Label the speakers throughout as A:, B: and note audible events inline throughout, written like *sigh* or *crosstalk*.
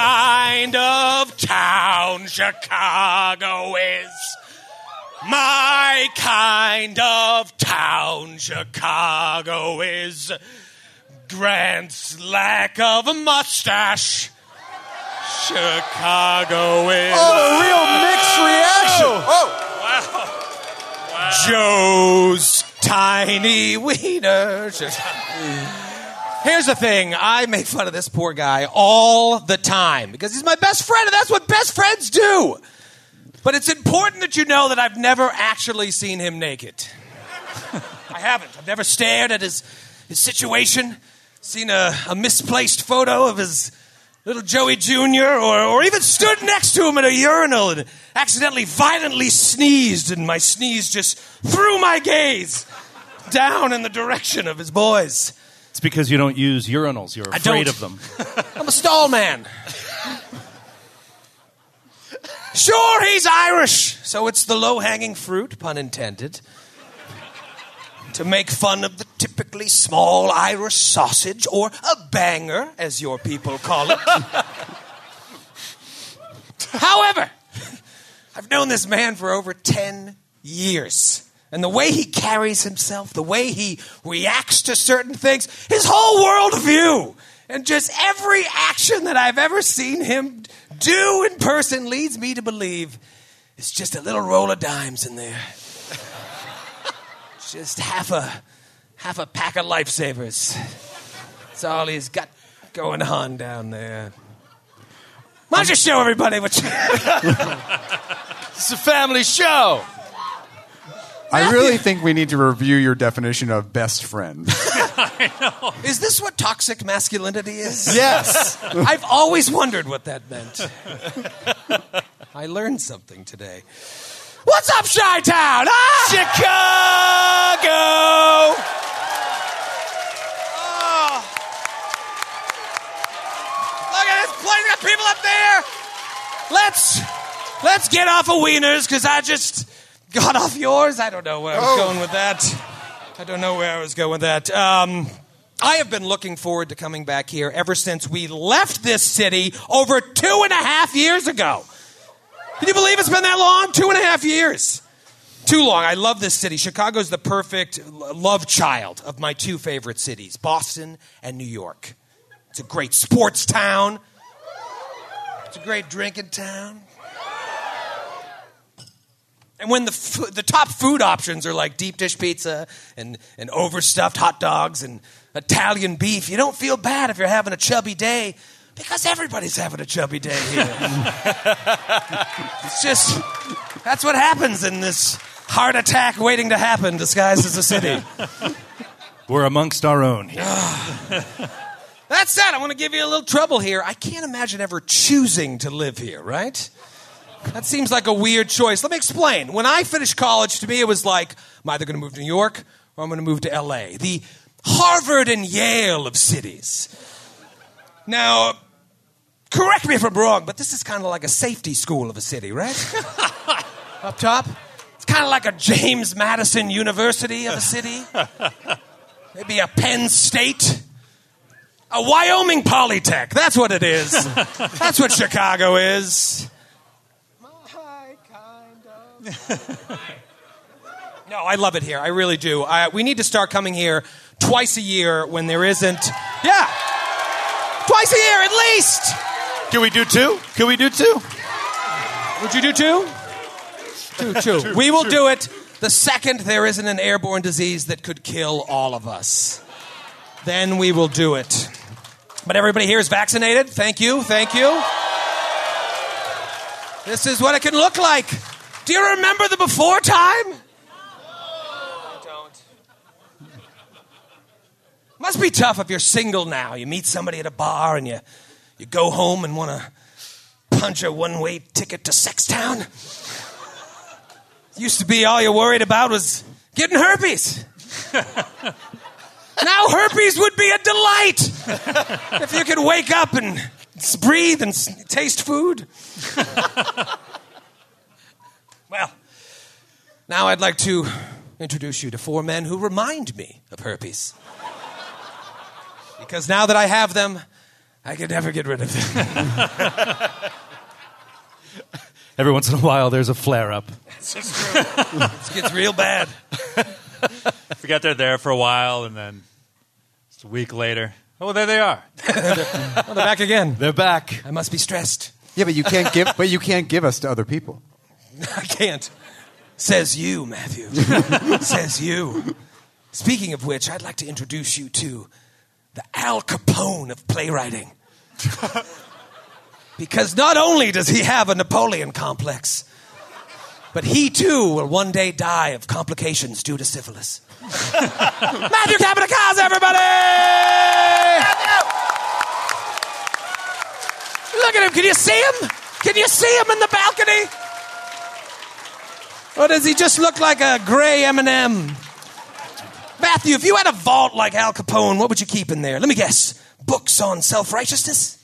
A: kind of town Chicago is. My kind of town Chicago is. Grand slack of a mustache. Chicago is.
B: Oh, a real mixed reaction. Oh,
A: Joe's tiny *laughs* wiener. Here's the thing I make fun of this poor guy all the time because he's my best friend, and that's what best friends do. But it's important that you know that I've never actually seen him naked. I haven't. I've never stared at his, his situation, seen a, a misplaced photo of his little Joey Jr., or, or even stood next to him at a urinal and accidentally violently sneezed, and my sneeze just threw my gaze down in the direction of his boys.
C: It's because you don't use urinals. You're afraid
A: don't.
C: of them.
A: *laughs* I'm a stall man. Sure, he's Irish, so it's the low hanging fruit, pun intended, to make fun of the typically small Irish sausage, or a banger, as your people call it. However, I've known this man for over 10 years. And the way he carries himself, the way he reacts to certain things, his whole worldview, and just every action that I've ever seen him do in person leads me to believe it's just a little roll of dimes in there. *laughs* just half a half a pack of lifesavers. That's all he's got going on down there. Why don't you show everybody what you *laughs*
D: It's a family show.
B: I really think we need to review your definition of best
A: *laughs*
B: friend.
A: Is this what toxic
D: *laughs*
A: masculinity is?
B: Yes.
A: I've always wondered what that meant. *laughs* I learned something today. What's up, Chi Town? Ah! Chicago! Oh. Look at this place. We got people up there. Let's let's get off of wieners because I just got off yours. I don't know where I was going with that. I don't know where I was going with that. Um, I have been looking forward to coming back here ever since we left this city over two and a half years ago. Can you believe it's been that long? Two and a half years. Too long. I love this city. Chicago's the perfect l- love child of my two favorite cities, Boston and New York. It's a great sports town. It's a great drinking town. And when the f- the top food options are like deep dish pizza and, and overstuffed hot dogs and Italian beef, you don't feel bad if you're having a chubby day because everybody's having a chubby day here. it's just that's what happens in this heart attack waiting to happen disguised as a city.
C: We're amongst our own. here.
A: That said, I want to give you a little trouble here. I can't imagine ever choosing to live here, right? That seems like a weird choice. Let me explain. When I finished college, to me, it was like I'm either going to move to New York or I'm going to move to LA, the Harvard and Yale of cities. Now, correct me if I'm wrong, but this is kind of like a safety school of a city, right? Up top? It's kind of like a James Madison University of a city, maybe a Penn State. A Wyoming Polytech. That's what it is. That's what Chicago is. No, I love it here. I really do. I, we need to start coming here twice a year when there isn't. Yeah. Twice a year at least.
D: Can we do two? Can we do two?
A: Would you do two? Two, *laughs* two. we will do it the second there isn't an airborne disease that could kill all of us. Then we will do it. But everybody here is vaccinated. Thank you. Thank you. This is what it can look like. Do you remember the before time? I don't. Must be tough if you're single now. You meet somebody at a bar and you, you go home and want to punch a one way ticket to Sextown. Used to be all you're worried about was getting herpes. now herpes would be a delight if you could wake up and s- breathe and s- taste food. well, now I'd like to introduce you to four men who remind me of herpes. Because now that I have them, I can never get rid of them.
C: every once in a while there's a flare
E: *laughs*
C: up.
A: It gets real bad.
E: Forget they're there for a while, and then it's a week later. Oh, there they are.
A: Oh, they're back again.
C: They're back.
A: I must be stressed.
B: Yeah, but you can't give. But you can't give us to other people.
A: *laughs* I can't. Says you, Matthew. Says you. Speaking of which, I'd like to introduce you to the Al Capone of playwriting. because not only does he have a Napoleon complex, but he too will one day die of complications due to syphilis. Matthew Capitacaz, everybody! Look at him. Can you see him? Can you see him in the balcony? Or does he just look like a gray M&M? Matthew, if you had a vault like Al Capone, what would you keep in there? Let me guess. Books on self-righteousness?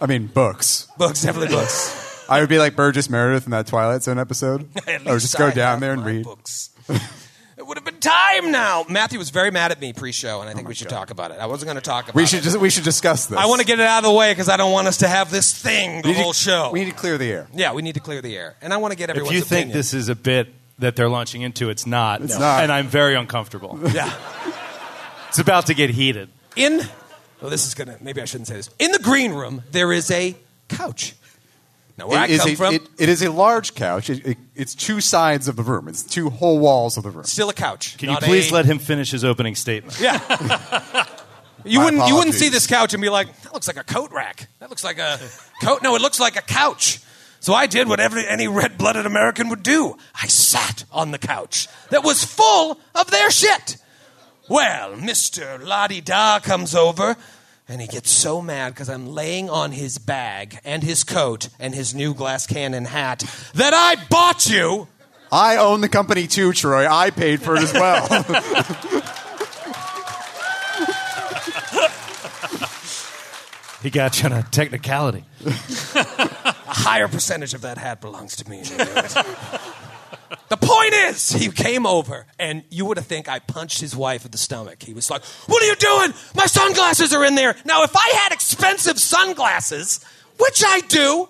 B: I mean, books.
A: Books, definitely
B: *laughs*
A: books.
B: I would be like Burgess Meredith in that Twilight Zone episode.
A: *laughs* At
B: or
A: least
B: just go
A: I
B: down
A: have
B: there and
A: my
B: read.
A: Books. it would have been time now. Matthew was very mad at me pre-show, and I think we should talk about it. I wasn't going to talk about
B: Oh We should
A: it.
B: just, we should discuss this.
A: I want to get it out of the way because I don't want us to have this thing the
B: We need to-
A: whole show.
B: We need to clear the air.
A: yeah, we need to clear the air, and I want to get
C: If
A: everyone's
C: you think
A: opinion.
C: this is a bit that they're launching into, it's not.
B: It's not.
C: And I'm very *laughs* uncomfortable.
A: yeah.
C: it's about to get heated.
A: in well this is gonna maybe i shouldn't say this in the green room there is a couch now where
B: It
A: i
B: is
A: come
B: a,
A: from
B: it- it is a large couch. It, it, it's two sides of the room. It's two whole walls of the room.
A: still a couch
C: Can
A: not
C: you please
A: a-
C: let him finish his opening statement?
A: yeah you
B: My
A: wouldn't you wouldn't see
B: apologies.
A: this couch and be like that looks like a coat rack that looks like a coat no it looks like a couch so i did what every, any red-blooded american would do i sat on the couch that was full of their shit Well, Mr. Lottie Da comes over and he gets so mad because I'm laying on his bag and his coat and his new glass cannon hat that I bought you.
B: I own the company too, Troy. I paid for it
A: *laughs*
B: as well.
C: He got you on a technicality.
A: A higher percentage of that hat belongs to me. *laughs* the point is, he came over and you would have think I punched his wife in the stomach. He was like, What are you doing? My sunglasses are in there. Now, if I had expensive sunglasses, which I do,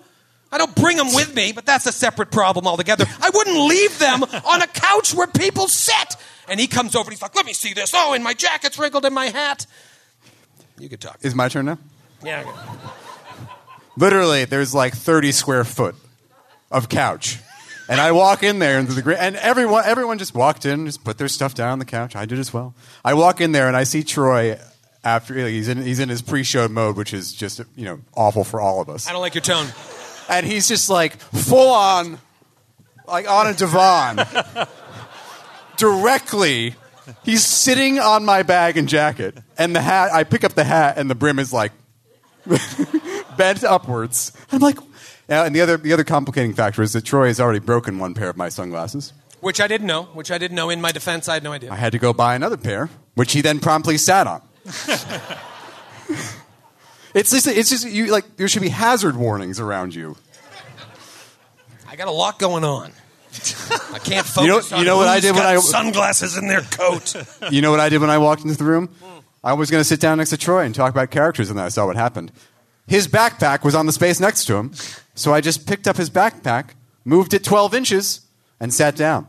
A: I don't bring them with me, but that's a separate problem altogether. I wouldn't leave them on a couch where people sit. And he comes over and he's like, Let me see this. Oh, and my jacket's wrinkled in my hat. You could talk.
B: is my turn now?
A: Yeah.
B: Literally, there's like 30 square foot of couch. And I walk in there into the green, and everyone, everyone just walked in, just put their stuff down on the couch. I did as well. I walk in there and I see Troy after like, he's in he's in his pre-show mode, which is just you know awful for all of us.
A: I don't like your tone.
B: And he's just like full on, like on a divan, directly. He's sitting on my bag and jacket, and the hat. I pick up the hat, and the brim is like *laughs* bent upwards. I'm like, now, and the other the other complicating factor is that Troy has already broken one pair of my sunglasses.
A: Which I didn't know. Which I didn't know. In my defense, I had no idea.
B: I had to go buy another pair, which he then promptly sat on. *laughs* it's just, it's just you like there should be hazard warnings around you.
A: I got a lot going on. I *laughs* can't focus.
B: You know-
A: on
B: you know what I
A: who's
B: did when
A: got
B: I-
A: sunglasses in their coat.
B: You know what I did when I walked into the room? I was going to sit down next to Troy and talk about characters, and then I saw what happened. His backpack was on the space next to him, so I just picked up his backpack, moved it 12 inches, and sat down.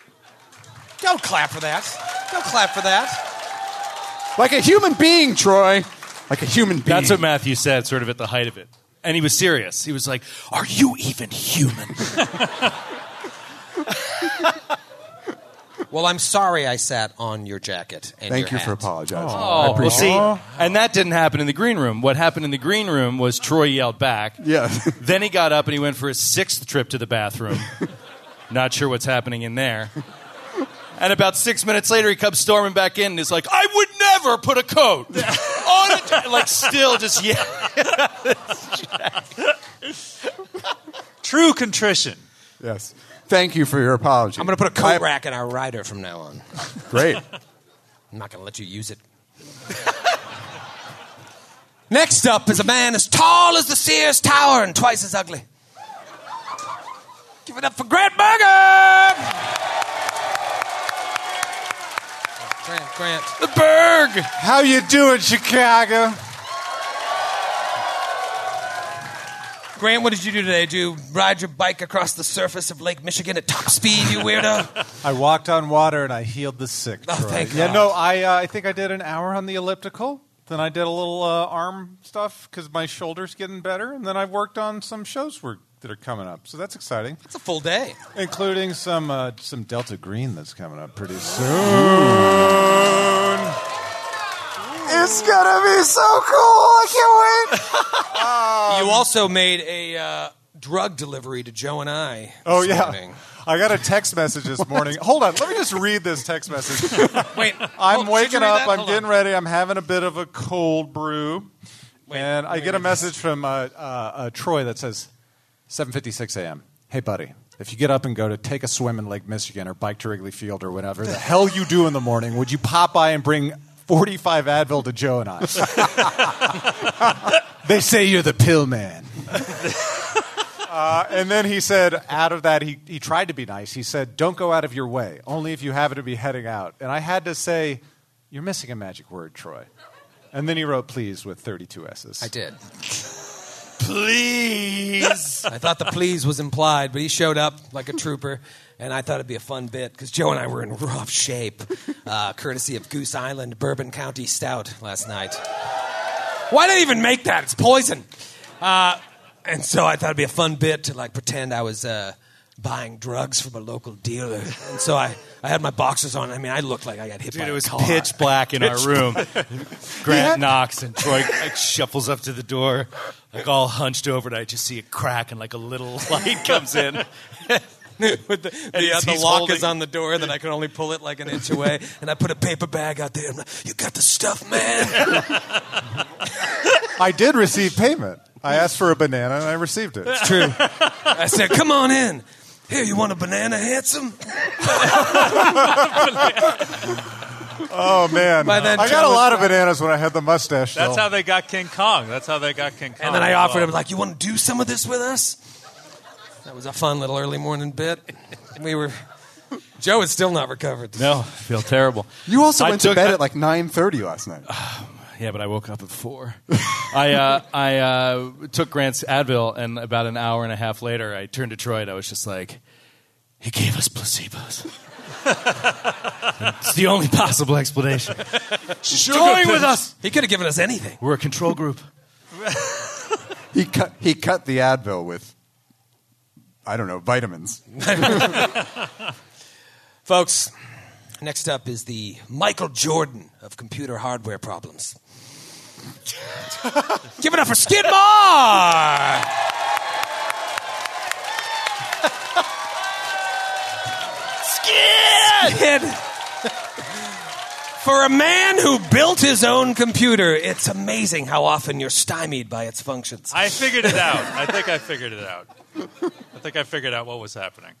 A: *laughs* Don't clap for that. Don't clap for that.
B: Like a human being, Troy. Like a human being.
C: That's what Matthew said, sort of at the height of it. And he was serious. He was like, Are you even human?
A: Well, I'm sorry I sat on your jacket. And
B: Thank
A: your
B: you for
A: hat.
B: apologizing.
C: Oh,
B: I appreciate
C: well, see, and that didn't happen in the green room. What happened in the green room was Troy yelled back.
B: Yeah.
C: *laughs* Then he got up and he went for his sixth trip to the bathroom. Not sure what's happening in there. And about six minutes later, he comes storming back in and is like, "I would never put a coat on a jacket." like." Still, just yeah.
E: True contrition.
B: Yes. Thank you for your apology.
A: I'm going to put a coat
B: I-
A: rack in our rider from now on. *laughs*
B: Great.
A: I'm not going to let you use it. *laughs* Next up is a man as tall as the Sears Tower and twice as ugly. Give it up for Grant Berger! Grant, Grant.
D: The Berg.
B: How you doing, Chicago?
A: Grant, what did you do today? Did you ride your bike across the surface of Lake Michigan at top speed, you weirdo?
F: I walked on water and I healed the sick.
A: Oh,
F: Troy.
A: thank
F: yeah,
A: God.
F: no, I uh, I think I did an hour on the elliptical. Then I did a little uh, arm stuff because my shoulder's getting better, and then I've worked on some shows we that are coming up. So that's exciting,
A: *laughs* It's a full day.
F: including some uh, some Delta Green that's coming up pretty soon.
B: It's gonna be so cool. I can't wait.
A: you also made a uh, drug delivery to Joe and I.
F: Oh
A: this
F: yeah,
A: morning.
F: I got a text message
A: *laughs*
F: this morning. Hold on, let me just read this text message.
A: Wait,
F: I'm
A: hold- did you
F: waking
A: read
F: up.
A: that?
F: I'm
A: Hold
F: getting
A: on.
F: ready. I'm having a bit of a cold brew, and I
A: wait,
F: get a
A: wait.
F: message from uh, uh, uh, Troy that says, "7:56 a.m. Hey, buddy." If you get up and go to take a swim in Lake Michigan or bike to Wrigley Field or
A: *laughs*
F: whatever the hell you do in the morning, would you pop by and bring 45 Advil to Joe and I? they say you're the pill man. *laughs* Uh, and then he said, out of that, he, he tried to be nice. He said, don't go out of your way, only if you happen to be heading out. And I had to say, you're missing a magic word, Troy. And then he wrote, please, with 32 S's.
A: I did.
E: Please.
A: I thought the please was implied, but he showed up like a trooper, and I thought it'd be a fun bit because Joe and I were in rough shape, uh, courtesy of Goose Island Bourbon County Stout last night. Why did I even make that? It's poison. Uh, and so I thought it'd be a fun bit to like pretend I was uh, buying drugs from a local dealer. And so I, I had my boxers on. I mean, I looked like I got hit by
C: Dude, it
A: a
C: was
A: car.
C: pitch *laughs* black in our room. Grant knocks and Troy like, shuffles up to the door, like all hunched over, and I just see a crack and like a little *laughs* light comes in.
A: *laughs* With the, the, uh,
C: he's
A: the lock
C: holding-
A: is on the door that I could only pull it like an inch
C: *laughs*
A: away, and I put a paper bag out there. I'm like, "You got the stuff,
C: *laughs*
A: man."
F: I did receive payment. I asked for a banana and I received it.
A: It's true. I said, "Come on in. Here, you want a banana, handsome?"
F: Oh, man.
A: By then,
F: I
A: Joe
F: got a
A: was
F: lot of bananas when I had the mustache.
E: That's
F: though.
E: how they got King Kong. That's how they got King Kong.
A: And then
C: Oh,
A: I offered him,
E: like,
A: like, "You want to do some of this with us?" That was a fun little early morning bit. We were. Joe is still not recovered.
C: No, I feel terrible.
B: You also
C: I
B: went
C: took-
B: to bed at like 9:30
A: *sighs*
B: last night.
C: Uh, Yeah, but I woke up at four. I uh, I uh, took Grant's Advil, and about an hour and a half later, I turned to Troy and I was just like, "He gave us
E: *laughs*
C: placebos." it's the only possible explanation. Join with us.
A: He could have given us anything.
C: We're a control group.
B: He cut he cut the Advil with I don't know vitamins.
A: Folks, next up is the Michael Jordan of computer hardware problems. Give it up for Skidmore! Skid! For a man who built his own computer, it's amazing how often you're stymied by its functions.
E: *laughs* I figured it out. I think I figured it out. I think I figured out what was happening.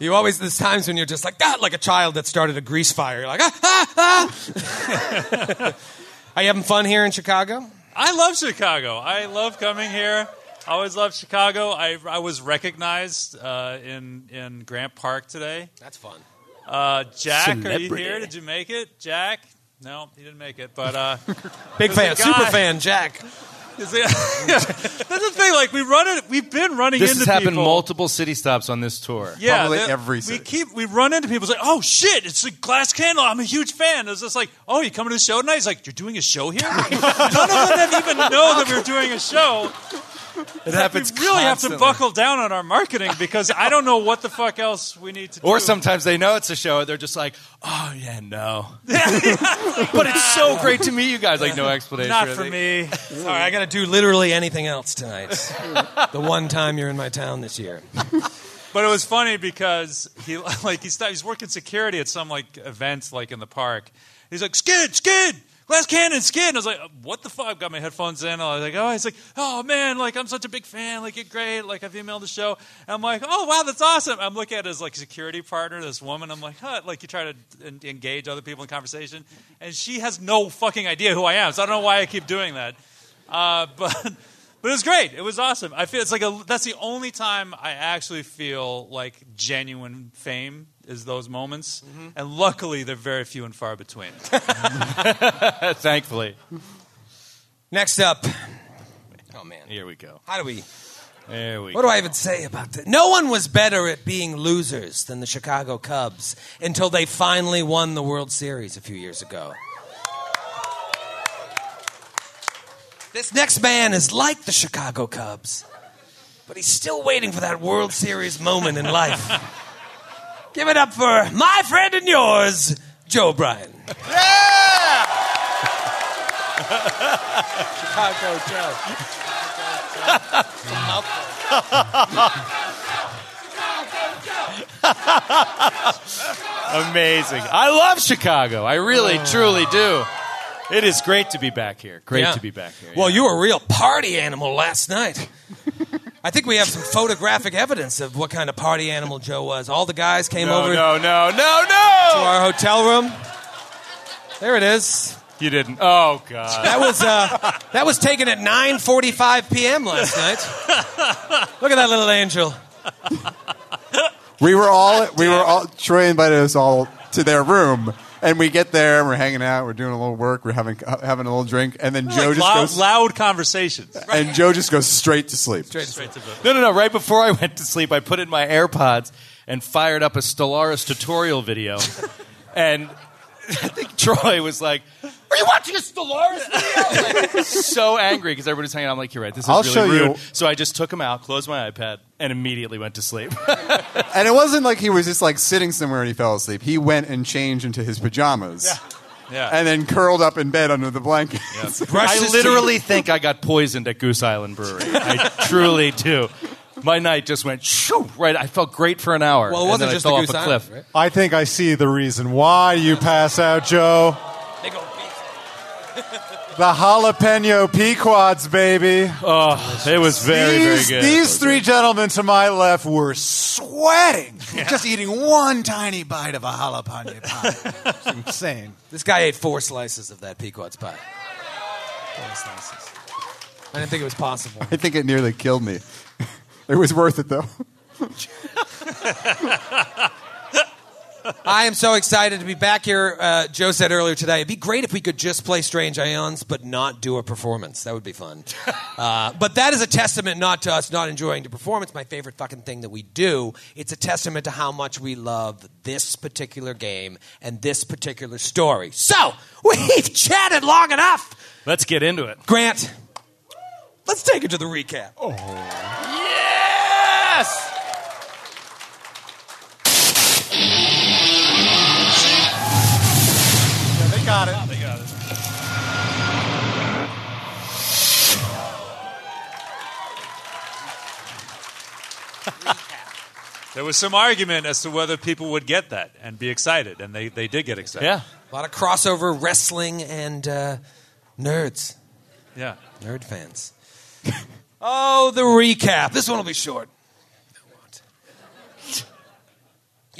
A: You always, there's times when you're just like that, like a child that started a grease fire. You're like, ah, ah, ah. *laughs* Are you having fun here in Chicago?
E: I love Chicago. I love coming here. I always love Chicago. I, I was recognized uh, in in Grant Park today.
A: That's fun.
E: Uh, Jack, are
C: Celebrity.
E: you here? Did you make it, Jack? No, he didn't make it. But uh,
A: Big fan,
E: There's a guy-
A: super fan, Jack.
E: is it- *laughs* that's the thing. Like we run it. We've been
C: *laughs*
E: running
C: This has
E: into
C: happened
E: people.
C: multiple city stops on this tour.
E: yeah,
B: Probably
E: that-
B: every
E: we
B: city.
E: keep we run into people. It's like, oh shit, it's a glass candle. I'm a huge fan. It's just like, oh, you coming to the show tonight? He's like, you're doing a show
C: *laughs*
E: here. None of them even know that we're doing a show.
C: It
E: Like,
C: happens.
E: We really
C: constantly.
E: have to buckle down on our marketing because I don't know what the fuck else we need to do.
C: Or sometimes they know it's a show. They're just like, "Oh yeah, no."
E: *laughs*
C: but it's so great to meet you guys. Like no explanation.
E: not
C: I
E: for
C: think. *laughs*
E: me.
A: All right, I got to do literally anything else
E: *laughs*
A: tonight. the one time you're in my town this year.
E: But it was funny because he *laughs* like he's he's working security at some like events like in the park. He's like skid skid glass cannon skid. And I was like "Uh, what the fuck? I've got my headphones in. And I was like oh he's like oh man like I'm such a big fan like you're great like I've emailed the show. And I'm like oh wow that's awesome. I'm looking at his like security partner this woman. I'm like huh like you try to en- engage other people in conversation and she has no fucking idea who I am. So I don't know why I keep doing that. Uh, *laughs* but. But it was great. It was awesome. I feel it's like a, that's the only time I actually feel like genuine fame is those moments.
B: Mm-hmm.
E: And luckily, they're very few and
B: *laughs*
E: far between.
C: Thankfully,
A: Next up. Oh, man.
E: Oh,
C: here we go.
A: How do we
C: There we
A: What do I even say about that? No one was better at being losers than the Chicago Cubs until they finally won the World Series a few years ago. This next man is like the Chicago Cubs, but he's still waiting for that World Series moment in life. *laughs* Give it up for my friend and yours, Joe Bryan.
F: *laughs* Chicago Joe.
C: Amazing. I love Chicago. I really,
E: Oh.
C: truly do. It is great to be back here. Great
A: Yeah.
C: to be back here.
A: Well, you were a real party animal last night. I think we have some photographic evidence of what kind of party animal Joe was. All the guys came
C: no,
A: over
C: no, no, no,
A: to
C: no.
A: our hotel room. There it is.
C: You didn't. Oh God.
A: That was uh, that was taken at 9:45 p.m. last night. Look at that little angel.
B: We were all we were all Troy invited us all to their room, and we get there and we're hanging out, we're doing a little work, we're having uh, having a little drink, and then Joe
E: Like
B: just
E: loud,
B: goes
E: loud conversations.
B: and Joe just goes straight to sleep.
E: Straight to the-
C: *laughs* No, no, no. Right before I went to sleep, I put in my AirPods and fired up a Stellaris tutorial *laughs* video, and I think Troy was like, "Are you watching a Stellaris video?" Like, so angry because everybody's hanging. out. I'm like, "You're right. This is
B: I'll
C: really
B: show
C: rude."
B: you-
C: So I just took him out, closed my iPad, and immediately went to sleep.
A: *laughs*
B: And it wasn't like he was just like sitting somewhere and he fell asleep. He went and changed into his pajamas.
E: Yeah.
B: And then curled up in bed under the blanket.
A: Brushed
C: I
A: his
C: literally think I got poisoned at Goose Island Brewery. I
A: *laughs*
C: truly do. My night just went shoo, right. I felt great for an hour.
A: Well, it
C: and
A: wasn't
C: then
A: just
C: I fell
A: the
C: off
A: goose
C: a
A: island,
C: cliff.
A: right?
F: I think I see the reason why you pass out, Joe.
A: They go beat.
F: The jalapeno pequods, baby.
C: Oh, it was very,
F: these,
C: very good.
F: These three gentlemen to my left were sweating, just eating one tiny bite of a jalapeno pie. It's insane.
A: This guy ate four slices of that Pequod's pie. Four slices. I didn't think it was possible.
B: I think it nearly killed me. *laughs* It was worth it though.
A: I am so excited to be back here. Uh, Joe said earlier today, it'd be great if we could just play Strange Ions, but not do a performance. That would be fun. Uh, but that is a testament not to us not enjoying the performance, my favorite fucking thing that we do. It's a testament to how much we love this particular game and this particular story. So, *laughs* we've chatted long enough.
C: Let's get into it.
A: Grant, let's take it to the recap.
C: Yes.
F: Yeah, they got it.
E: There was some argument as to whether people would get that and be excited, and they, they did get excited.
C: Yeah.
A: A lot of crossover wrestling and uh, nerds.
E: Yeah.
A: Nerd fans. *laughs* oh, the recap. This one will be short. No, it won't. Can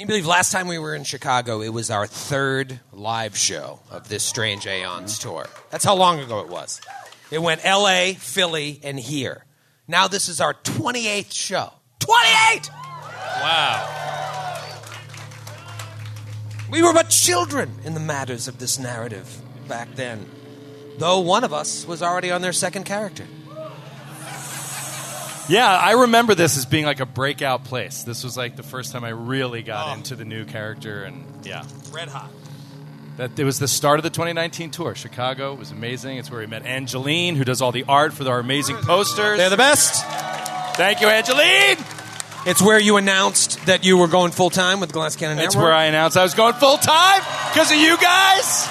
A: you believe last time we were in Chicago, it was our third live show of this Strange Aeons tour. That's how long ago it was. It went LA, Philly, and here. Now this is our 28th show. 28!
E: Wow.
A: We were but children in the matters of this narrative back then, though one of us was already on their second character.
C: Yeah, I remember this as being like a breakout place. This was like the first time I really got into the new character, and yeah,
E: Red hot.
C: that it was the start of the 2019 tour. Chicago it was amazing. It's where we met Angeline, who does all the art for our amazing posters.
A: They're the best.
C: Thank you, Angeline.
A: It's where you announced that you were going full time with Glass Cannon
C: That's where
A: Network,
C: I announced I was going full time because of you guys.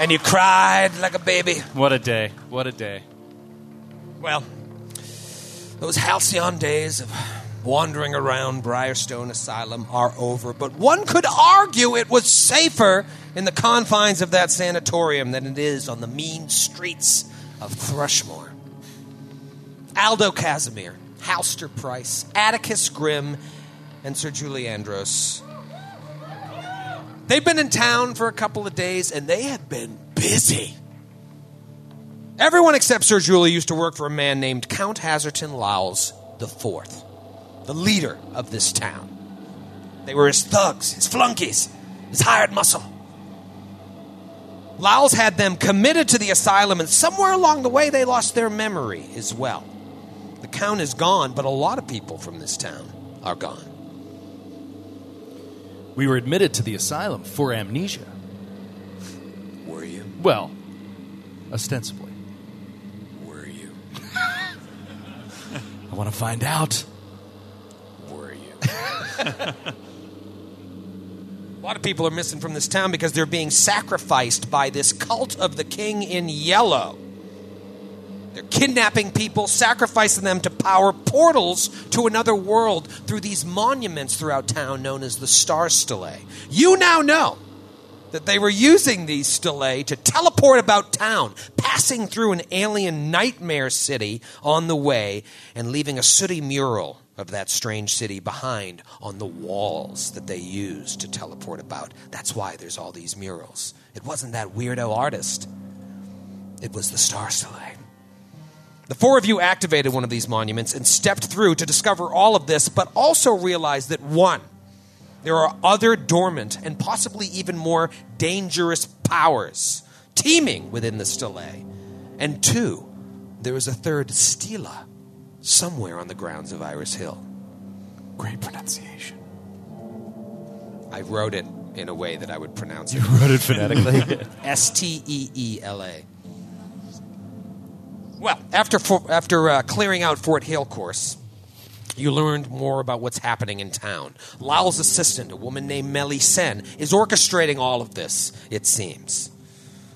A: and you cried like a baby.
C: What a day! What a day!
A: Well, those halcyon days of wandering around Briarstone Asylum are over, but one could argue it was safer in the confines of that sanatorium than it is on the mean streets of Thrushmore. Aldo Casimir, Halster Price, Atticus Grimm, and Sir Juliandros. They've been in town for a couple of days and they have been busy. Everyone except Sir Julie used to work for a man named Count Hazerton Lowes IV, the leader of this town. They were his thugs, his flunkies, his hired muscle. Lowes had them committed to the asylum, and somewhere along the way, they lost their memory as well. The count is gone, but a lot of people from this town are gone.
C: We were admitted to the asylum for amnesia.
A: Were you?
C: Well, ostensibly.
A: Were you?
C: I want to find out.
A: Were you? a lot of people are missing from this town because they're being sacrificed by this cult of the king in yellow. They're kidnapping people, sacrificing them to power portals to another world through these monuments throughout town known as the Star Stelae. You now know that they were using these stelae to teleport about town, passing through an alien nightmare city on the way and leaving a sooty mural of that strange city behind on the walls that they used to teleport about. That's why there's all these murals. It wasn't that weirdo artist. It was the star stelae. The four of you activated one of these monuments and stepped through to discover all of this, but also realized that one, there are other dormant and possibly even more dangerous powers teeming within the stelae. And two, there is a third stela somewhere on the grounds of Iris Hill.
B: Great pronunciation.
A: I wrote it in a way that I would pronounce it
C: Wrote it phonetically.
A: *laughs* S T E E L A. Well, after for, after uh, clearing out Fort Hale course, you learned more about what's happening in town. Lyle's assistant, a woman named Melly Sen, is orchestrating all of this, it seems.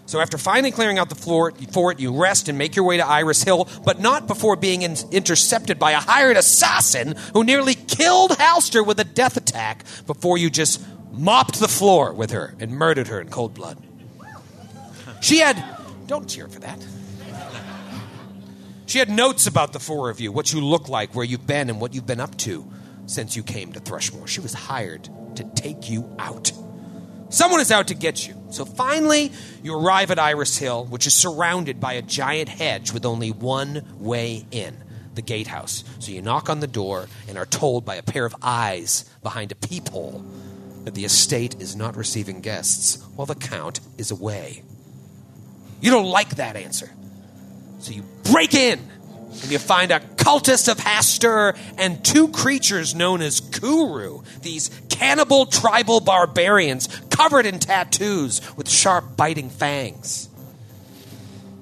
A: So after finally clearing out the floor, fort, you rest and make your way to Iris Hill, but not before being in- intercepted by a hired assassin who nearly killed Halster with a death attack before you just mopped the floor with her and murdered her in cold blood. She had. Don't cheer for that. She had notes about the four of you, what you look like, where you've been, and what you've been up to since you came to Thrushmore. She was hired to take you out. Someone is out to get you. So finally, you arrive at Iris Hill, which is surrounded by a giant hedge with only one way in the gatehouse. So you knock on the door and are told by a pair of eyes behind a peephole that the estate is not receiving guests while the Count is away. You don't like that answer. So you break in and you find a cultist of Hastur and two creatures known as Kuru, these cannibal tribal barbarians covered in tattoos with sharp biting fangs.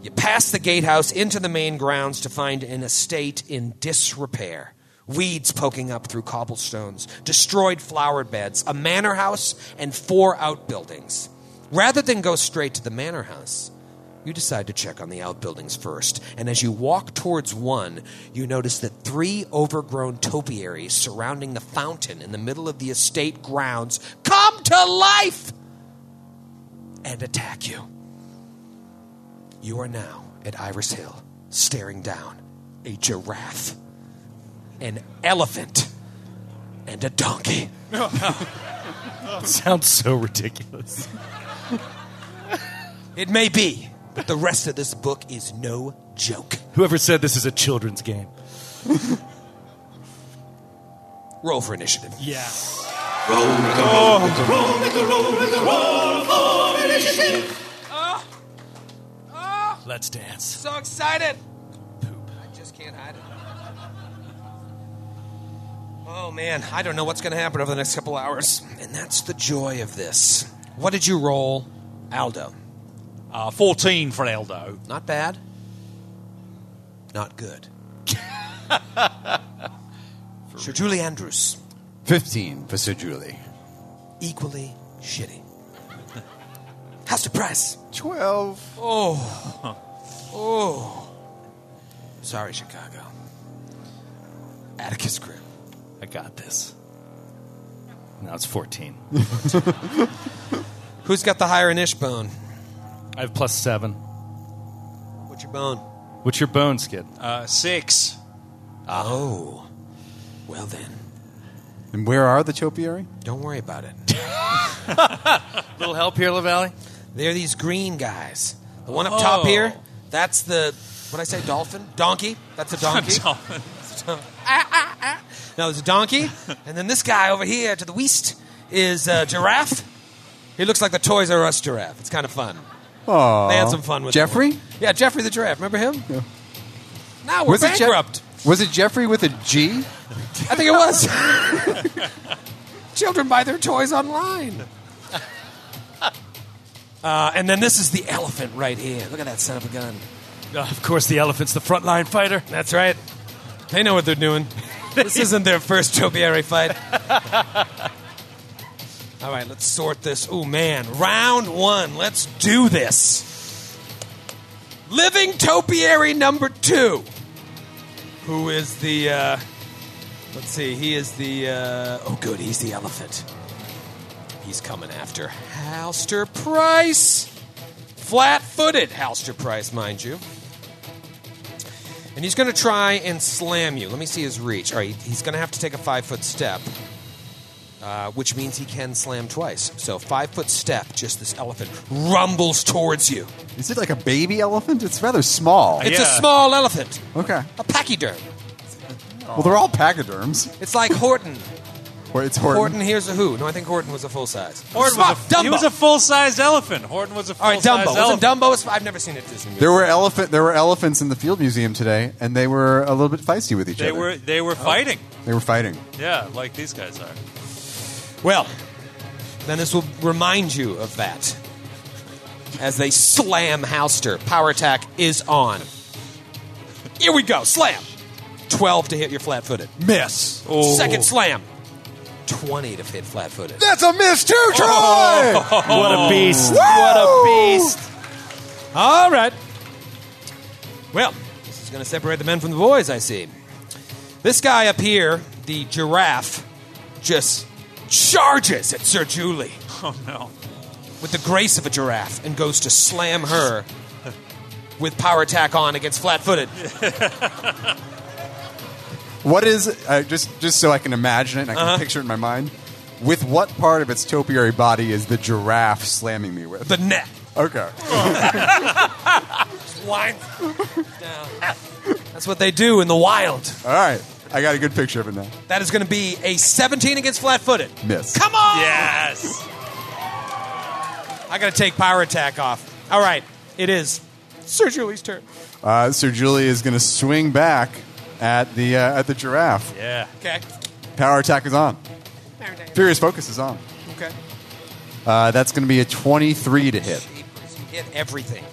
A: You pass the gatehouse into the main grounds to find an estate in disrepair. Weeds poking up through cobblestones, destroyed flower beds, a manor house, and four outbuildings. Rather than go straight to the manor house, you decide to check on the outbuildings first, and as you walk towards one, you notice that three overgrown topiaries surrounding the fountain in the middle of the estate grounds come to life and attack you. You are now at Iris Hill, staring down a giraffe, an elephant, and a donkey.
C: *laughs* Sounds so ridiculous.
A: It may be, but the rest of this book is no joke.
C: Whoever said this is a children's game.
A: Roll for initiative.
C: Yeah. Oh. Let's dance.
A: So excited! I just can't hide it. Oh man, I don't know what's going to happen over the next couple hours. And that's the joy of this. What did you roll, Aldo?
E: Uh, 14 for Eldo.
A: Not bad. Not *laughs* good. Sir Julie Andrews,
B: 15 for Sir Julie.
A: equally shitty. How's the price?
B: 12.
A: Sorry, Chicago. Atticus Grimm.
C: I got this. Now it's 14.
A: Who's got the higher initiative bone?
C: I have plus seven.
A: What's your bone?
C: What's your bone, Skid?
E: Uh,
A: *laughs*
E: 6.
A: Oh. Well then,
B: And where are the topiary?
A: don't worry about it.
C: little help here, LaValle?
A: *laughs* They're these green guys. The one up top
E: Oh.
A: here, that's the what I say, dolphin, donkey. That's a *laughs* donkey.
E: Dolphin.
A: Ah, ah, ah. No, there's a donkey, and then this guy over here to the west is a giraffe. He looks like the Toys R Us giraffe. It's kind of fun.
B: Aww.
A: They had some fun with
B: Jeffrey?
A: that one. Yeah, Jeffrey the giraffe. Remember him? Now we're
B: Was it Jeff-
A: bankrupt.
B: Was it Jeffrey with a G?
A: I think it
B: *laughs*
A: was. Children buy their toys online. Uh, and then this is the elephant right here. Look at that son of a gun.
C: of course, the elephant's the frontline fighter.
A: That's right. They know what they're doing. this isn't their first Tobieri fight. All right, let's sort this. Oh, man. Round one. Let's do this. Living Topiary number two. Who is the. Uh, let's see. He is the. Uh, oh, good. He's the elephant. He's coming after Halster Price. Flat footed Halster Price, mind you. And he's going to try and slam you. Let me see his reach. All right, he's going to have to take a five foot step, uh, which means he can slam twice. So, five foot step, just this elephant rumbles towards you.
B: Is it like a baby elephant? It's rather small.
A: It's a
E: Uh, Yeah.
A: small elephant,
B: Okay.
A: a pachyderm.
B: Well, they're all pachyderms.
A: It's like
E: *laughs*
A: Horton.
B: Or it's Horton.
A: Horton, here's a who. No, I think Horton was a full size.
E: *laughs* Horton
A: Smart,
E: was a,
A: Dumbo.
E: he was a full-sized elephant. Horton was a
A: All right,
E: full-sized
A: Dumbo. Wasn't
E: elephant.
A: Dumbo? a- I've never seen it Disney.
B: There were elephant. There were elephants in the field museum today, and they were a little bit feisty with each
E: They
B: other.
E: were they
A: Oh.
E: were fighting.
B: They were fighting.
E: Yeah, like these guys are.
A: Well, then this will remind you of that. As they slam Halster, power attack is on. Here we go, slam. 12 to hit your flat footed.
E: Miss.
A: Second slam. 20 to hit flat footed.
B: That's a miss too, Troy. Oh!
C: What a beast.
B: What a beast!
A: All right. Well, this is going to separate the men from the boys, I see. This guy up here, the giraffe, just charges at Sir Julie.
E: Oh no.
A: with the grace of a giraffe and goes to slam her with power attack on against flat footed.
B: What is uh, just just so I can imagine it and I
A: Uh-huh.
B: can picture it in my mind? With what part of its topiary body is the giraffe slamming me with?
A: The neck.
B: Okay.
A: Line. That's what they do in the wild.
B: All right. I got a good picture of it now.
A: That is going to be a 17 against flat footed.
B: Miss.
A: Come on!
E: Yes.
A: I got to take power attack off. All right, it is Sir Julie's turn.
B: Uh, Sir Julie is going to swing back at the uh, at the giraffe.
E: Yeah.
A: Okay.
B: Power attack is on. Furious focus is on.
A: Okay.
B: Uh, that's going to be a 23 to hit.
A: Jeepers, you hit everything.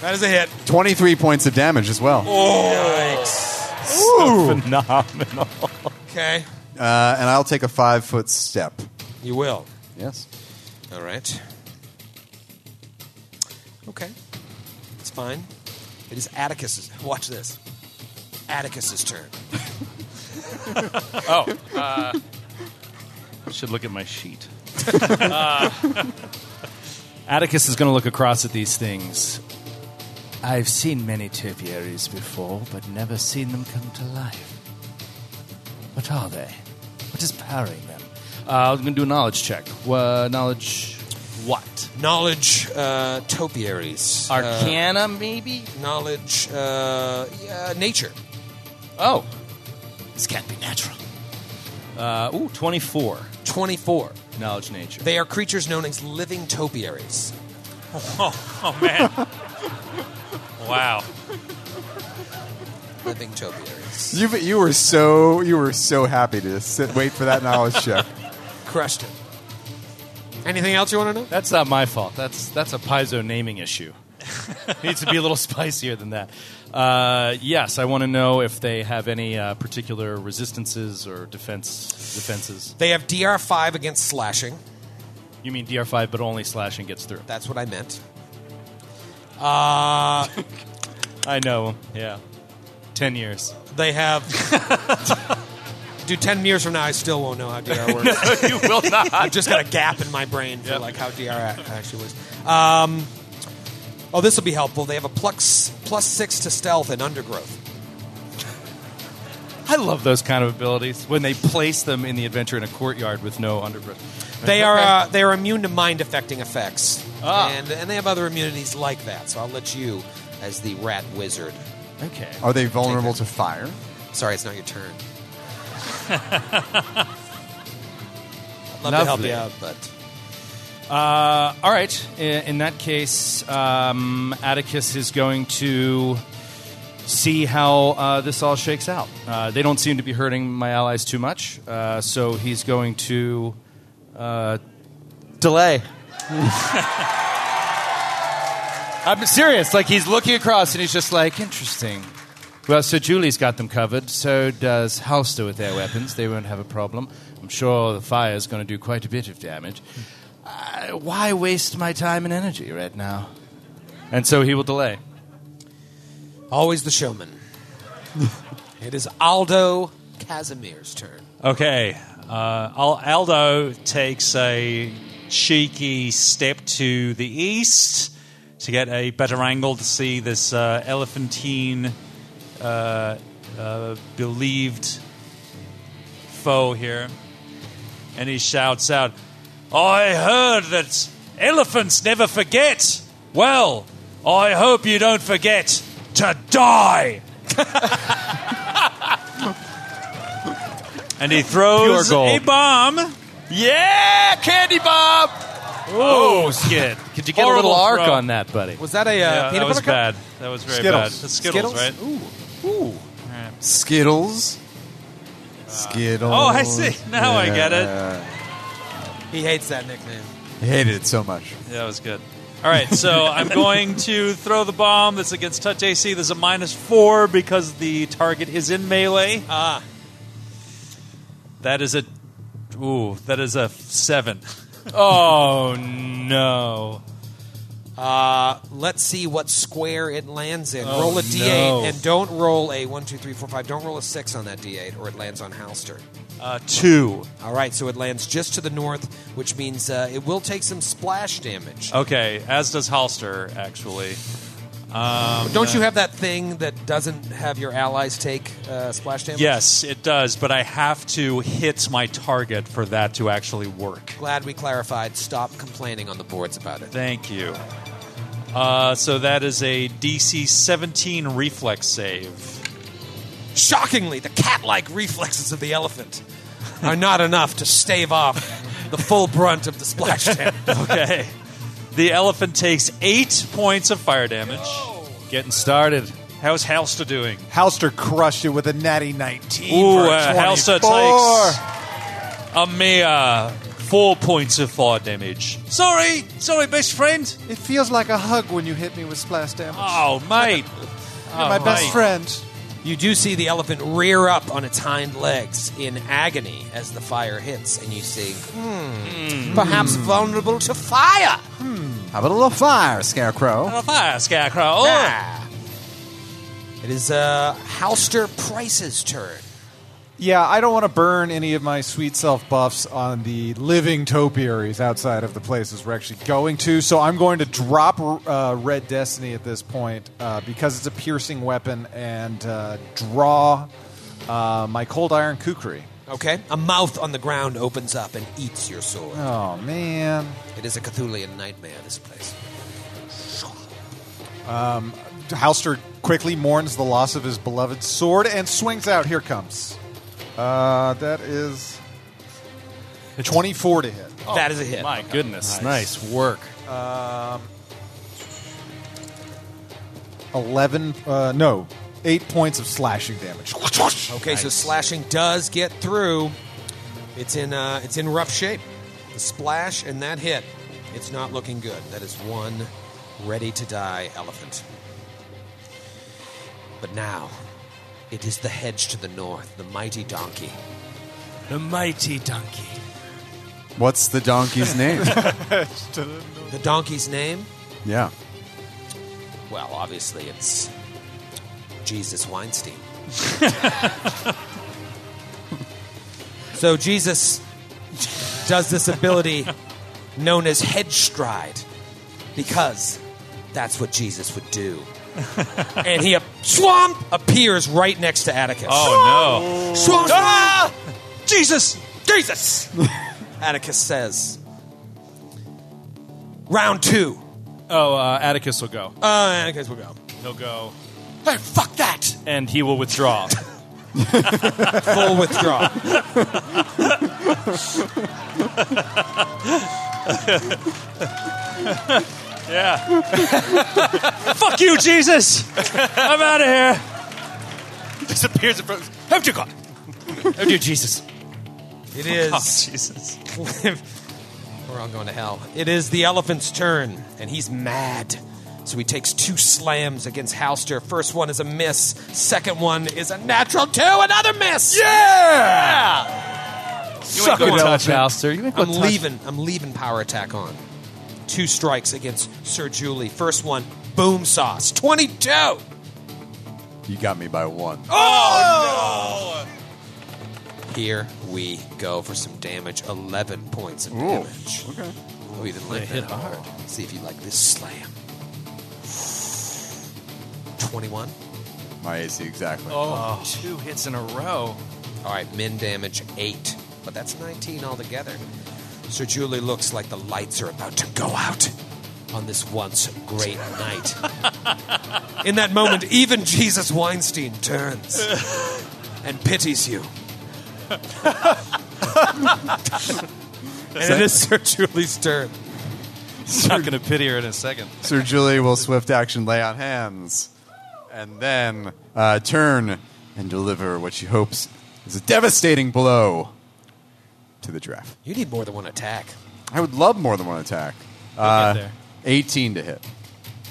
A: That is a hit.
B: 23 points of damage as well.
A: Yikes.
C: Phenomenal.
A: Okay.
B: Uh, and I'll take a five foot step.
A: You will.
B: Yes.
A: All right. Okay. It's fine. It is Atticus's. Watch this. Atticus's turn.
C: Should look at my sheet. *laughs* Atticus is going to look across at these things. I've seen many topiaries before, but never seen them come to life. What are they? What is powering them? Uh, I'm going to do a knowledge check. Uh, knowledge what?
A: Knowledge uh, topiaries. Uh,
C: Arcana, maybe?
A: knowledge uh, yeah, nature.
C: Oh. This can't be natural. Uh, ooh, 24.
A: 24.
C: Knowledge nature.
A: They are creatures known as living topiaries.
E: Wow. *laughs*
A: Living topiaries.
B: You you were so you were so happy to sit wait for that knowledge check.
A: Crushed it. Anything else you want to know?
C: That's not my fault. That's that's a piezo naming *laughs* issue. Needs to be a little spicier than that. Uh, yes, I want to know if they have any uh, particular resistances or defense defenses.
A: They have DR5 against slashing.
C: You mean DR5, but only slashing gets through.
A: That's what I meant.
C: I know. Yeah, ten years.
A: They *laughs* have. Do ten years from now, I still won't know how DR works. *laughs*
C: you will not.
A: I've just got a gap in my brain for
C: Yep.
A: like how DR a- actually works. Um, oh, this will be helpful. They have a plus plus six to stealth and undergrowth.
C: I love those kind of abilities when they place them in the adventure in a courtyard with no underbrush.
A: They are uh, they are immune to mind affecting effects,
C: Ah.
A: and and they have other immunities like that. So I'll let you, as the rat wizard.
C: okay.
B: Are they vulnerable to fire?
A: Sorry, it's not your turn. I'd love to help
C: Lovely.
A: you out, but
C: Uh, all right. I- In that case, um, Atticus is going to see how uh, this all shakes out. Uh, they don't seem to be hurting my allies too much, uh, so he's going to uh, delay. *laughs* I'm serious. Like he's looking across and he's just like, interesting. Well, so Julie's got them covered. So does Halster with their weapons. They won't have a problem. I'm sure the fire's going to do quite a bit of damage. Uh, why waste my time and energy right now? And so he will delay.
A: Always the showman. it is Aldo Casimir's turn.
E: Okay. Uh, Al- Aldo takes a cheeky step to the east to get a better angle to see this uh, elephantine uh, uh, believed foe here. And he shouts out, I heard that elephants never forget. Well, I hope you don't forget to die. and he throws
C: Pure gold.
E: a bomb.
C: Yeah, candy bomb. Oh, skid. Could you get a
E: Horrible
C: little arc
E: throw.
C: on that, buddy?
A: Was that a uh,
E: Yeah,
A: peanut
E: that was
A: butter cup?
E: bad. That was very
F: Skittles.
E: bad. That's Skittles, right?
A: Ooh. Ooh.
B: Skittles. Skittles.
E: Oh, I see. Now I get it.
A: He hates that nickname.
B: I hated it so much.
E: That was good. All right, so I'm going to throw the bomb that's against touch AC. There's a minus four because the target is in melee.
A: Ah.
E: That is a ooh. That is a seven.
C: Oh no.
A: Uh, let's see what square it lands in.
E: Oh,
A: roll a d8
C: no.
A: and don't roll a 1, 2, 3, 4, 5. Don't roll a 6 on that d8 or it lands on Halster.
E: Uh, two.
A: All right, so it lands just to the north, which means uh, it will take some splash damage.
E: Okay, as does Halster actually.
A: Don't you have that thing that doesn't have your allies take uh, splash damage?
E: Yes, it does, but I have to hit my target for that to actually work.
A: Glad we clarified. Stop complaining on the boards about it.
E: Thank you. Uh, so that is a DC 17 reflex save.
A: Shockingly, the cat like reflexes of the elephant are not enough to stave off the full brunt of the splash damage.
E: Okay. The elephant takes eight points of fire damage.
C: Getting started.
E: How's Halster doing?
F: Halster crushed it with a natty 19.
E: Ooh,
F: for a
E: uh, Halster
F: 24.
E: takes a mere four points of fire damage. Sorry, sorry, best friend.
F: It feels like a hug when you hit me with splash damage.
E: Oh, mate. Oh,
F: You're my best
E: mate.
F: friend.
A: You do see the elephant rear up on its hind legs in agony as the fire hits, and you see, hmm, perhaps vulnerable to fire.
B: How about a little fire, Scarecrow?
E: A fire scarecrow. Oh.
A: Ah. It is uh, Halster Price's turn.
F: Yeah, I don't want to burn any of my sweet self buffs on the living topiaries outside of the places we're actually going to. So I'm going to drop uh, Red Destiny at this point uh, because it's a piercing weapon and uh, draw uh, my Cold Iron Kukri.
A: Okay? A mouth on the ground opens up and eats your sword.
F: Oh, man.
A: It is a Cthulian nightmare, this place.
F: Halster quickly mourns the loss of his beloved sword and swings out. Here comes. Uh, that is 24 to hit.
A: that is a hit.
C: My goodness. Nice, work.
F: 11, uh, no, 8 points of slashing damage.
A: Okay, so slashing does get through. It's in uh, it's in rough shape. The splash and that hit, it's not looking good. That is one ready to die elephant. But now, it is the hedge to the north, the mighty donkey.
C: The mighty donkey.
B: What's the donkey's name?
A: The donkey's name?
B: yeah.
A: Well, obviously it's Jesus Weinstein. *laughs* so Jesus does this ability known as head stride because that's what Jesus would do. and he ap- swamp appears right next to Atticus.
E: Oh,
A: Swamp, swamp, swamp.
E: no. Jesus.
A: Jesus! Atticus says. Round two.
C: Oh, uh, Atticus will go.
A: Uh, Atticus will go.
C: He'll go,
A: Hey, fuck that!
C: and he will withdraw.
A: full withdrawal.
E: Fuck you, Jesus. I'm out of here.
C: disappears in front of Oh, dear God. *laughs* Oh, dear Jesus.
A: *laughs* It is. *laughs*
E: *laughs* Jesus.
A: We're all going to hell. It is the elephant's turn, and he's mad. So he takes two slams against Halster. First one is a miss. Second one is a natural two. Another miss.
C: Yeah!
A: Suck
C: Go
A: it,
C: touch
A: elephant.
C: Alistair. You ain't gonna
A: I'm
C: touch-
A: leaving. I'm leaving power attack on. Two strikes against Sir Julie. First one, boom sauce. Twenty-two.
B: You got me by one.
A: Here we go for some damage. Eleven points of damage. Okay. Oh, you didn't like that hard. See if you like this slam. Twenty-one.
B: My AC, exactly.
C: Oh, two hits in a row.
A: All right, min damage eight, but that's 19 altogether. Sir Julie looks like the lights are about to go out on this once great *laughs* night. In that moment, even Jesus Weinstein *laughs* turns and pities *laughs* you. and it is Sir Julie's turn.
C: He's not going to pity her in a second.
B: Sir Julie will swift action lay on hands, and then uh, turn and deliver what she hopes is a devastating blow to the giraffe.
A: You need more than one attack.
B: I would love more than one attack. Uh,
C: there.
B: 18 to hit.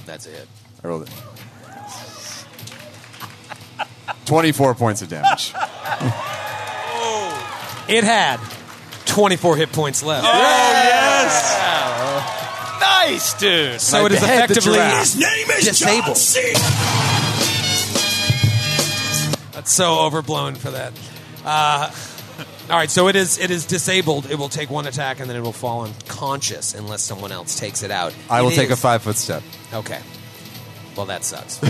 A: That's it.
B: I rolled it. 24 points of damage.
A: It had 24 hit points left.
C: Nice, dude.
A: So it is
B: behead the
A: effectively
B: giraffe.
A: disabled. That's so overblown for that. Uh, all right, so it is it is disabled. It will take one attack and then it will fall unconscious unless someone else takes it out.
B: I will
A: It
B: take a
A: is-
B: five foot step.
A: Okay. Well, that sucks. *laughs*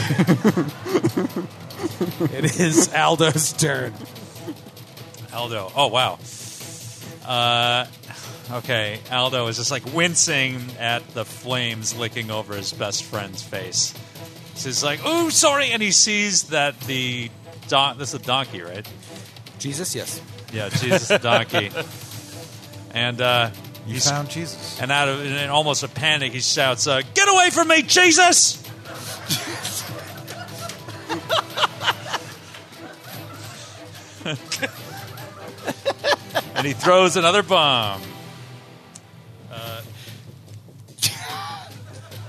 A: it is Aldo's turn.
E: Aldo. Oh wow. Uh, okay, Aldo is just like wincing at the flames licking over his best friend's face. So he's like, "Ooh, sorry," and he sees that the don- this is a donkey, right?
A: Jesus, yes.
E: Yeah, Jesus
F: *laughs*
E: the donkey. And uh,
F: You
E: he's
F: found Jesus.
E: and out of in almost a panic, he shouts, uh, "Get away from me, Jesus!" and he throws another bomb.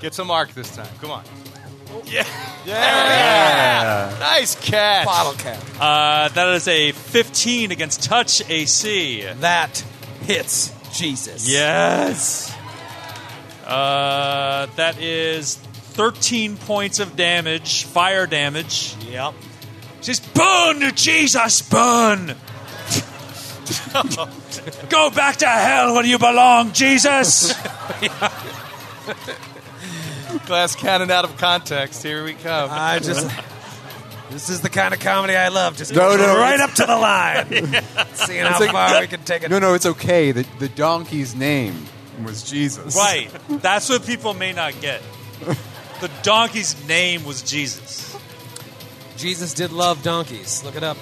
C: Get some arc this time. Come on. Yeah. Yeah. Nice catch.
A: Bottle cap.
E: Uh, that is a 15 against touch AC.
A: That hits Jesus.
E: Yes. Uh, that is 13 points of damage, fire damage. Yep. Just burn, Jesus, *laughs* burn. Go back to hell where you belong, Jesus.
C: Glass cannon out of context. Here we come.
A: *laughs* I just. This is the kind of comedy I love. Just go
B: No, no,
A: right
B: it's-
A: up to the *laughs* line, seeing how far we can take it.
B: No, no, it's okay. The, the donkey's name was Jesus.
E: right. That's what people may not get. The donkey's name was Jesus.
A: Jesus did love donkeys. Look it up.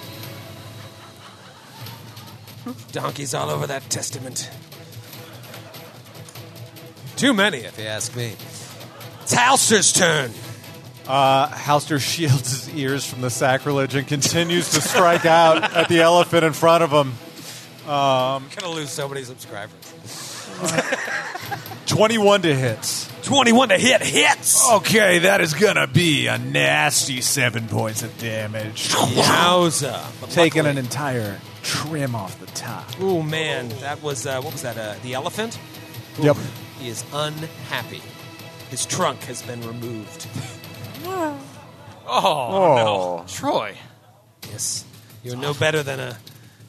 A: Donkeys all over that testament. Too many, if you ask me. It's Halster's turn.
F: Uh, Halster shields his ears from the sacrilege and continues to strike out at the elephant in front of him.
A: I'm gonna lose so many subscribers.
F: 21 to hit.
A: Twenty-one to hit hits.
F: Okay, that is going to be a nasty seven points of damage.
A: Yowza! But
F: Taking an
A: luckily-
F: entire trim off the top.
A: Ooh man, that was uh, what was that? Uh, the elephant.
F: Yep.
A: He is unhappy. His trunk has been removed.
C: Oh,
B: Oh.
C: Troy.
A: Yes, you're no better than a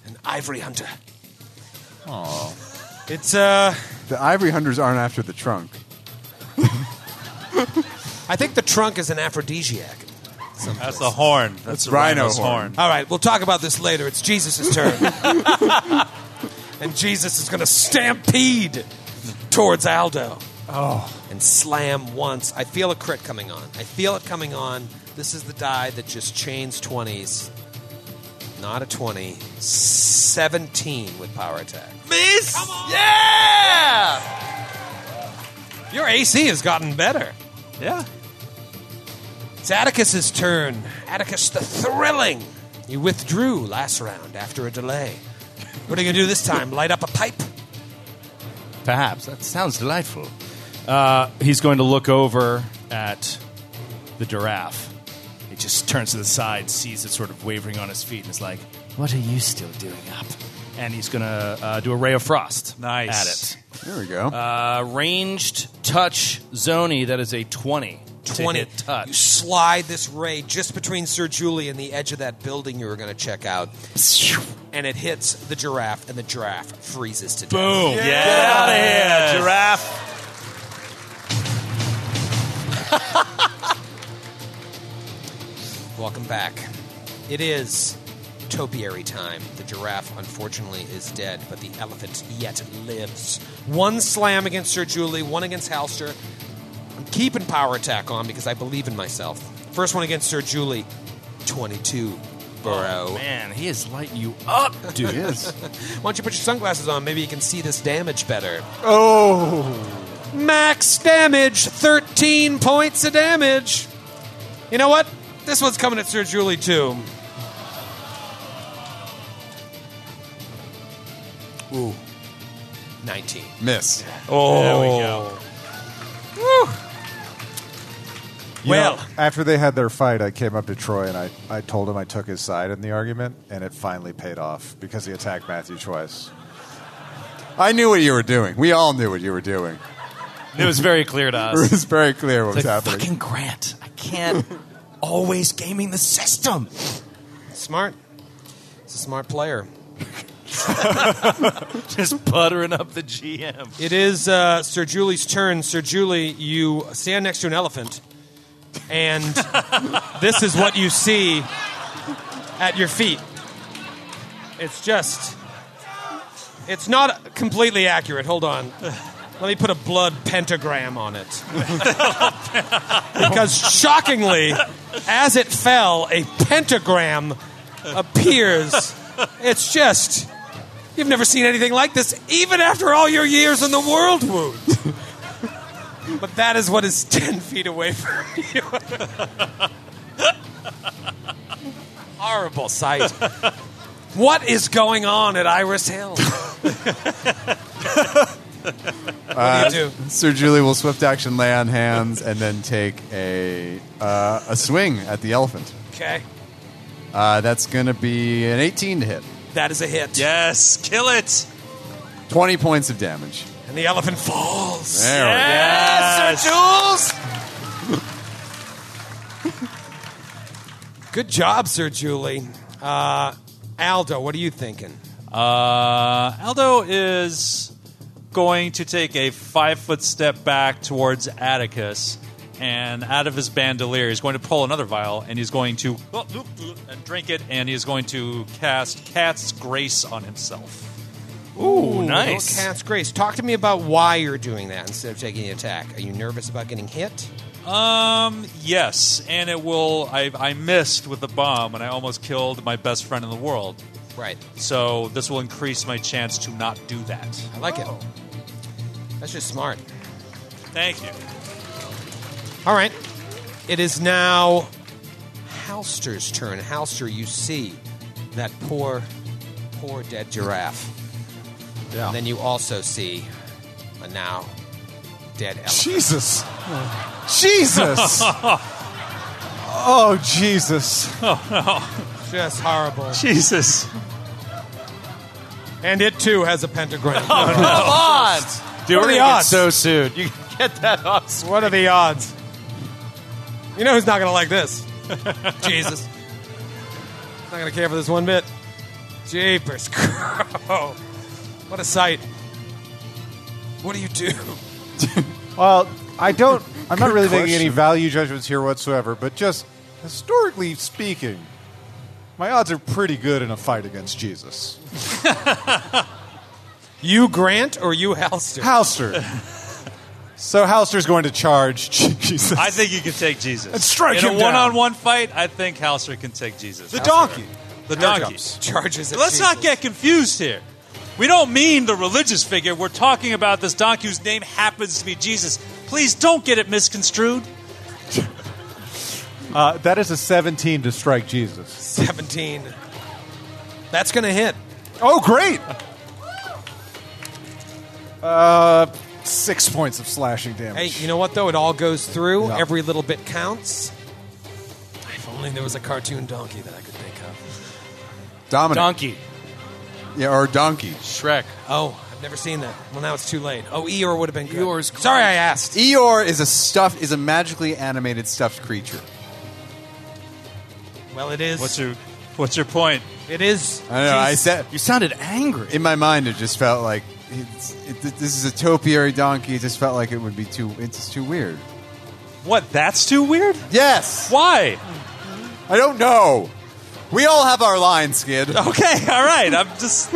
A: an ivory hunter. Oh, it's uh.
B: The ivory hunters aren't after the trunk.
A: I think the trunk is an aphrodisiac.
E: That's the horn. That's the
B: rhino
E: rhino's
B: horn.
E: horn.
A: All right, we'll talk about this later. It's Jesus' turn, and Jesus is going to stampede towards Aldo. Oh, and slam once. I feel a crit coming on. I feel it coming on. This is the die that just chains twenties. Not a 20, 17 with power attack.
C: Miss. Yeah.
A: Your AC has gotten better.
C: Yeah.
A: It's Atticus's turn. Atticus the Thrilling He withdrew last round after a delay. What are you going to do this time? Light up a pipe?
C: Perhaps. That sounds delightful. Uh, he's going to look over at the giraffe. He just turns to the side, sees it sort of wavering on his feet, and is like, What are you still doing up? And he's going to uh, do a ray of frost
E: Nice.
C: at
B: There we go.
C: it. Uh, ranged touch zony, that is a 20. to
A: 20
C: hit touch.
A: You slide this ray just between Sir Julie and the edge of that building you were going to check out. And it hits the giraffe, and the giraffe freezes to death.
C: Boom. Get out of here, giraffe.
A: *laughs* Welcome back. It is topiary time. The giraffe, unfortunately, is dead, but the elephant yet lives. One slam against Sir Julie, one against Halster. I'm keeping power attack on because I believe in myself. First one against Sir Julie, 22. Burrow.
C: Man, he is lighting you up, dude.
B: Yes.
A: Why don't you put your sunglasses on? Maybe you can see this damage better.
F: Oh,
A: Max damage, 13 points of damage. You know what? This one's coming at Sir Julie, too. Ooh. 19.
B: Miss.
F: You
A: Well.
F: know, after they had their fight, I came up to Troy and I, I told him I took his side in the argument, and it finally paid off because he attacked Matthew twice.
B: I knew what you were doing. We all knew what you were doing. *laughs*
C: It was very clear to us.
B: It was very clear what
C: It's
B: was
C: like,
B: happening.
C: fucking Grant. I *laughs* can't. Always gaming the system.
A: Smart. It's a smart player.
C: Just buttering up the GM.
A: It is uh, Sir Julie's turn. Sir Julie, you stand next to an elephant, and this is what you see at your feet. It's just. It's not completely accurate. Hold on. Let me put a blood pentagram on it. because shockingly, as it fell, a pentagram appears. It's just. You've never seen anything like this, even after all your years in the world,
E: *laughs*
A: Wound. but that is what is 10 feet away from
E: *laughs*
A: you. Horrible sight. *laughs* What is going on at Iris
E: *laughs*
A: Hill? what do you do?
B: Sir Julie will swift action lay on hands and then take a uh, a swing at the elephant.
A: Okay.
B: Uh, that's going to be an 18 to hit.
A: That is a hit.
E: Yes, kill it.
B: 20 points of damage.
A: And the elephant falls.
B: There we go.
A: Yes, Sir Jules! *laughs* Good job, Sir Julie. Uh, Aldo, what are you thinking?
E: Uh, Aldo is going to take a five foot step back towards Atticus, and out of his bandolier, he's going to pull another vial, and he's going to oh, and drink it, and he's going to cast Cat's Grace on himself.
C: Ooh, nice.
A: Little cat's grace. Talk to me about why you're doing that instead of taking the attack. Are you nervous about getting hit?
E: Um, yes, and it will. I, I missed with the bomb, and I almost killed my best friend in the world.
A: Right.
E: So this will increase my chance to not do that.
A: I like it. That's just smart.
E: Thank you.
A: All right. It is now Halster's turn. Halster, you see that poor, poor dead giraffe.
F: Yeah.
A: And then you also see a now dead elephant.
F: Jesus. Jesus. oh, Jesus.
A: Just horrible.
E: Jesus.
A: And it too has a pentagram.
C: Come on.
A: Dude, what are the odds?
C: So soon. You can get that off.
A: What are the odds? You know who's not going to like this? *laughs* Jesus. Not going to care for this one bit. Jeepers. Crow. What a sight. What do you do?
F: Well, I don't. I'm not
B: Good
F: really making any
B: question.
F: value judgments here whatsoever, but just historically speaking, my odds are pretty good in a fight against Jesus.
A: You Grant or you Halster?
F: Halster. so Halster's going to charge *laughs* Jesus.
E: I think you can take Jesus.
F: And strike
E: In
F: him
E: a
F: down.
E: one-on-one fight, I think Halster can take Jesus.
F: the donkey.
E: the
A: Charge
E: donkeys.
A: up. Charges. at
E: Let's not
A: Jesus.
E: get confused here. We don't mean the religious figure. We're talking about this donkey whose name happens to be Jesus. Please don't get it misconstrued.
F: Uh, that is a 17 to strike Jesus.
A: 17. That's going to hit.
F: Oh, great! Uh, six points of slashing
A: Hey,
F: damage.
A: you know what, though? It all goes through.
F: Yeah.
A: Every little bit counts. If only there was a cartoon donkey that I could think of.
B: Dominic.
C: Donkey.
B: yeah, or donkey.
C: Shrek.
A: Oh, I've never seen that. Well, now it's too late. Oh, Eeyore would have been good.
C: Eeyore's close.
A: Sorry I asked.
B: Eeyore is a stuffed, is a magically animated stuffed creature.
A: Well, it is.
E: What's your What's your point?
A: It is.
B: I don't know. I said
C: You sounded angry.
B: in my mind, it just felt like it's, it, this is a topiary donkey. It just felt like it would be too. It's just too weird.
E: What? That's too weird.
B: Yes,
E: Why?
B: I don't know. We all have our lines, Skid,
E: Okay, *laughs* all right. I'm just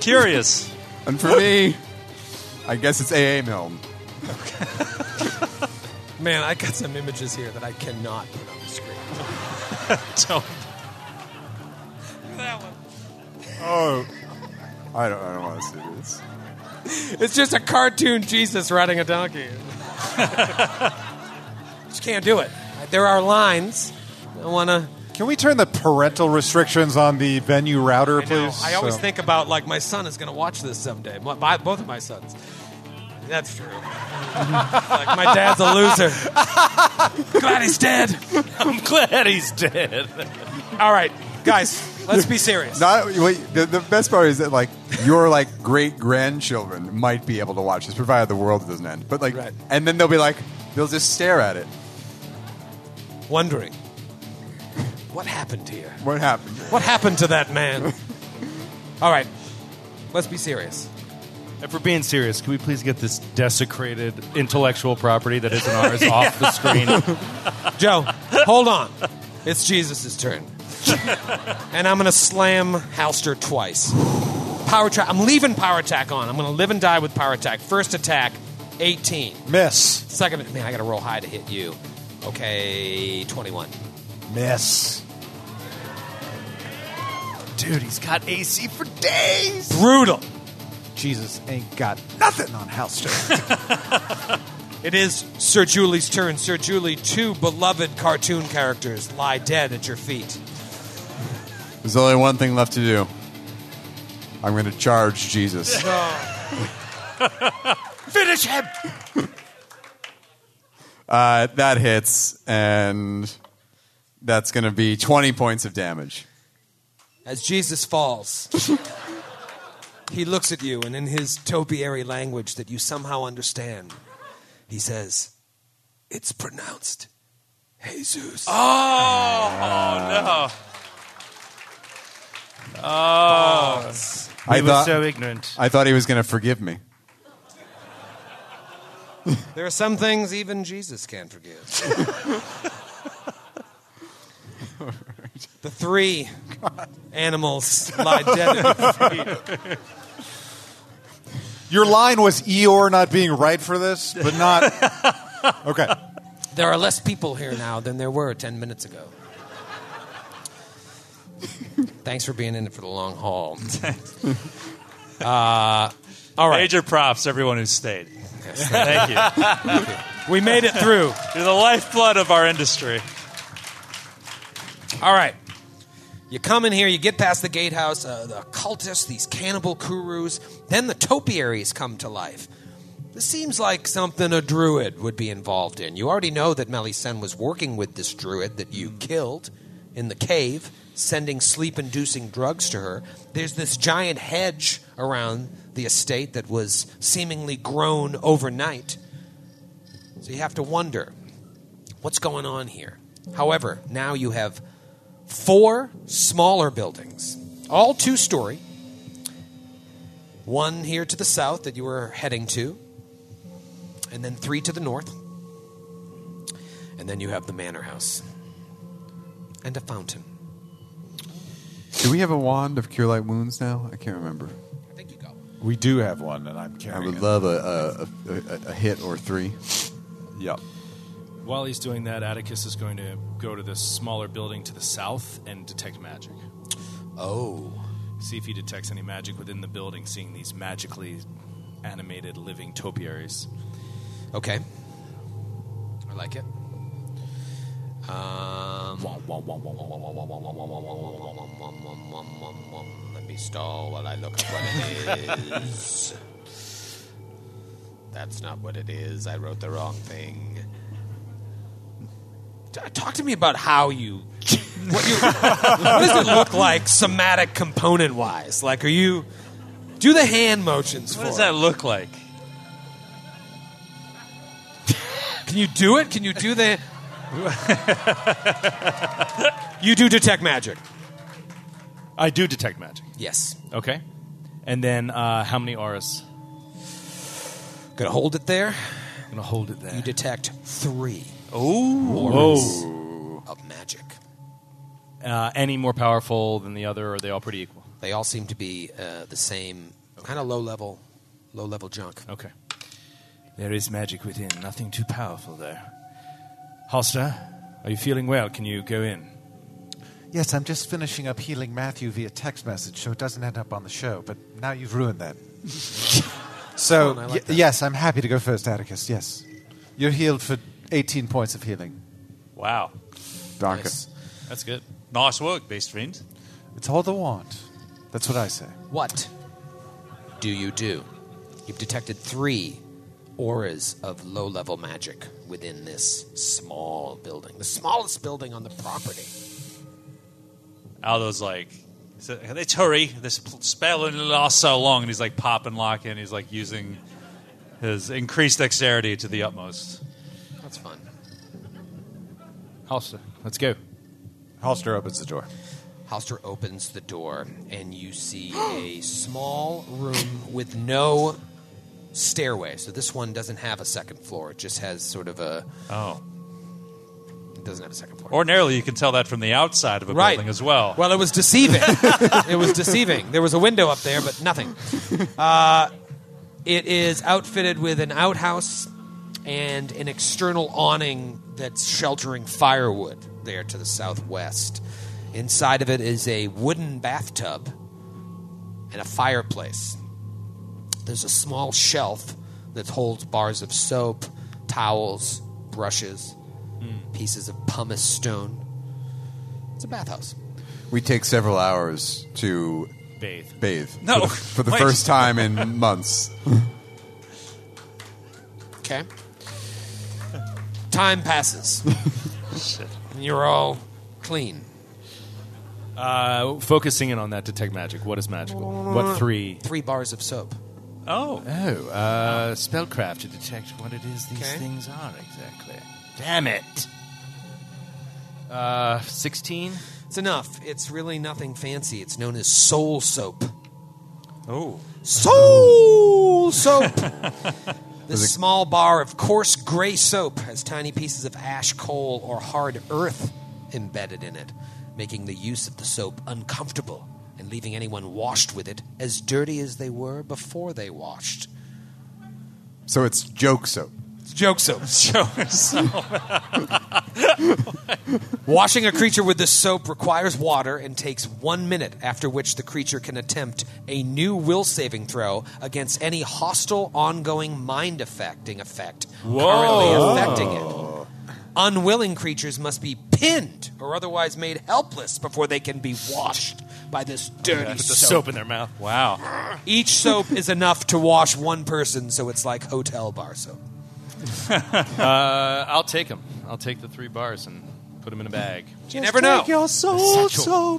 E: curious.
B: *laughs* and for me, I guess it's AA Milne.
A: Man, I got some images here that I cannot put on the screen.
E: So,
B: I don't. I don't want to see this.
A: It's just a cartoon Jesus riding a donkey. *laughs* just can't do it. There are lines. I want to.
F: Can we turn the parental restrictions on the venue router,
A: I know.
F: please?
A: I
C: um,
A: always
F: So-
A: think about like my son is going to watch this someday. My, my- both of my sons. That's true. *laughs* like my dad's a loser. *laughs* Glad he's dead.
C: I'm glad he's dead.
A: All right, guys, let's be serious.
B: Not wait, the, the best part is that like your like great grandchildren might be able to watch this, provided the world doesn't end. But like,
A: Right.
B: and then they'll be like, they'll just stare at it.
A: Wondering what happened here.
B: What happened?
A: What happened to that man? All right, let's be serious.
C: And for being serious, can we please get this desecrated intellectual property that isn't ours
B: *laughs*
C: off the screen?
A: Joe, hold on. It's Jesus' turn. and I'm going to slam Halster twice. Power attack. I'm leaving power attack on. I'm going to live and die with power attack. First attack, 18.
F: Miss.
A: Second, man, I got to roll high to hit you. Okay, 21.
F: Miss.
C: Dude, he's got AC for days.
A: Brutal.
F: Jesus ain't got nothing on House Joe.
A: It is Sir Julie's turn. Sir Julie, two beloved cartoon characters lie dead at your feet.
B: There's only one thing left to do. I'm going to charge Jesus.
C: Finish him.
B: *laughs* Uh, that hits, and that's going to be 20 points of damage.
A: As Jesus falls, he looks at you, and in his topiary language that you somehow understand, he says, It's pronounced Jesus. Oh, no. Oh.
B: I
C: He was
B: thought,
C: so ignorant.
B: I thought he was going to forgive me.
A: There are some things even Jesus can't forgive. The three animals lie dead at your
F: *laughs* Your line was Eeyore not being right for this, but
A: *laughs*
F: not. Okay.
A: There are less people here now than there were 10 minutes ago. Thanks for being in it for the long haul. Uh, all right.
E: major props everyone who stayed.
A: Yes, thank-
E: Thank you.
A: we made it through.
E: You're the lifeblood of our industry.
A: All right. You come in here, you get past the gatehouse, uh, the cultists, these cannibal kurus, then the topiaries come to life. This seems like something a druid would be involved in. You already know that Melisende was working with this druid that you killed in the cave, sending sleep inducing drugs to her. There's this giant hedge around the estate that was seemingly grown overnight. So you have to wonder what's going on here? However, now you have four smaller buildings, all two story. One here to the south that you were heading to, and then three to the north. And then you have the manor house and a fountain.
B: Do we have a wand of cure light wounds now? I can't remember.
A: I think you go.
F: We do have one, and I'm
B: I
F: carrying
B: would
F: it.
B: love a, a, a, a, a hit or three. Yep.
C: While he's doing that, Atticus is going to go to this smaller building to the south and detect magic.
A: Oh.
C: See if he detects any magic within the building, seeing these magically animated living topiaries.
A: Okay. I like it. Uh, Let me stall while I look at what it is. That's not what it is. I wrote the wrong thing. T- Talk to me about how you. What, you, what does it look like somatic component wise? Like, are you. Do the hand motions for
E: What does
A: it.
E: that look like?
A: Can you do it? Can you do the. you do detect magic.
C: I do detect magic.
A: Yes.
C: Okay. And then uh, how many auras?
A: Gonna hold it there.
C: I'm gonna hold it there.
A: You detect three
C: Whoa.
A: of magic.
C: Uh, any more powerful than the other, or are they all pretty equal?
A: They all seem to be uh, the same kind of low level, low level junk.
C: Okay. There is magic within. Nothing too powerful there. Hosta, are you feeling well? Can you go in?
F: Yes, I'm just finishing up healing Matthew via text message so it doesn't end up on the show, but now you've
A: *laughs*
F: ruined that. so,
A: Fun, I like
F: y-
A: that.
F: yes, I'm happy to go first, Atticus. Yes. You're healed for 18 points of healing.
E: Wow.
B: Donka.
A: Nice.
C: That's good.
E: Nice work, Beast Fiend.
F: It's all the want. That's what I say.
A: What do you do? You've detected three auras of low level magic within this small building, the smallest building on the property.
E: Aldo's like, so- it's hurry. This pl- spell only lasts so long. And he's like popping lock in. He's like using his increased dexterity to the utmost.
A: That's fun.
C: Hosta, let's go.
F: Holster opens the door.
A: Halster opens the door, and you *gasps* see a small room with no stairway. So this one doesn't have a second floor; it just has sort of a.
E: Oh.
A: It doesn't have a second floor.
E: Ordinarily, you can tell that from the outside of a
A: Right.
E: building as well.
A: Well, it was
E: *laughs*
A: deceiving. it was deceiving. There was a window up there, but nothing. Uh, it is outfitted with an outhouse and an external awning that's sheltering firewood there to the southwest. Inside of it is a wooden bathtub and a fireplace. There's a small shelf that holds bars of soap, towels, brushes,
E: Hmm.
A: pieces of pumice stone. It's a bathhouse.
B: We take several hours to
C: Bathe.
B: bathe. For
E: No.
B: the, for the
E: Wait.
B: first time in months.
A: Okay. Time passes. And You're all clean.
C: Uh, focusing in on that detect magic. What is magical? What three?
A: Three bars of soap.
E: oh.
C: Oh, uh, spellcraft to detect what it is these
A: Okay.
C: things are exactly. Damn it. Uh, sixteen.
A: It's enough. It's really nothing fancy. It's known as soul soap.
E: Oh.
A: Soul soap! this
B: it-
A: small bar of coarse gray soap has tiny pieces of ash, coal, or hard earth embedded in it, making the use of the soap uncomfortable and leaving anyone washed with it as dirty as they were before they washed.
B: So it's joke soap.
A: It's *laughs* joke soap.
E: So-
A: *laughs* Washing a creature with this soap requires water and takes one minute, after which the creature can attempt a new will saving throw against any hostile ongoing mind affecting effect currently affecting it. Unwilling creatures must be pinned or otherwise made helpless before they can be washed by this dirty
C: Put the
A: soap.
C: soap in their mouth.
E: wow.
A: Each soap is enough to wash one person, so it's like hotel bar soap.
C: Uh, I'll take them. I'll take the three bars and put them in a bag.
A: You never know.
C: Satchel.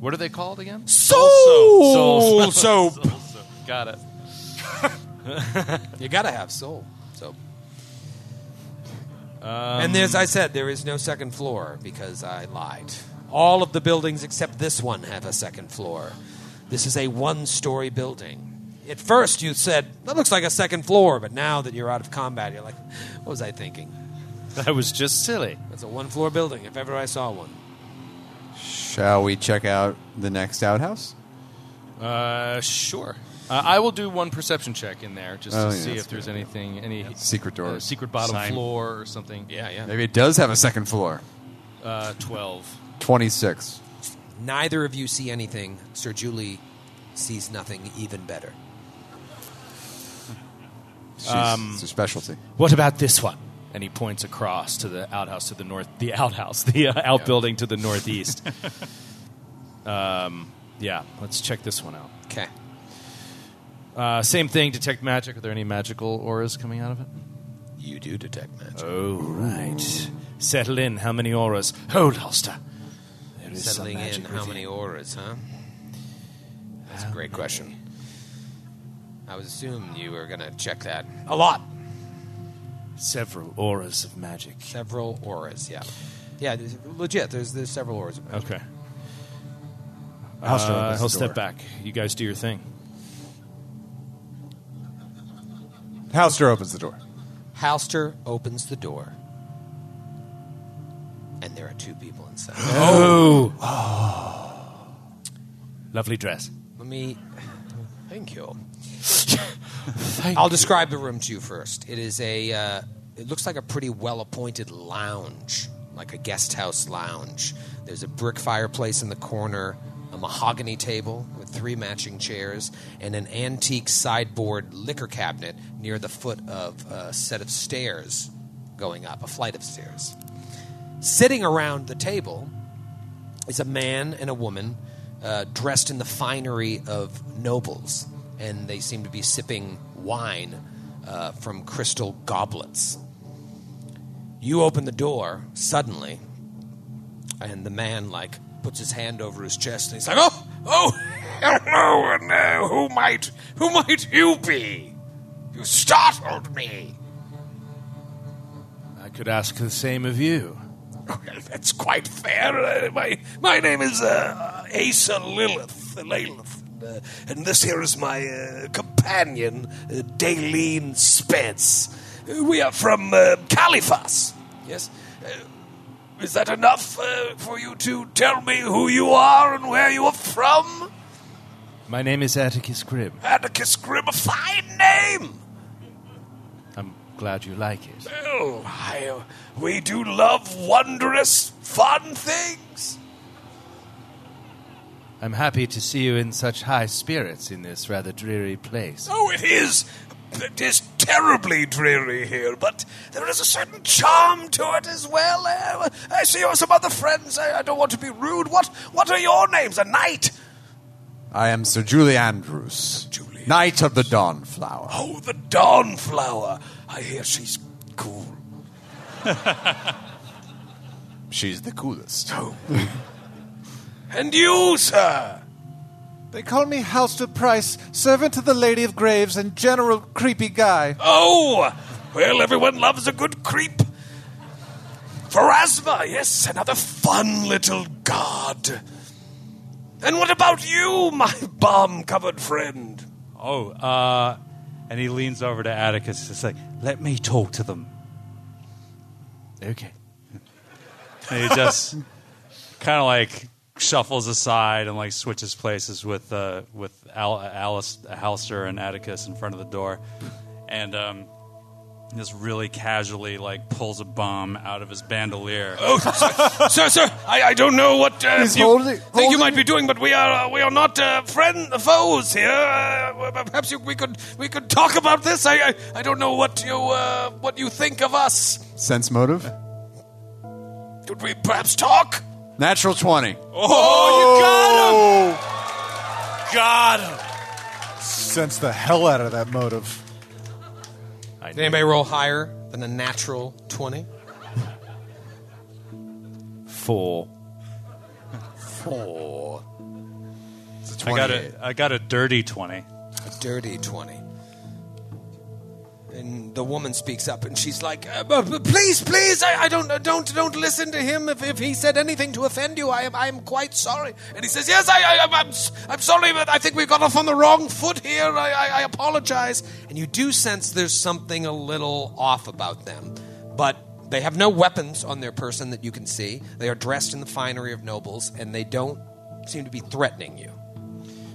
C: What are they called again?
A: Soul *laughs* soap.
C: Soul soap. Got *laughs* it.
A: You gotta have soul. So. and as I said, there is no second floor because I lied. All of the buildings except this one have a second floor. This is a one story building. At first, you said, that looks like a second floor, but now that you're out of combat, you're like, what was I thinking?
C: That was just silly.
A: That's a one floor building, if ever I saw one.
B: Shall we check out the next outhouse?
C: Uh, sure. Uh, I will do one perception check in there just
B: Oh,
C: to
B: yeah,
C: see
B: that's
C: if there's anything, any
B: Secret
C: uh,
B: doors.
C: secret bottom
E: Sign.
C: floor or something.
A: Yeah, yeah.
B: Maybe it does have a second floor.
C: Uh, Twelve.
B: 26.
A: Neither of you see anything. Sir Julie sees nothing even better.
B: She's, it's her specialty.
A: Um,
C: What about this one? and he points across to the outhouse to the north, the outhouse, *laughs* the uh, outbuilding to the northeast. *laughs* um, yeah, let's check this one out.
A: Okay.
C: Uh, same thing, detect magic. Are there any magical auras coming out of it?
A: You do detect magic.
C: Oh, right. Settle in. How many auras? Hold, Holster. There is some
A: Settling in
C: magic
A: how
C: within.
A: many auras, huh? That's a great question. I was assuming you were going to check that. A lot.
C: Several auras of magic.
A: Several auras, yeah. Yeah, there's- legit. There's there's several auras. of magic.
C: Okay.
B: Holster opens
C: Uh,
B: the
C: he'll
B: door.
C: step back. You guys do your thing.
F: Halster opens the door.
A: Halster opens the door, and there are two people inside.
C: Lovely dress.
A: Let me. Thank you. I'll describe the room to you first. It is a. Uh, it looks like a pretty well-appointed lounge, like a guest house lounge. There's a brick fireplace in the corner, a mahogany table with three matching chairs, and an antique sideboard liquor cabinet near the foot of a set of stairs going up, a flight of stairs. Sitting around the table is a man and a woman uh, dressed in the finery of nobles, and they seem to be sipping wine uh, from crystal goblets. You open the door suddenly, and the man like puts his hand over his chest, and he's like, "Oh, oh, *laughs* hello, and uh, who might, who might you be? You startled me."
C: I could ask the same of you.
A: That's quite fair. Uh, my my name is uh, Asa Lilith, uh, Lilith, uh, and this here is my uh, companion, uh, Daleen Spence. Uh, we are from uh, Caliphas. Yes. Uh, is that enough uh, for you to tell me who you are and where you are from?
C: My name is Atticus Grimm.
A: Atticus Grimm, a fine name.
C: I'm glad you like it.
A: Well, I, uh, we do love wondrous, fun things.
C: I'm happy to see you in such high spirits in this rather dreary place.
A: Oh, it is. It is terribly dreary here, but there is a certain charm to it as well. Uh, I see you have some other friends. I, I don't want to be rude. What What are your names? A knight?
B: I am Sir Julie Andrews,
A: Julie
B: Knight of the Dawnflower.
A: Oh, the Dawnflower. I hear she's cool.
B: *laughs* She's the coolest.
A: And you, sir?
F: They call me Halster Price, servant to the Lady of Graves and general creepy guy.
A: Oh, well, everyone loves a good creep. Pharasma, yes, another fun little god. And what about you, my *laughs* bomb-covered friend?
E: Oh, uh, and he leans over to Atticus. It's like, let me talk to them.
C: Okay.
E: And he just kind of like shuffles aside and like switches places with uh, with Al- Alice Halster and Atticus in front of the door, and um, just really casually like pulls a bomb out of his bandolier.
A: sir, sir, I, I don't know what uh,
B: He's
A: you
B: holding-
A: think you
B: holding-
A: might be doing, but we are uh, we are not uh, friend foes here. Uh, well, perhaps you, we could we could talk about this. I I, I don't know what you uh, what you think of us.
B: Sense motive?
A: Could we perhaps talk?
B: Natural 20.
A: Oh,
E: God, him.
F: Oh! Sense the hell out of that motive.
A: Did anybody roll higher than a natural twenty?
C: Four.
A: Four,
B: It's a
E: I
B: 20.
E: got a I got a dirty twenty.
A: a dirty twenty. And the woman speaks up, and she's like, uh, b- b- "Please, please, I, I don't, uh, don't, don't listen to him. If, if he said anything to offend you, I am, I am quite sorry." And he says, "Yes, I, I, I'm, I'm, s- I'm sorry, but I think we got off on the wrong foot here. I, I, I apologize." And you do sense there's something a little off about them, but they have no weapons on their person that you can see. They are dressed in the finery of nobles, and they don't seem to be threatening you.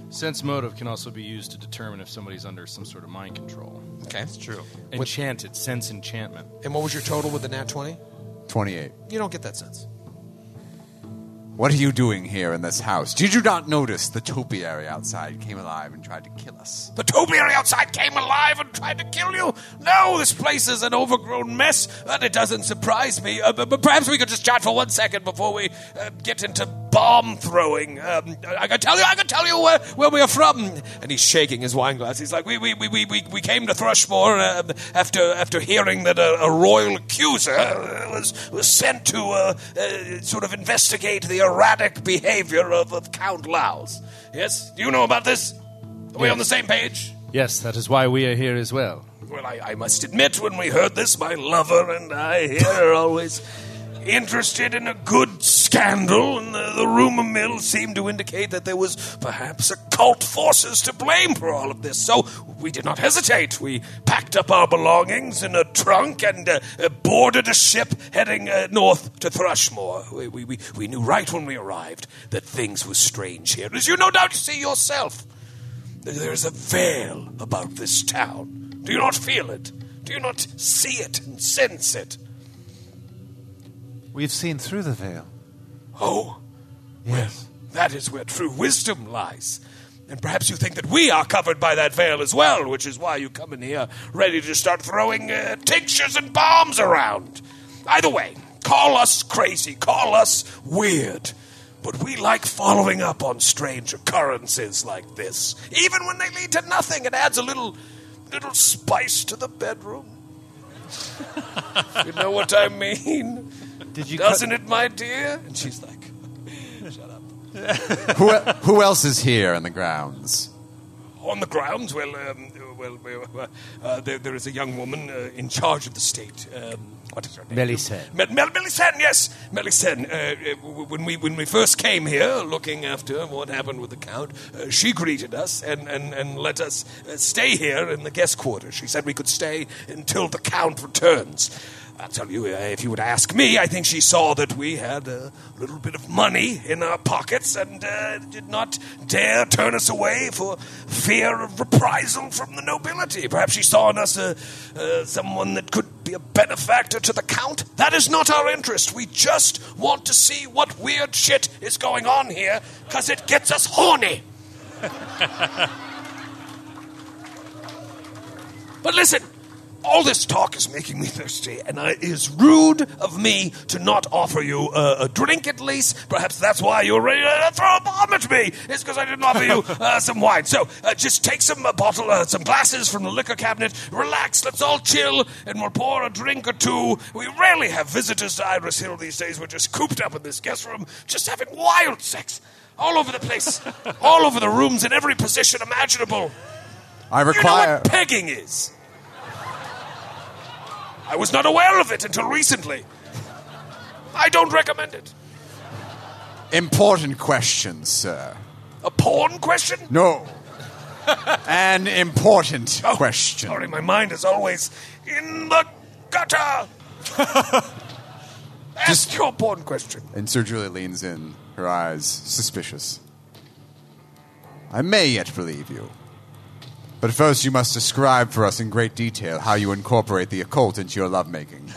C: Sense motive can also be used to determine if somebody's under some sort of mind control.
A: Okay, that's true.
C: Enchanted, sense enchantment.
A: And what was your total with the nat 20?
B: 28.
A: You don't get that sense.
B: What are you doing here in this house? Did you not notice the topiary outside came alive and tried to kill *laughs* us?
G: The topiary outside came alive and tried to kill you? No, this place is an overgrown mess, and it doesn't surprise me. Uh, but, but perhaps we could just chat for one second before we uh, get into bomb throwing. Um, I can tell you, I can tell you where, where we are from. And he's shaking his wine glass. He's like, we, we, we, we, we- we came to Thrushmore uh, after, after hearing that a, a royal accuser uh, was, was sent to uh, uh, sort of investigate the erratic behavior of, of Count Laos. Yes? Do you know about this? Are we on the same page?
C: Yes, that is why we are here as well.
G: Well, I, I must admit, when we heard this, my lover and I here are always interested in a good scandal, and the, the rumor mill seemed to indicate that there was perhaps occult forces to blame for all of this. So we did not hesitate. We packed up our belongings in a trunk and uh, uh, boarded a ship heading uh, north to Thrushmore. We, we, we, we knew right when we arrived that things were strange here, as you no doubt see yourself. There is a veil about this town. Do you not feel it? Do you not see it and sense it?
H: We've seen through the veil.
G: Oh,
H: Yes.
G: that is where true wisdom lies. And perhaps you think that we are covered by that veil as well, which is why you come in here ready to start throwing uh, tinctures and bombs around. Either way, call us crazy, call us weird. But we like following up on strange occurrences like this, even when they lead to nothing. It adds a little, little spice to the bedroom. you know what I mean?
H: Did you
G: Doesn't it, my dear? And she's like,
B: who, who else is here in the grounds?
G: on the grounds, well, um, uh, well, well uh, uh, there, there is a young woman uh, in charge of the state. Um, what is her name?
C: Melisande.
G: Mel- Mel- Melisande, yes, Melisande. Uh, uh, w- when we when we first came here, looking after what happened with the count, uh, she greeted us and and, and let us uh, stay here in the guest quarters. She said we could stay until the count returns. I'll tell you, uh, if you would ask me, I think she saw that we had a little bit of money in our pockets and uh, did not dare turn us away for fear of reprisal from the nobility. Perhaps she saw in us uh, uh, someone that could be a benefactor to the Count. That is not our interest. We just want to see what weird shit is going on here because it gets us horny. *laughs* But listen, all this talk is making me thirsty, and it is rude of me to not offer you uh, a drink at least. Perhaps that's why you're ready to throw a bomb at me, is because I didn't offer you uh, some wine. So uh, just take some uh, bottle, uh, some glasses from the liquor cabinet, relax, let's all chill, and we'll pour a drink or two. We rarely have visitors to Iris Hill these days. We're just cooped up in this guest room, just having wild sex. All over the place, all over the rooms, in every position imaginable.
B: I
G: You know
B: require.
G: what pegging is? I was not aware of it until recently. I don't recommend it.
B: Important question, sir.
G: A porn question?
B: *laughs* No. An important
G: Oh,
B: question.
G: Sorry, my mind is always in the gutter. Ask
B: Just-
G: your porn question.
B: And Sir Julia leans in, her eyes suspicious. I may yet believe you. But first, you must describe for us in great detail how you incorporate the occult into your lovemaking.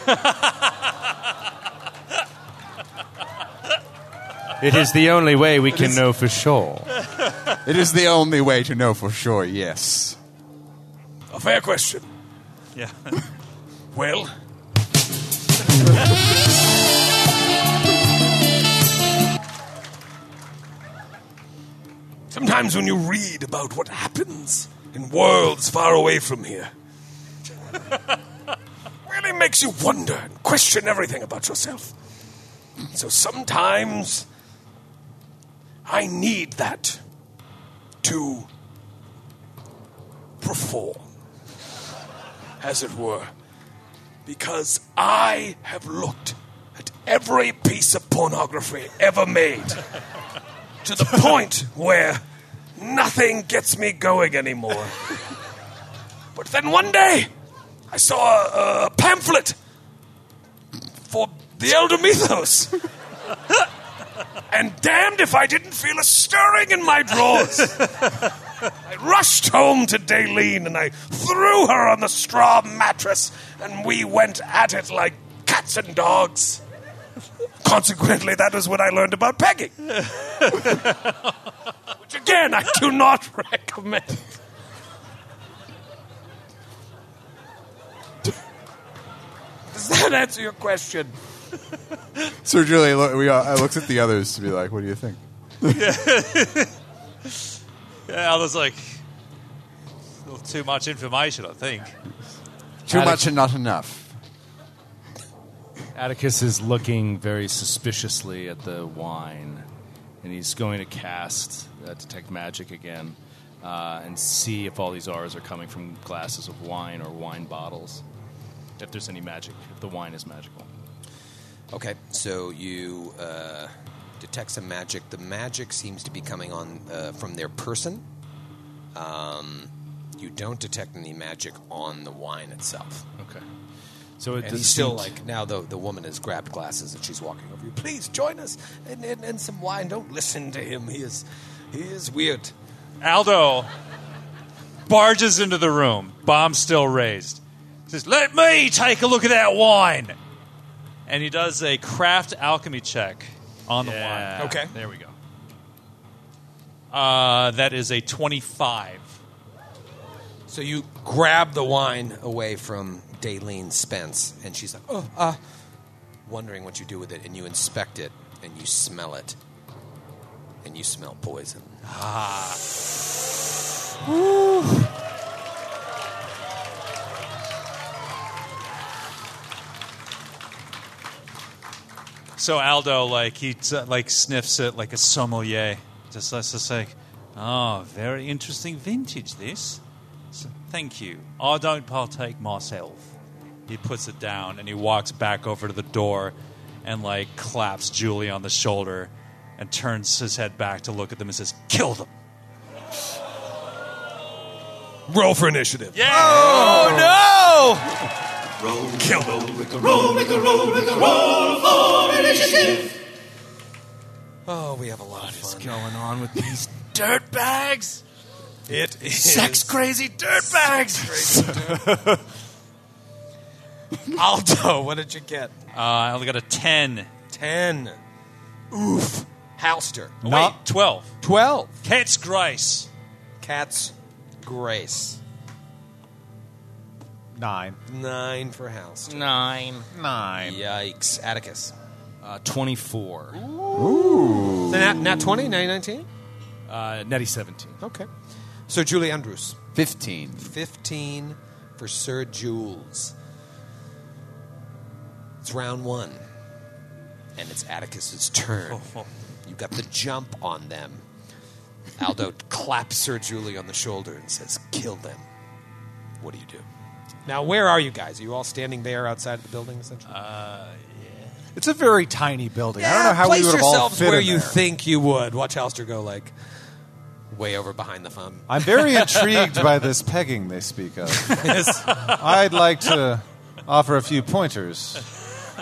C: It is the only way we can know for sure.
B: it is the only way to know for sure, yes.
G: A fair question.
E: Yeah.
G: Well, sometimes when you read about what happens in worlds far away from here, *laughs* really makes you wonder and question everything about yourself. So sometimes I need that to perform as it were, because I have looked at every piece of pornography ever made to the point where nothing gets me going anymore. But then one day, I saw a, a pamphlet for the Elder Mythos. And damned if I didn't feel a stirring in my drawers. I rushed home to Daleen and I threw her on the straw mattress, and we went at it like cats and dogs.
A: Consequently, that is what I learned about pegging. Which, again, I do not *laughs* recommend. Does that answer your question?
B: Sir Julie, look, we, uh, I looked at the others to be like, what do you think?
E: Yeah, I was like, a little too much information, I think.
B: Too
C: Attic-
B: much and not enough.
C: Atticus is looking very suspiciously at the wine, and he's going to cast uh, detect magic again uh, and see if all these R's are coming from glasses of wine or wine bottles. If there's any magic, if the wine is magical.
A: Okay, so you uh, detect some magic. The magic seems to be coming on uh, from their person. Um, you don't detect any magic on the wine itself.
C: Okay. So it
A: And
C: does
A: he's still
C: seem to-
A: like now. The the woman has grabbed glasses and she's walking over you. Please join us and, and, and some wine. Don't listen to him. He is he is weird.
E: Aldo barges into the room, bomb still raised. Says, Let me take a look at that wine. And he does a craft alchemy check on
C: Yeah.
E: the wine.
A: Okay.
C: There we go.
E: Uh, that is a 25.
A: So you grab the wine away from Daleen Spence, and she's like, "Oh, uh," wondering what you do with it, and you inspect it, and you smell it, and you smell poison.
E: So Aldo, like, he t- like sniffs it like a sommelier. Just, that's just like, oh, very interesting vintage this. So, thank you. I don't partake myself. He puts it down and he walks back over to the door and, like, claps Julie on the shoulder and turns his head back to look at them and says, kill them.
A: Roll for initiative. Yeah.
E: Oh,
A: Oh, we have a lot of fun.
C: Going on with
E: *laughs*
C: these dirtbags?
A: It is
C: Sex crazy dirtbags!
A: Aldo. What did you get?
E: Uh, I only got a 10.
A: Ten. Oof. Halster.
E: Oh, Wait, 12.
A: Twelve.
E: Cat's Grace.
A: Cats. Grace.
F: Nine.
A: Nine for Halster.
C: Nine.
F: Nine.
A: Yikes. Atticus.
C: Uh, 24.
A: So nat, nat 20, now you're 19?
C: Uh, Nettie 17.
A: Okay. So Julie Andrews.
B: 15.
A: 15 for Sir Jules. It's round one, and it's Atticus's *laughs* turn. You got the jump on them. Aldo *laughs* claps Sir Julie on the shoulder and says, Kill them. What do you do? Now, where are you guys? Are you all standing there outside of the building, essentially?
F: It's a very tiny building. I don't know how
A: place
F: we would have all
A: yourselves
F: fit
A: where
F: in
A: you
F: there.
A: think you would. Watch Alster go, like, way over behind the phone.
F: I'm very intrigued by this pegging they speak of. I'd like to offer a few pointers,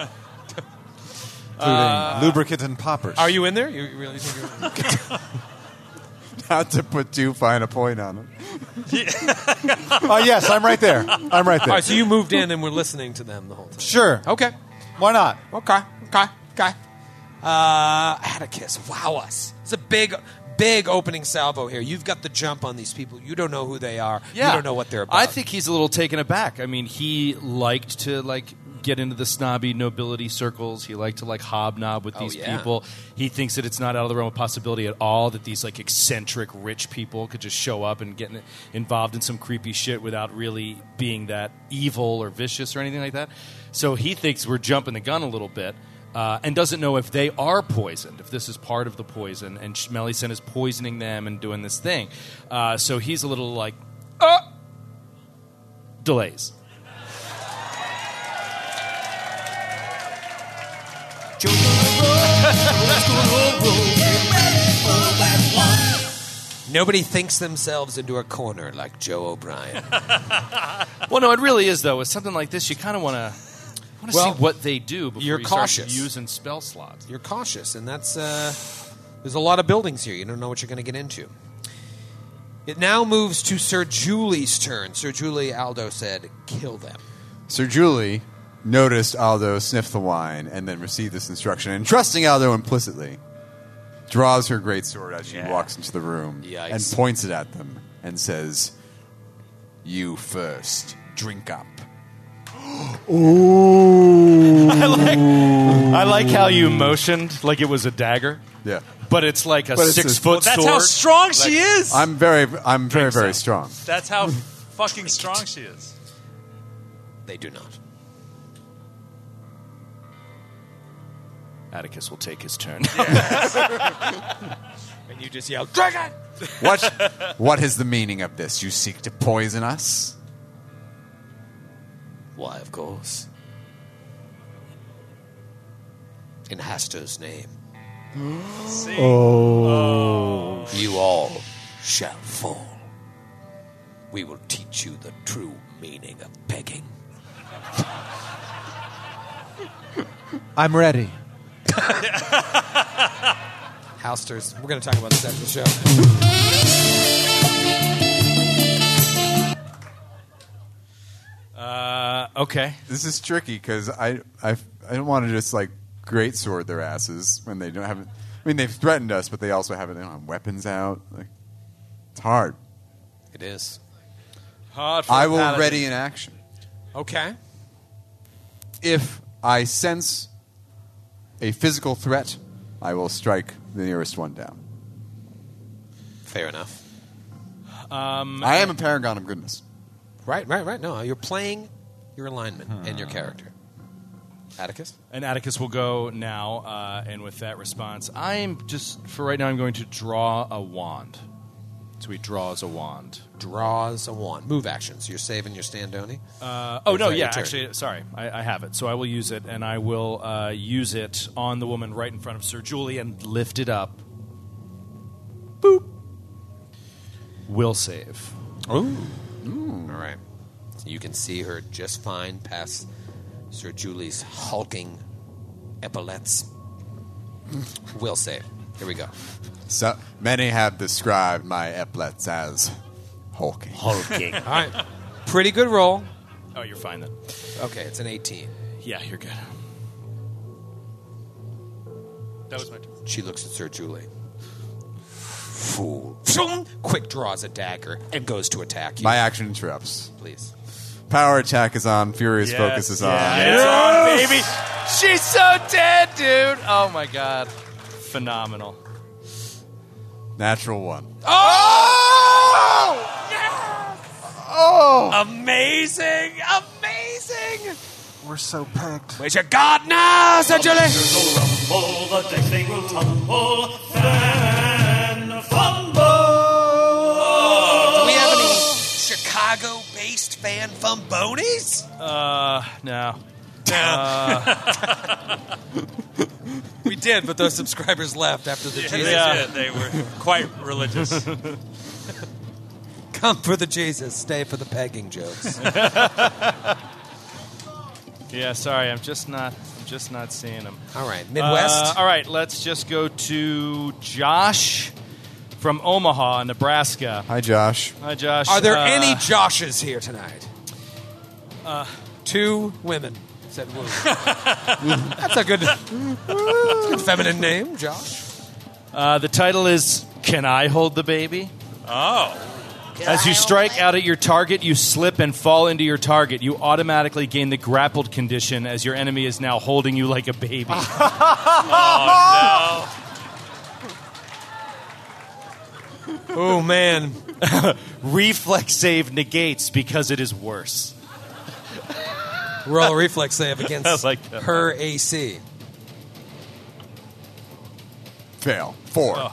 F: including lubricant and poppers.
A: Uh, Are you in there? You really think you're in there?
B: Not to put too fine a point on it.
F: Oh yes, I'm right there. I'm right
A: All
F: there.
A: right, so you moved in and we're listening to them the whole time.
F: Sure.
A: Okay.
F: Why not?
A: Okay. Okay. Okay. Uh, Atticus, wow us. It's a big, big opening salvo here. You've got the jump on these people. You don't know who they are. You don't know what they're about.
C: I think he's a little taken aback. I mean, he liked to like get into the snobby nobility circles. He liked to like hobnob with these
A: Oh, yeah.
C: people. He thinks that it's not out of the realm of possibility at all that these like eccentric rich people could just show up and get in- involved in some creepy shit without really being that evil or vicious or anything like that. So he thinks we're jumping the gun a little bit. Uh, and doesn't know if they are poisoned, if this is part of the poison, and Sh- Melisande is poisoning them and doing this thing. Uh, so he's a little like, delays.
A: Nobody thinks themselves into a corner like Joe *laughs* O'Brien.
C: Well, no, it really is though. With something like this, you kind of want to want to
A: Well,
C: see what they do before
A: you're
C: you start
A: cautious.
C: using spell slots.
A: you're cautious, and that's uh, there's a lot of buildings here. You don't know what you're going to get into. It now moves to Sir Julie's turn. Sir Julie Aldo said, "Kill them."
B: Sir Julie noticed Aldo sniff the wine and then received this instruction, and trusting Aldo implicitly, draws her great sword as she walks into the room
A: Yikes.
B: and points it at them and says, "You first, drink up."
C: I like, I like how you motioned like it was a dagger,
B: Yeah,
C: but it's like a
B: But it's a-
C: six foot
E: That's
C: sword.
E: how strong she is.
B: I'm very, I'm very, very strong.
E: That's
A: *laughs*
E: how fucking strong she is.
A: They do not.
C: Atticus will take his turn.
A: And you just yell, Dragon!
B: What, what is the meaning of this? You seek to poison us?
A: Why, of course. In Hastur's name,
E: See?
A: Oh. you all shall fall. We will teach you the true meaning of begging.
F: I'm ready.
A: Hasters, we're going to talk about this after the show.
C: okay.
B: This is tricky because I, I, I don't want to just like great sword their asses when they don't haven't. I mean, they've threatened us, but they also haven't. They don't have weapons out. Like, it's hard.
A: It is.
C: Hard
B: I will ready in action
A: Okay.
B: if I sense a physical threat. I will strike the nearest one down.
A: Fair enough.
B: I am a paragon of goodness.
A: Right, right, right. No, you're playing your alignment and your character. Atticus?
C: And Atticus will go now, uh, and with that response, I'm just for right now. I'm going to draw a wand. So he draws a wand.
A: Draws a wand. Move actions. You're saving your Standoni.
C: Uh, oh no,
A: sorry,
C: yeah,
A: your turn.
C: actually, sorry, I, I have it. So I will use it, and I will uh, use it on the woman right in front of Sir Julian. Lift it up. Boop. Will save.
A: All right. So you can see her just fine past Sir Julie's hulking epaulets. Will save. Here we go.
B: So many have described my epaulets as hulking.
A: All right. Pretty good roll.
C: Oh, you're fine then.
A: Okay, it's an 18.
C: Yeah, you're good.
E: That was my turn.
A: She looks at Sir Julie. Fool. Shoom! Quick draws a dagger and goes to attack you.
B: My action interrupts.
A: Please.
B: Power attack is on. Furious focus is on.
C: It's on, baby. She's so dead, dude. Oh my god. Phenomenal.
B: Natural one. Oh!
A: Amazing! Amazing!
F: We're so perked.
A: Where's your god now, Sir Julie?
I: Rumble, the dice they will tumble, fan fumble.
A: Do we have any Chicago-based fan fumbonies?
C: Uh, no.
A: We did, but those subscribers left after the Jesus.
E: Yeah, they were quite religious.
A: Come for the Jesus, stay for the pegging *laughs* jokes.
C: Yeah, sorry. I'm just not. I'm just not seeing him.
A: all right, Midwest.
C: Uh, all right, let's just go to Josh from Omaha, Nebraska.
B: Hi, Josh.
C: Hi, Josh.
A: Are there
C: Uh,
A: any Joshes here tonight? uh, Two women said *laughs* woo. That's *laughs* a good, that's a good feminine name, Josh.
C: Uh, the title is "Can I Hold the Baby?"
E: Oh,
C: As you strike out at your target, you slip and fall into your target. You automatically gain the grappled condition as your enemy is now holding you like a baby.
A: Oh man,
C: Reflex save negates because it is worse.
A: roll a reflex save against
C: *laughs* I like that.
A: her AC.
B: Fail. Four.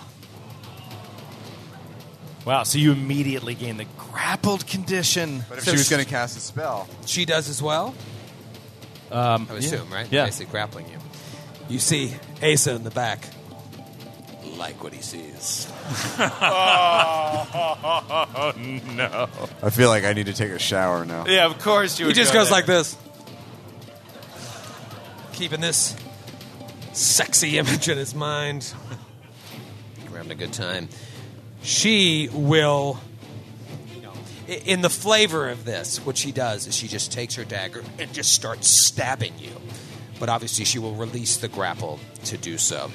C: Wow, so you immediately gain the grappled condition.
B: But if
A: So
B: she was
A: sh-
B: going to cast a spell,
A: She does as well. Um, I would assume, right?
C: Yeah.
A: Basically grappling you. You see Asa in the back. Like what he sees.
B: I feel like I need to take a shower now.
C: *laughs* Yeah, of course you
A: He
C: would
A: just
C: go
A: goes
C: there.
A: like this. Keeping this sexy *laughs* image in his mind. We're having a good time. She will. i- in the flavor of this, what she does is she just takes her dagger and just starts stabbing you. But obviously, she will release the grapple to do so.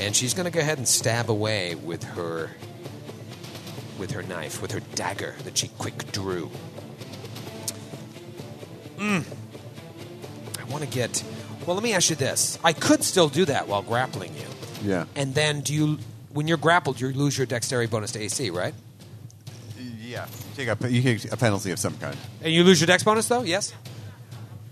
A: And she's going to go ahead and stab away with her with her knife, with her dagger that she quick drew. I want to get. Well, let me ask you this. I could still do that while grappling you.
B: Yeah.
A: And then do you. When you're grappled, you lose your dexterity bonus to AC, right?
B: Yeah. You take a, you take a penalty of some kind.
A: And you lose your dex bonus, though? Yes?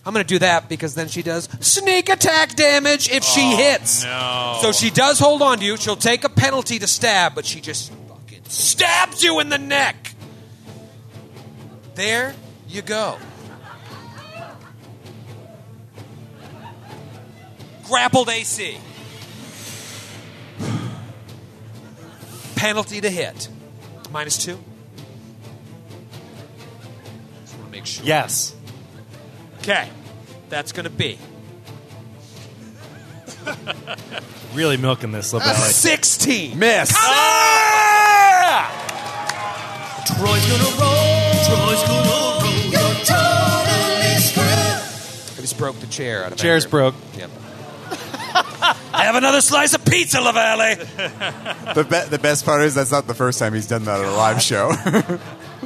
A: I'm going to do that because then she does sneak attack damage if she
C: Oh,
A: hits.
E: no.
A: So she does hold on to you. She'll take a penalty to stab, but she just fucking stabs you in the neck. There you go. Grappled AC. Penalty to hit. Minus two. Just want to make sure.
C: Yes.
A: Okay. That's going to be
C: Really milking this, La Valley.
A: 16.
B: Miss.
I: Troy's gonna roll. Troy's gonna roll. You're totally screwed.
A: I just broke the chair out of
C: Chair's
A: anger.
C: broke.
A: Yep. Have another slice of pizza, LaValle.
B: the, be- the best part is that's not the first time he's done that at a live show.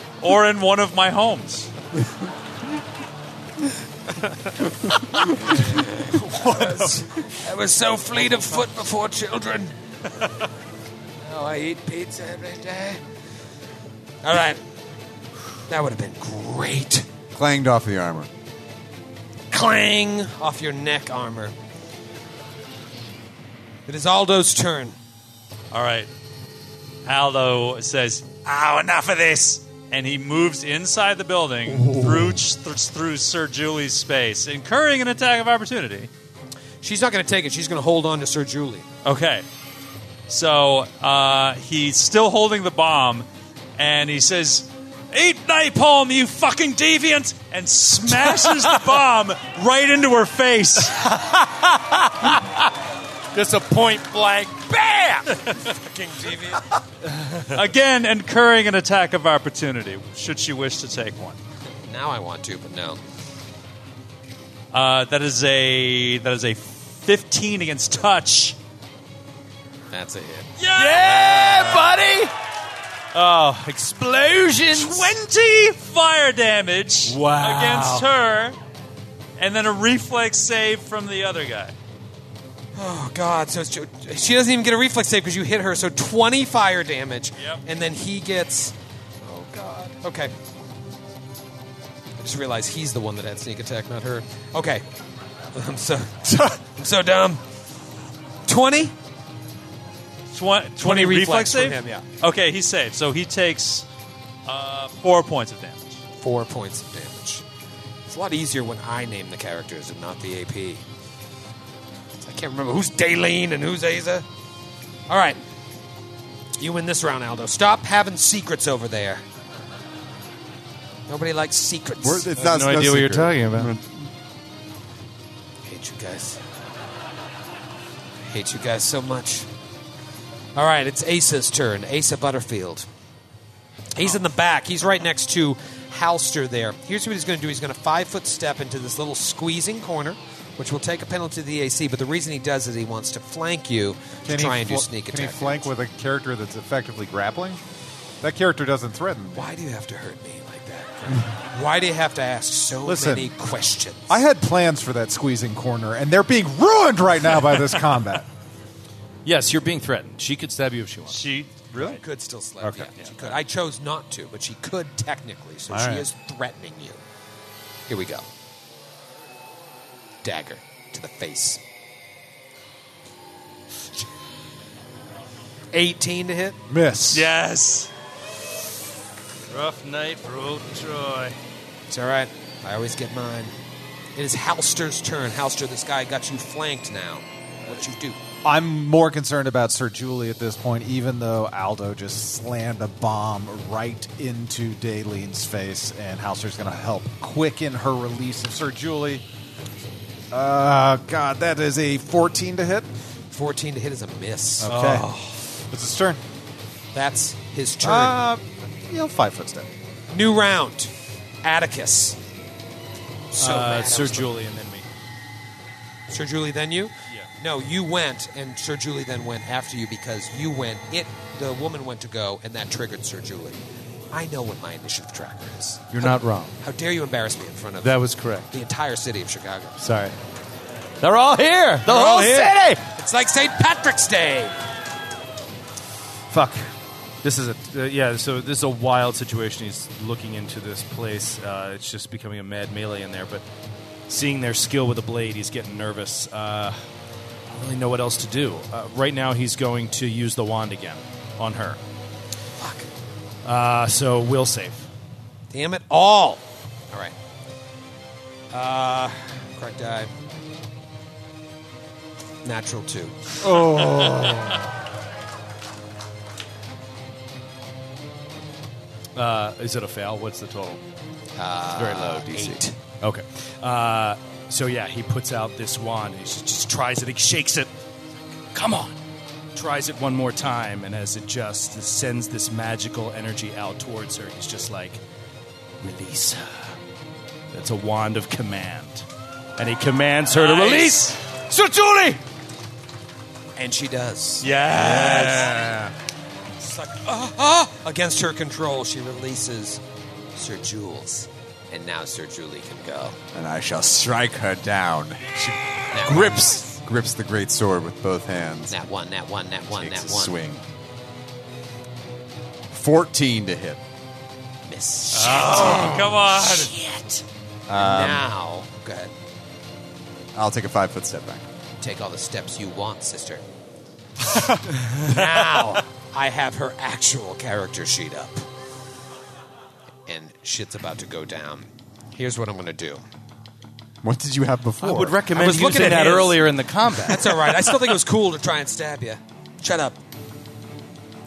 B: *laughs*
E: or in one of my homes.
A: I was so fleet of foot before children. *laughs* now I eat pizza every day. All right. That would have been great.
B: Clanged off the armor.
A: Clang off your neck armor. It is Aldo's turn.
E: All right. Aldo says, "Oh, enough of this," and he moves inside the building through th- through Sir Julie's space, incurring an attack of opportunity.
A: She's not going to take it. She's going to hold on to Sir Julie.
E: Okay. So uh, he's still holding the bomb, and he says, "Eat napalm, you fucking deviant!" and smashes the bomb right into her face.
C: *laughs* Just a point blank. Bam!
E: Again, incurring an attack of opportunity, should she wish to take one.
A: Now I want to, but no.
E: Uh, that is a that is a fifteen against touch.
A: That's a hit.
C: Yeah, buddy! Oh, explosions!
E: Twenty fire damage
C: Wow.
E: against her, and then a reflex save from the other guy.
A: Oh God! So it's, she doesn't even get a reflex save because you hit her. So twenty fire damage,
E: Yep.
A: and then he gets. Oh God! Okay. I just realized he's the one that had sneak attack, not her. Okay. *laughs* I'm so *laughs* I'm so dumb. Twenty.
E: Twen- 20, reflex,
A: from
E: save.
A: him, yeah.
E: Okay, he's saved, so he takes uh, four points of damage.
A: Four points of damage. It's a lot easier when I name the characters and not the AP. I can't remember who's Daylene and who's Aza. All right. You win this round, Aldo. Stop having secrets over there. Nobody likes secrets.
B: We're, it's not no idea what you're talking about.
A: I hate you guys. I hate you guys so much. All right, it's Asa's turn. Asa Butterfield. He's in the back. He's right next to Halster there. Here's what he's going to do. He's going to five foot step into this little squeezing corner, which will take a penalty to the AC. But the reason he does is he wants to flank you to try and do
F: fl-
A: sneak
F: can
A: attack.
F: he flank
A: damage.
F: with a character that's effectively grappling? That character doesn't threaten.
A: Why do you have to hurt me like that? Why do you have to ask so
F: Listen,
A: many questions?
F: I had plans for that squeezing corner, and they're being ruined right now by this combat.
C: Yes, you're being threatened. She could stab you if she wants.
E: She
F: Really?
A: could still slap. Okay. Yeah, she could. I chose not to, but she could technically. So she is threatening you. Here we go. Dagger to the face. *laughs* 18 to hit.
F: Miss.
E: yes.
D: Rough night for old Troy.
A: It's all right. I always get mine. It is Halster's turn. Halster, this guy got you flanked now. What you do?
F: I'm more concerned about Sir Julie at this point, even though Aldo just slammed a bomb right into Daylene's face, and Hauser's going to help quicken her release of Sir Julie. Uh, God, that is a 14 to hit.
A: 14 to hit is a miss. Oh.
B: Oh.
F: Okay. It's his turn.
A: That's his turn.
C: Ah.
F: Uh, you know, five foot step.
A: New round. Atticus. So
C: Uh,
A: mad. I
C: Sir
A: was looking-
C: Julian and me.
A: Sir Julie, then you?
C: Yeah.
A: No, you went, and Sir Julie then went after you because you went. It, the woman went to go, and that triggered Sir Julie. I know what my initiative tracker is.
C: You're not wrong.
A: How dare you embarrass me in front of
C: That was correct.
A: the entire city of Chicago?
C: Sorry. They're all here. The
A: all
C: whole
A: here.
C: city.
A: It's like St. Patrick's Day.
C: Fuck. This is a uh, yeah. So this is a wild situation. He's looking into this place. Uh, it's just becoming a mad melee in there. But seeing their skill with a blade, he's getting nervous. Uh, I don't really know what else to do. Uh, right now, he's going to use the wand again on her.
A: Fuck.
C: Uh, so will save.
A: Damn it all. All right. Uh, correct die. Natural two.
C: Uh, is it a fail? What's the total? Uh, very low DC.
A: Eight.
C: Okay. Uh, so yeah, he puts out this wand. He just, just tries it. He shakes it. Come on. Tries it one more time, and as it just sends this magical energy out towards her, he's just like, "Release her." That's a wand of command, and he commands her to release Sir Julie.
A: And she does. "Ah,
C: Yes.
A: Against her control, she releases Sir Jules. And now Sir Julie can go.
B: And I shall strike her down. She
A: Nat one.
B: grips grips the great sword with both hands.
A: Nat one, nat one, nat one,
B: Takes
A: nat
B: a
A: one.
B: swing. Fourteen to hit.
A: Miss.
B: Um,
E: Come on.
A: Shit. And now, go ahead.
B: I'll take a five foot step back.
A: Take all the steps you want, sister. *laughs* now I have her actual character sheet up. And shit's about to go down. Here's what I'm going to do.
B: What did you have before?
C: I would recommend
A: was looking
C: using
A: at
C: that
A: his.
C: earlier in the combat. *laughs*
A: That's all right. I still think it was cool to try and stab you. Shut up.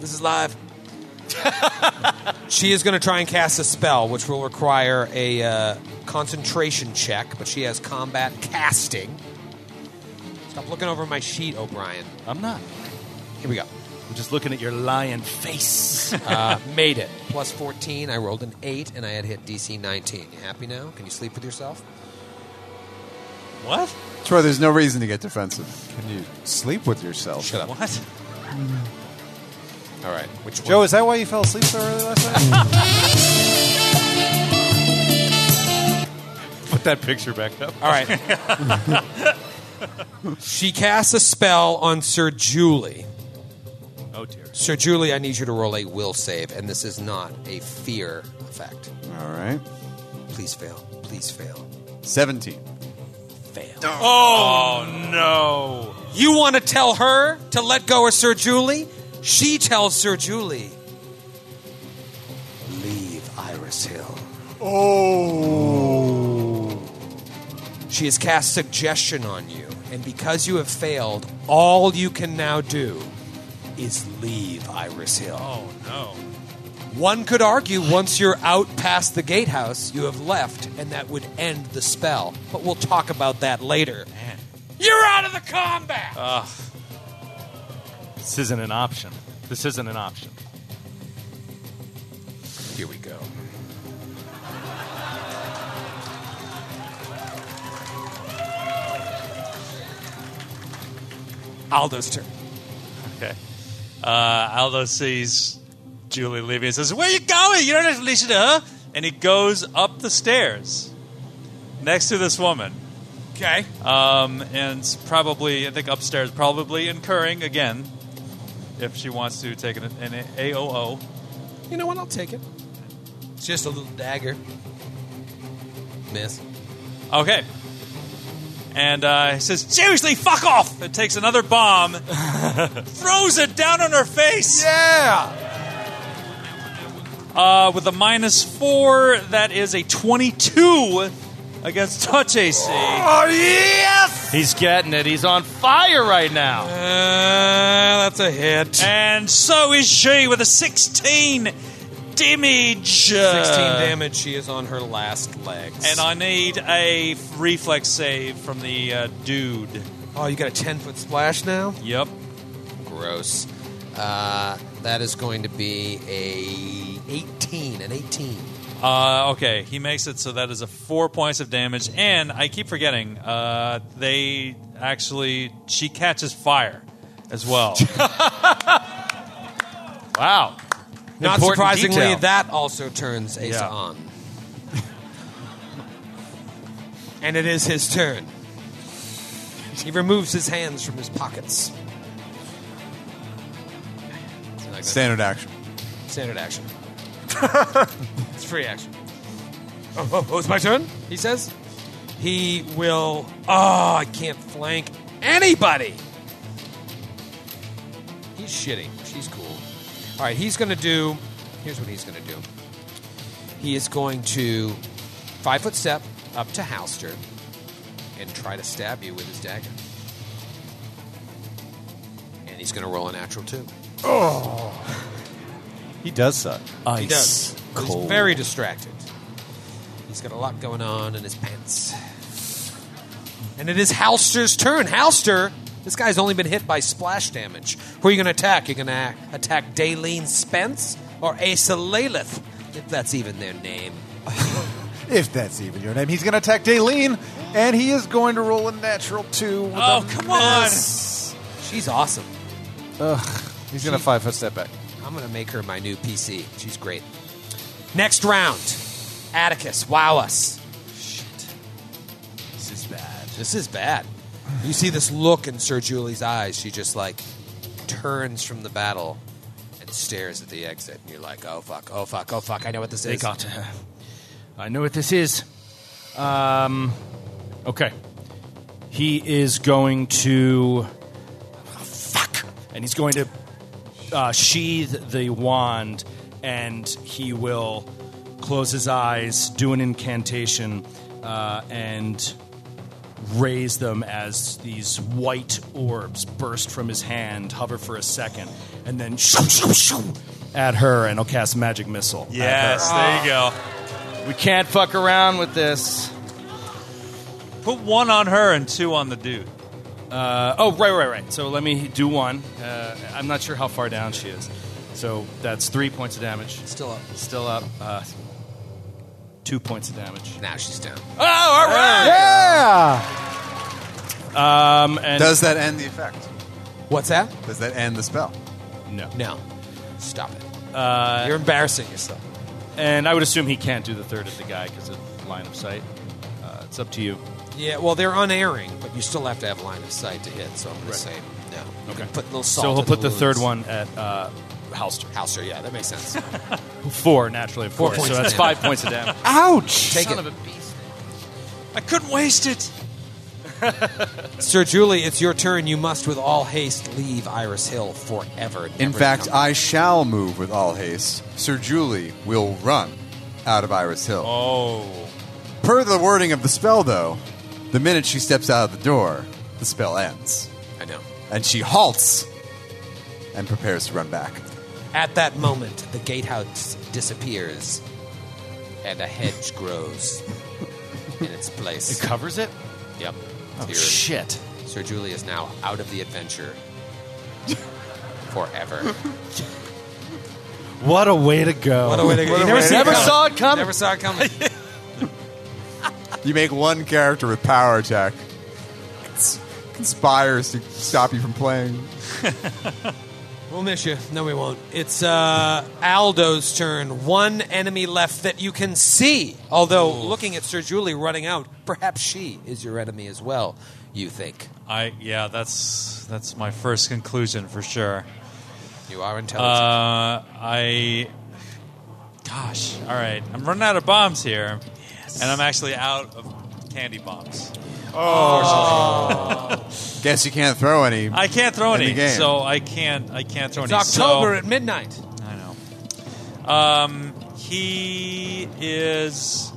A: This is live. she is going to try and cast a spell, which will require a uh, concentration check, but she has combat casting. Stop looking over my sheet, O'Brien.
C: I'm not.
A: Here we go.
C: I'm just looking at your lion face.
A: Uh, made it. Plus 14. I rolled an 8, and I had hit DC 19. You happy now? Can you sleep with yourself?
E: What?
B: Troy, there's no reason to get defensive. Can you sleep with yourself?
A: Shut up.
E: What?
A: All right. Which one?
F: Joe, is that why you fell asleep so early last night?
C: *laughs* Put that picture back up.
A: All right. she casts a spell on Sir Julie.
C: Oh dear.
A: Sir Julie, I need you to roll a will save, and this is not a fear effect.
B: All right.
A: Please fail. Please fail.
B: *laughs* Seventeen.
A: Fail.
E: Oh, no.
A: You want to tell her to let go of Sir Julie? She tells Sir Julie, Leave Iris Hill.
B: Oh.
A: She has cast suggestion on you, and because you have failed, all you can now do is leave Iris Hill.
E: Oh, no.
A: One could argue once you're out past the gatehouse, you have left, and that would end the spell. But we'll talk about that later. You're out of the combat!
C: This isn't an option. This isn't an option.
A: Here we go. Aldo's turn.
E: Okay. Uh, Aldo sees Julie leaving and says, Where you going? You don't have to listen to her. And he goes up the stairs next to this woman.
A: Okay.
E: Um, and it's probably, I think upstairs, probably incurring again if she wants to take an, an AOO.
A: You know what? I'll take it. It's just a little dagger. Miss.
E: Okay. And uh, he says, Seriously, fuck off! And takes another bomb, throws it down on her face.
B: Yeah.
E: Uh, with a minus four, that is a 22 against touch AC.
B: Oh yes.
C: He's getting it. He's on fire right now.
A: Uh, that's a hit. 16
E: And so is she with a 16 damage. 16
A: damage. She is on her last legs.
E: Uh, And I need a reflex save from the uh, dude.
A: oh, you got a 10 foot splash now?
E: Yep.
A: Gross. Uh, that is going to be a 18. An 18.
E: Uh, okay, he makes it so that is a four points of damage, and I keep forgetting. Uh, they actually she catches fire as
C: *laughs*
E: well. wow!
A: Not
E: Important
A: surprisingly,
E: detail.
A: that also turns Asa
E: Yeah.
A: on. and it is his turn. He removes his hands from his pockets.
B: Standard action.
A: Standard *laughs* action. it's free action. Oh, oh, oh, it's my turn, he says. He will. Oh, I can't flank anybody. He's shitty. She's cool. All right, he's going to do. Here's what he's going to do. He is going to five foot step up to Halster and try to stab you with his dagger. And he's going to roll a natural two.
F: He does suck.
A: He does. He's very distracted. He's got a lot going on in his pants. And it is Halster's turn. Halster, this guy's only been hit by splash damage. Who are you going to attack? You're going to attack Daylene Spence or Asa Laleth, if that's even their name.
F: If that's even your name. He's going to attack Daleen, and he is going to roll a natural two. With
E: Oh,
F: a
E: come on.
F: miss.
A: She's awesome.
F: He's going to five foot step back.
A: I'm going to make her my new PC. She's great. Next round, Atticus, wow us.
C: This is bad.
A: This is bad. You see this look in Sir Julie's eyes. She just like turns from the battle and stares at the exit. And you're like, oh fuck, oh fuck, oh fuck. I know what this
C: They
A: is.
C: got her. I know what this is. Um, okay. He is going to. Fuck! And he's going to uh, sheathe the wand and he will close his eyes, do an incantation, uh, and raise them as these white orbs burst from his hand, hover for a second, and then shoo, shoo, shoo, at her, and I'll cast Magic Missile. at her.
E: Yes, there you go.
C: We can't fuck around with this.
E: Put one on her and two on the dude.
C: Uh, oh, right, right, right. So let me do one. Uh, I'm not sure how far down she is. So that's three points of damage.
A: Still up.
C: Still up. Uh, two points of damage.
A: Now she's down.
C: Oh, all right.
F: Yeah!
C: Um, and
B: Does that end the effect?
A: What's that?
B: Does that end the spell?
C: no. Uh,
A: No. Stop it. you're embarrassing yourself.
C: And I would assume he can't do the third of the guy because of line of sight. Uh, it's up to you.
A: Yeah, well, they're unerring, but you still have to have line of sight to hit. So I'm going to say no.
C: Okay.
A: Put a little salt.
C: So he'll
A: in
C: put the,
A: wounds.
C: third one at uh, Halster.
A: Halster, yeah, that makes
C: *laughs*
A: sense.
C: Four, naturally, of
A: Four
C: course.
A: points
C: So
A: of
C: that's
A: damage.
C: five points of damage.
F: Ouch!
A: Take it.
E: I couldn't waste it.
A: Sir Julie, it's your turn. You must, with all haste, leave Iris Hill forever.
B: In
A: never to
B: fact,
A: come back.
B: I shall move with all haste. Sir Julie will run out of Iris Hill.
E: Oh,
B: Per the wording of the spell, though, the minute she steps out of the door, the spell ends.
A: I know.
B: And she halts and prepares to run back.
A: At that moment, the gatehouse disappears and a hedge grows
C: *laughs*
A: in its
C: It
A: place.
C: covers it?
A: Yep.
C: Oh,
A: Here,
C: shit.
A: Sir Julie is now out of the
C: *laughs*
A: adventure forever.
C: What a way to go.
A: What a way to go. You never, see it
C: Never
A: coming.
C: saw it coming.
A: Never saw it *laughs* coming.
B: You make one character with power attack. Cons- Conspires to stop you from playing.
A: We'll miss you. No, we won't. It's uh, Aldo's turn. One enemy left that you can see. Although, looking at Sir Julie running out, perhaps she is your enemy as well, you think.
E: I yeah, that's that's my first conclusion for sure.
A: You are intelligent.
E: Uh, I. Gosh, all right. I'm running out of bombs here, and I'm actually out of candy bombs.
B: Guess you can't throw any.
E: I can't throw
B: In the
E: any,
B: game.
E: so I can't. I can't throw
A: it's
E: any.
A: October
E: So,
A: at midnight.
E: I know. Um, he is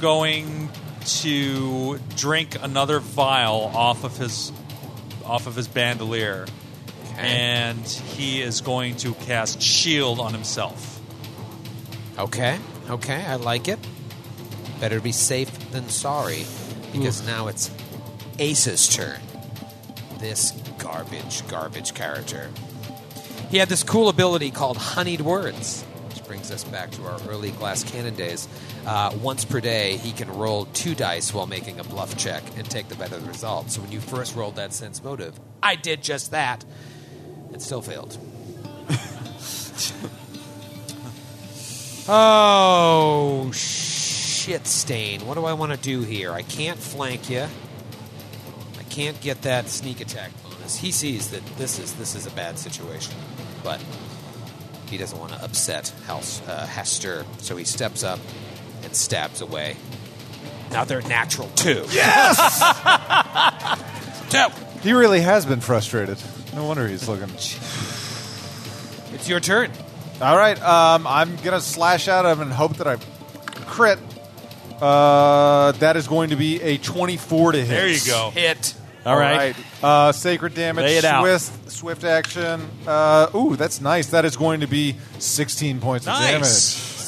E: going to drink another vial off of his off of his bandolier, and he is going to cast shield on himself.
A: Okay, okay, I like it. Better be safe than sorry, because now it's Ace's turn. This garbage, garbage character. He had this cool ability called Honeyed Words, which brings us back to our early glass cannon days. Uh, once per day, he can roll two dice while making a bluff check and take the better result. So when you first rolled that sense motive, I did just that, and still failed. oh shit, stain! What do I want to do here? I can't flank you. I can't get that sneak attack bonus. He sees that this is this is a bad situation, but he doesn't want to upset Hals, uh, Hester, so he steps up and stabs away. Now they're natural too. *laughs* Yes.
F: He really has been frustrated. No wonder he's looking.
A: It's your turn.
F: All right, um, I'm gonna slash at him and hope that I crit. Uh, that is going to be a 24 to hit.
E: There you go.
A: Hit.
C: All right.
F: Uh, sacred damage.
C: Lay it out.
F: Swift, swift action. Uh, ooh, that's nice. That is going to be 16 points of damage.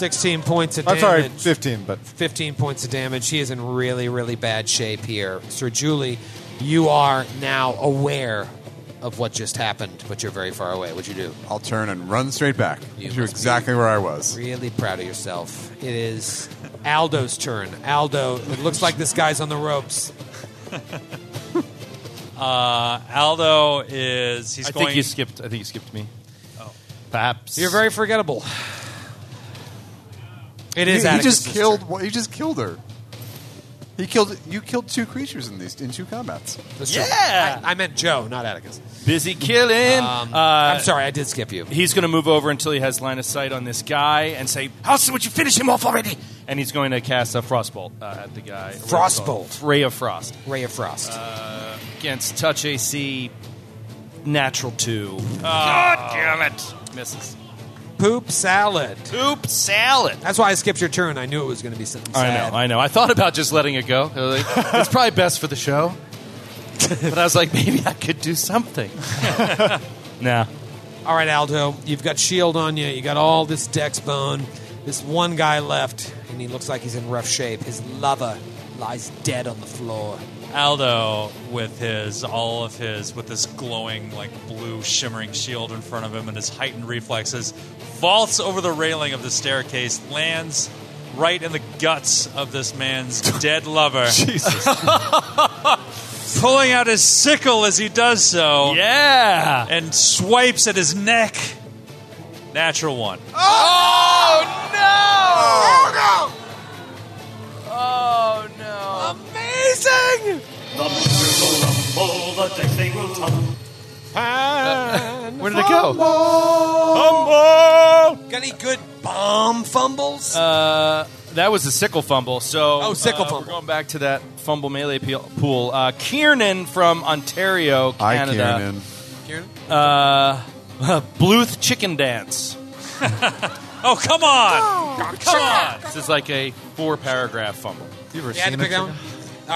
A: Sixteen points of
F: I'm
A: damage.
F: sorry, 15, but
A: 15 points of damage. He is in really, really bad shape here. Sir Julie, you are now aware of what just happened, but you're very far away. What'd you do?
B: I'll turn and run straight back.
A: You
B: You're
A: must be-
B: exactly where I was.
A: Really proud of yourself. It is Aldo's turn. Aldo, it looks like this guy's on the ropes.
E: Uh, Aldo is. He's
C: I
E: going.
C: think you skipped. I think you skipped me. Perhaps
A: Oh. You're very forgettable. It is
B: he, he
A: Atticus's
B: just killed.
A: turn.
B: one- He just killed her. He killed. You killed two creatures in these in two combats.
A: That's true.
C: Yeah.
A: I, I meant Joe, not Atticus.
C: busy killing.
A: Um,
C: uh,
A: I'm sorry, I did skip you.
C: He's going to move over until he has line of sight on this guy and say, "Halston, would you finish him off already?" And he's going to cast a frostbolt uh, at the guy.
A: Frostbolt.
C: ray of frost
A: Ray of Frost.
C: against touch AC, natural two.
A: Oh.
C: God damn it! Misses.
A: Poop salad.
C: Poop salad.
A: That's why I skipped your turn. I knew it was going to be something
C: I
A: sad.
C: know, I know. I thought about just letting it go. *laughs* I was like, it's probably best for the *laughs* show. But I was like, maybe I could do *laughs* something. nah.
A: All right, Aldo, you've got shield E on you. You got all this dex bone. This one guy left, and he looks like he's in rough shape. His lover lies dead on the floor.
E: Aldo with his all of his with this glowing like blue shimmering shield in front of him and his heightened reflexes vaults over the railing of the staircase lands right in the guts of this man's dead lover Jesus *laughs* pulling out his sickle as he does so
C: Yeah.
E: and swipes at his neck natural one
C: Oh no! Oh no! Oh no! Amazing!
I: The monsters will rumble, the decks they will tumble.
C: Where did it go?
A: Got any good bomb fumbles?
C: Uh, that was a sickle fumble. So
A: Oh, sickle
C: uh,
A: fumble.
C: We're going back to that fumble melee peel- pool. Uh, Kiernan from Ontario,
B: I
C: Canada.
B: Kiernan.
C: Uh, Bluth chicken dance.
E: oh come on come on
C: This is like a four-paragraph fumble.
F: you ever
A: you had to pick that one? All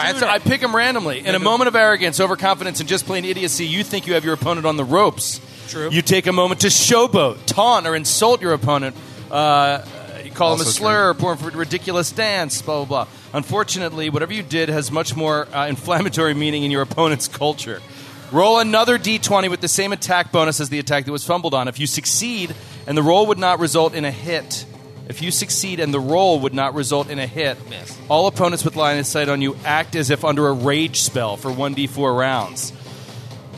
A: right,
C: Dude,
A: that's all
C: I
A: right.
C: pick him randomly. In a moment of arrogance, overconfidence, and just plain idiocy, you think you have your opponent on the ropes.
A: True.
C: You take a moment to showboat, taunt, or insult your opponent. Uh, you call him a
B: Also
C: slur, pour him for a ridiculous dance, blah, blah, blah. Unfortunately, whatever you did has much more uh, inflammatory meaning in your *laughs* opponent's culture. Roll another d20 with the same attack bonus as the attack that was fumbled on. If you succeed and the roll would not result in a hit, if you succeed and the roll would not result in a hit,
A: Miss.
C: all opponents with line of sight on you act as if under a rage spell for 1d4 rounds.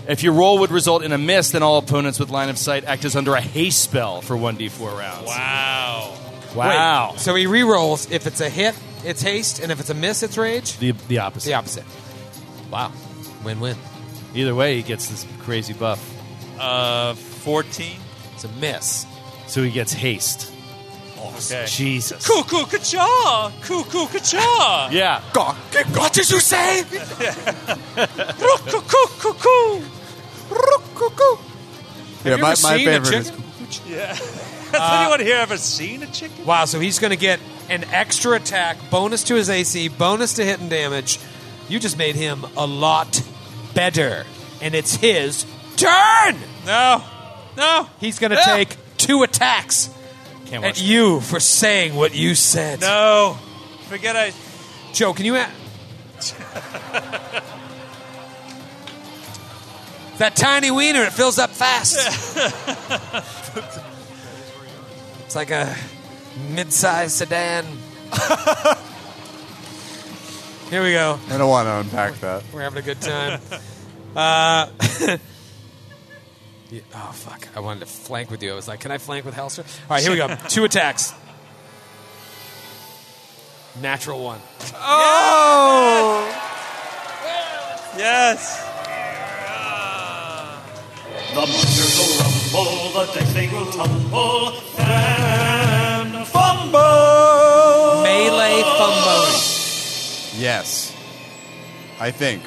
C: If your roll would result in a miss, then all opponents with line of sight act as under a haste spell for 1d4 rounds.
E: wow
C: Wow.
A: Wait, so he re-rolls. If it's a hit, it's haste, and if it's a miss, it's rage.
C: The, the opposite.
A: The opposite. Wow. Win-win.
C: Either way, he gets this crazy buff.
E: uh 14
A: It's a miss.
C: So he gets haste.
E: okay
C: Jesus.
E: Cuckoo ka-cha! Cuckoo ka-cha!
C: Yeah. Uh,
A: What did you say?
E: Cuckoo!
B: Yeah,
A: Have you
B: my,
A: ever
B: my
A: seen a
B: favorite is
A: chicken?
E: *laughs* Has anyone here ever seen a chicken?
A: Wow, so he's going to get an extra attack, bonus to his AC, bonus to hit and damage. You just made him a lot better. And it's his turn!
E: No. No. Ah.
A: He's going to
E: Yeah.
A: take two attacks
C: Can't
A: at
C: watch.
A: you for saying what you said.
E: No. Forget I.
A: Joe, can you. A- that tiny wiener, it fills up fast. it's like a mid-sized sedan. Here we go.
B: I don't want to unpack that.
A: We're having a good time. Uh, *laughs* yeah, oh fuck! I wanted to flank with you. I was like, "Can I flank with Helser?" All right, here we go. Two attacks. Natural one.
I: Oh!
E: Yes.
I: The monsters will rumble, the dice they will tumble, and fumble.
A: Melee fumble.
B: Yes. I think.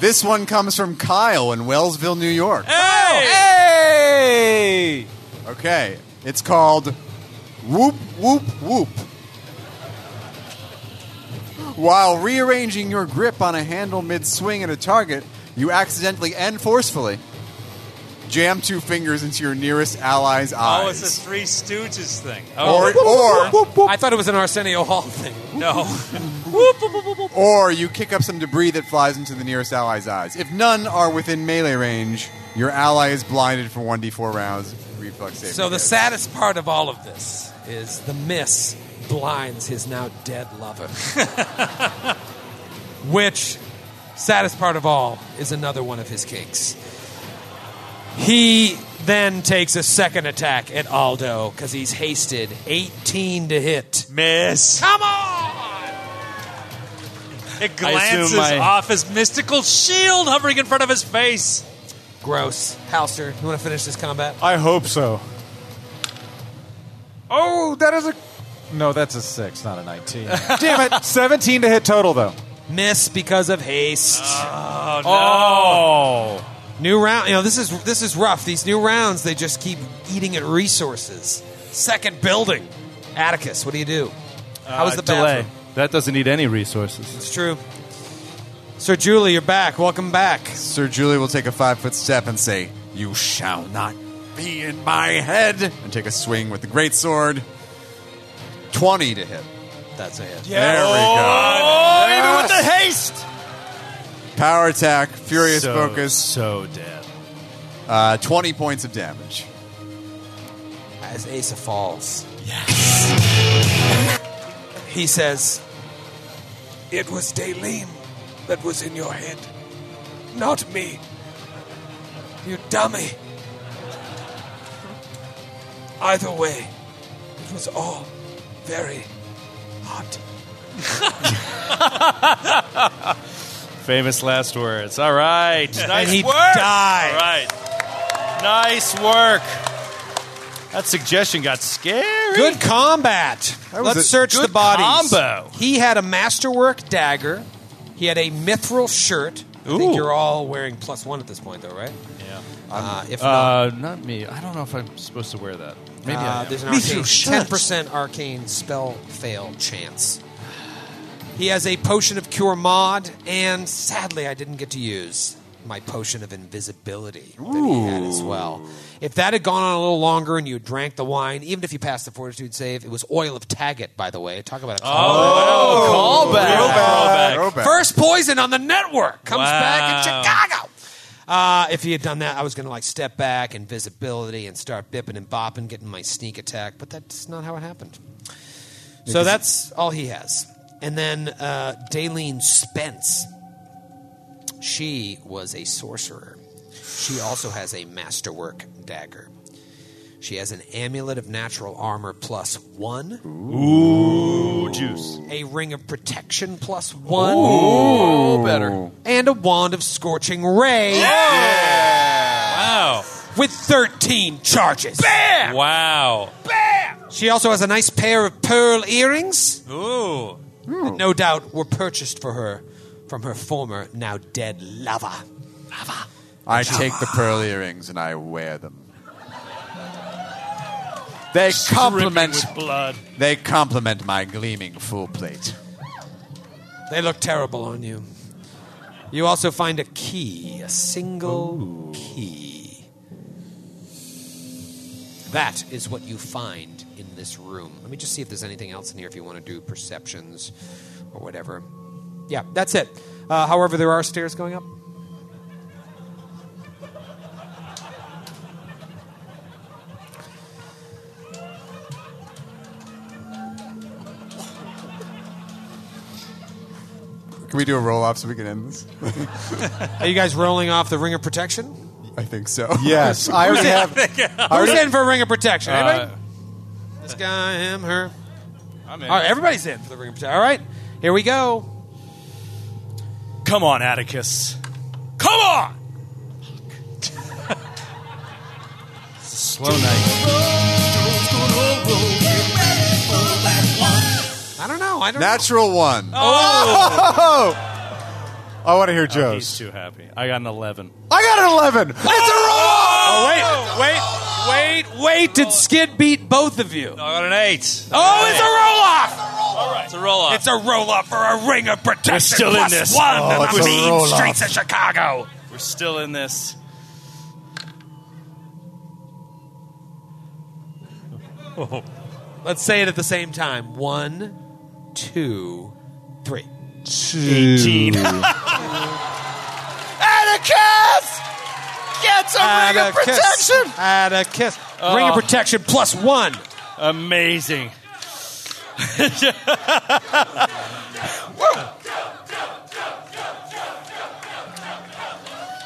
B: This one comes from Kyle in Wellsville, New York.
F: Hey!
B: Okay. It's called Whoop Whoop Whoop. While rearranging your grip on a handle mid swing at a target, you accidentally and forcefully jam two fingers into your nearest ally's
E: Oh,
B: eyes.
E: it's oh. a Three Stooges thing.
B: Or- or-
A: I thought it was an Arsenio Hall thing.
E: No. *laughs*
B: Or you kick up some debris that flies into the nearest ally's eyes. If none are within melee range, your ally is blinded for 1d4 rounds. Reflex save.
A: So the saddest part of all of this is the miss blinds his now dead lover. *laughs* Which, saddest part of all, is another one of his cakes. He then takes a second attack at Aldo because he's hasted. 18 to hit.
E: Miss.
A: Come on!
E: It
A: I assume
E: glances
A: my-
E: off his mystical shield hovering in front of his face.
A: Gross. Halster, you want to finish this combat?
F: I hope so.
A: Oh,
F: that is a. No, that's a six, not a 19. *laughs* Damn it. 17 to hit total, though.
A: Miss because of haste. Oh.
E: Oh,
A: New round. You know this is this is rough. These new rounds they just keep eating at resources. Second building, Atticus. What do you do? How was the
C: Uh, delay?
A: bathroom?
C: That doesn't need any resources.
A: It's true. Sir Julie, you're back. Welcome back.
B: Sir Julie will take a five foot step and say, You shall not be in my head. And take a swing with the great sword. 20 to hit.
A: That's a hit.
B: There we go.
C: Oh,
B: even with the
C: haste.
B: Power attack, furious
C: So,
B: focus.
C: So dead.
B: Uh, 20 points of damage.
A: As Asa falls, he says, "It was Dalim that was in your head, not me. You dummy." Either way, it was all very hot.
C: Famous last words. All right. Nice
A: he
C: work.
A: died.
C: All right. Nice work. That suggestion got scary.
A: Good combat.
B: was
A: Let's
B: a
A: search
C: good
A: the bodies.
C: combo.
A: He had a masterwork dagger. He had a mithril shirt. I think
C: Ooh.
A: you're all wearing plus one at this point, though, right?
C: Yeah.
A: Uh, if not,
C: Uh, not me. I don't know if I'm supposed to wear that. Maybe I
A: uh,
C: am.
A: there's an
C: Me
A: arcane,
C: too, shucks.
A: 10% arcane spell fail chance. He has a potion of cure mod, and sadly, I didn't get to use my potion of invisibility that he had as well. If that had gone on a little longer and you drank the wine, even if you passed the fortitude save, it was oil of Taggart, by the way. Talk about a
C: Oh,
B: Throwback. Throwback.
A: First poison on the network comes
E: Wow.
A: back in Chicago. Uh, if he had done that, I was going to like step back, invisibility, and start bipping and bopping, getting my sneak attack. But that's not how it happened. So that's all he has. And then uh, Daleen Spence. She was a sorcerer. She also has a masterwork dagger. She has an amulet of natural armor plus one
C: Ooh, juice.
A: a ring of protection plus one,
C: Oh, better.
A: and a wand of scorching ray
E: Wow.
A: with 13 charges. Bam!
E: Wow.
A: She also has a nice pair of pearl earrings
E: Ooh.
A: that no doubt were purchased for her from her former, now dead lover.
B: I take the pearl earrings and I wear them. They complement
C: Dripping with blood.
B: they complement my gleaming full plate.
A: They look terrible on you. You also find a key, a single key. That is what you find in this room. Let me just see if there's anything else in here if you want to do perceptions or whatever. Yeah, that's it. Uh, however, there are stairs going up.
B: Can we do a roll off so we can end this?
A: Are you guys rolling off the ring of protection?
B: I think so. *laughs*
F: Yes, I
A: Who's
F: already
A: in?
F: have. I
A: Who's
F: already-
A: in for a ring of protection? Anybody?
C: Uh,
A: this guy, him, her.
C: I'm in.
A: All right, everybody's in for the ring of protection. All right, here we go.
C: Come on, Atticus. Come on! it's a slow night.
A: I don't know. I don't.
B: Natural one. *laughs*
F: I want to hear
C: He's
F: Joe's.
C: too happy. I got an 11.
F: I got an eleven.
A: Oh, wait, wait, wait, wait! Did Skid beat both of you?
E: I got an eight.
A: Oh, it's a roll off.
E: It's a roll up.
A: It's a roll off for a ring of protection.
C: We're still in
A: plus
C: this.
A: One
B: Oh,
A: on
B: it's
A: the
B: a
A: mean
B: roll-off.
A: streets of Chicago.
C: We're still in this.
A: Let's say it at the same time. One, two, three.
C: 18.
A: Atticus gets a ring of protection. Atticus, ring of
C: Oh.
A: protection plus one.
C: Amazing.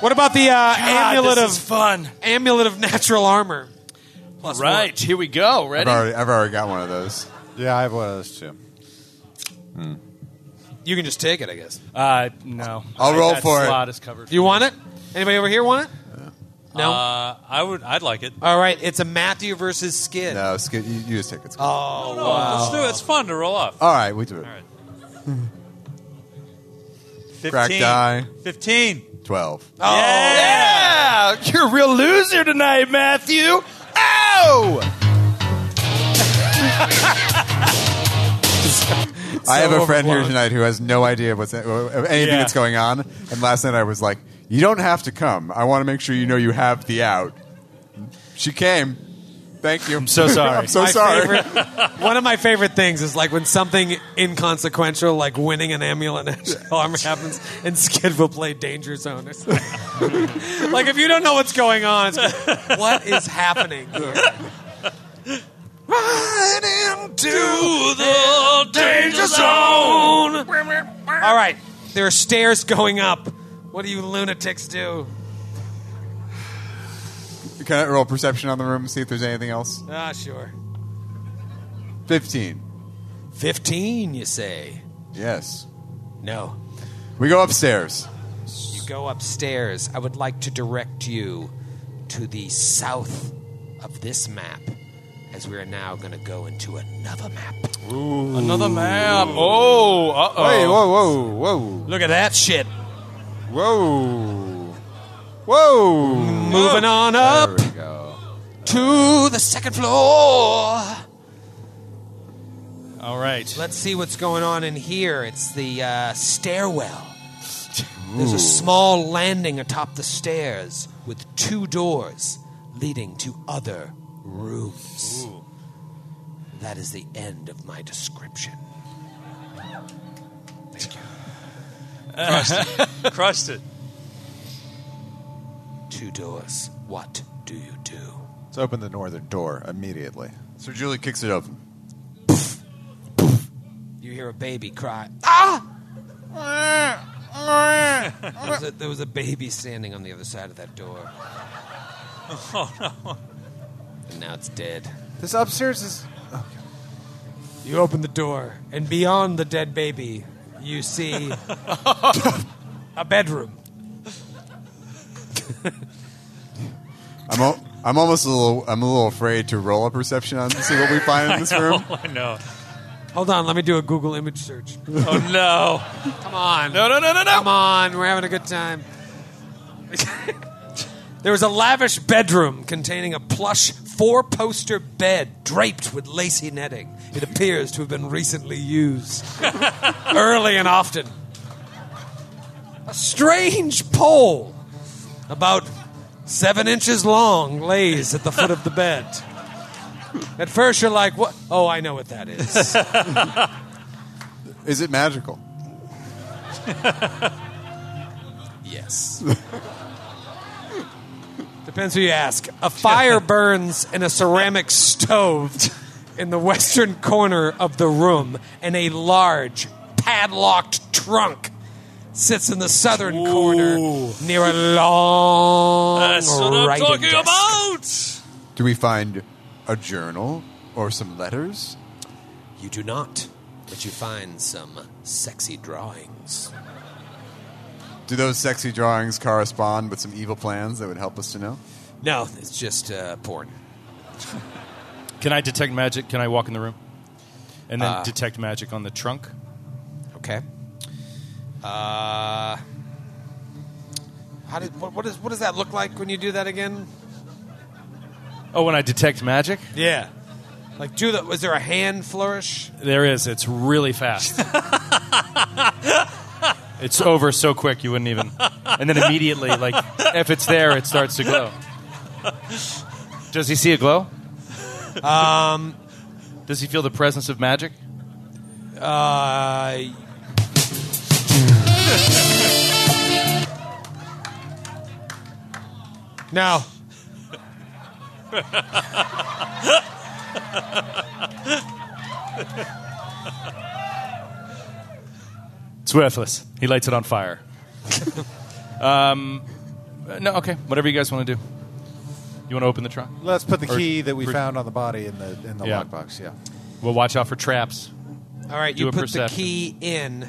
A: What about the uh, amulet
C: God,
A: of
C: this is fun.
A: amulet of natural armor? Plus
C: Right, here we go.
B: I've
C: Ready?
B: already, I've already got one of those.
F: Yeah, I have one of those too.
A: one. You can just take it, I guess.
C: Uh, no.
B: I'll
C: I-
B: roll
C: that
B: for it.
C: slot is covered.
A: Do you want it? Anybody over here want it? No.
E: Uh, I would. I'd like it.
A: All right, it's a Matthew versus Skid.
B: No, it's good. You, you just take it. It's good.
A: Oh,
E: No, let's do it. It's fun to roll off.
B: All right, we do it.
E: right. 15.
B: Cracked eye.
E: Fifteen.
B: Twelve.
A: Oh.
C: Yeah! You're a real loser tonight, Matthew. Ow!
B: I have
A: so
B: a friend here
A: overblown.
B: tonight who has no idea what's of anything
C: Yeah.
B: that's going on. And last night I was like, "You don't have to come. I want to make sure you know you have the out." She came. Thank you. I'm *laughs*
C: so sorry.
B: I'm so
A: My
B: sorry.
A: favorite- one of my favorite things is like when something inconsequential, like winning an amulet national *laughs* armor, happens, and Skid will play Danger Zone or something. *laughs* like if you don't know what's going on, it's like, what is happening? here?" Right into the danger zone. All right, there are stairs going up. What do you lunatics do?
B: Can I roll perception on the room and see if there's anything else?
A: Ah, sure.
B: Fifteen.
A: Fifteen, you say?
B: Yes.
A: No.
B: We go upstairs.
A: You go upstairs. I would like to direct you to the south of this map, as we are now going to go into another map.
C: Another map. Oh, uh oh.
F: Hey, whoa, whoa,
A: Look at that shit.
F: whoa, whoa, whoa!
A: Moving on up
F: There we go.
A: to the second floor.
C: All right.
A: Let's see what's going on in here. It's the uh, stairwell. There's a small landing atop the stairs with two doors leading to other rooms. That is the end of my description.
E: Crushed it.
A: Two doors. What do you do?
F: Let's open the northern door immediately.
B: So Julie kicks it open.
A: You hear a baby cry. Ah! there, was a, there was a baby standing on the other side of that door. Oh no! And now it's dead.
F: This upstairs is.
A: You open the door, and beyond the dead baby, you *laughs* see a bedroom.
B: I'm, al- I'm almost a little. I'm a little afraid to roll a perception on to see what we *laughs* find in this room.
E: Oh no.
A: Hold on, let me do a Google image search.
E: Oh no.
A: Come on.
C: No, no, no, no,
A: Come
C: no.
A: on, we're having a good time. *laughs* there was a lavish bedroom containing a plush four poster bed draped with lacy netting. It appears to have been recently
C: *laughs*
A: used early and often. A strange pole, about seven inches long, lays at the foot of the bed. At first, you're like, what? Oh, I know what that is.
B: Is it magical?
A: Yes. *laughs* Depends who you ask. A fire burns in a ceramic stove in the western corner of the room, and a large padlocked trunk sits in the southern corner near a long
E: That's what I'm
A: writing
E: talking
A: desk.
E: about.
B: Do we find a journal or some letters?
A: You do not, but you find some sexy drawings.
B: Do those sexy drawings correspond with some evil plans that would help us to know?
A: No, it's just uh, porn.
C: Can I detect magic? Can I walk in the room? And
A: Ah.
C: then detect magic on the trunk?
A: Okay. Uh, how did what, what is what does that look like when you do that again?
C: Oh, when I detect magic?
A: Yeah. Like do the was there a hand flourish?
C: There is. It's
A: *laughs*
C: really fast. it's over so quick you wouldn't even. And then immediately, like, if it's there, it starts to glow. Does he see a glow? Um, Does he feel the presence of magic?
A: Uh, no.
C: It's worthless. He lights it on fire. *laughs* um, no, okay. Whatever you guys want to do. You want to open the trunk?
F: Let's put the
C: Or-
F: key that we
C: or-
F: found on the body in the in the
C: Yeah.
F: lockbox. Yeah.
C: Well, watch out for traps.
A: All right,
C: Do
A: you
C: a
A: put
C: perception.
A: the key in,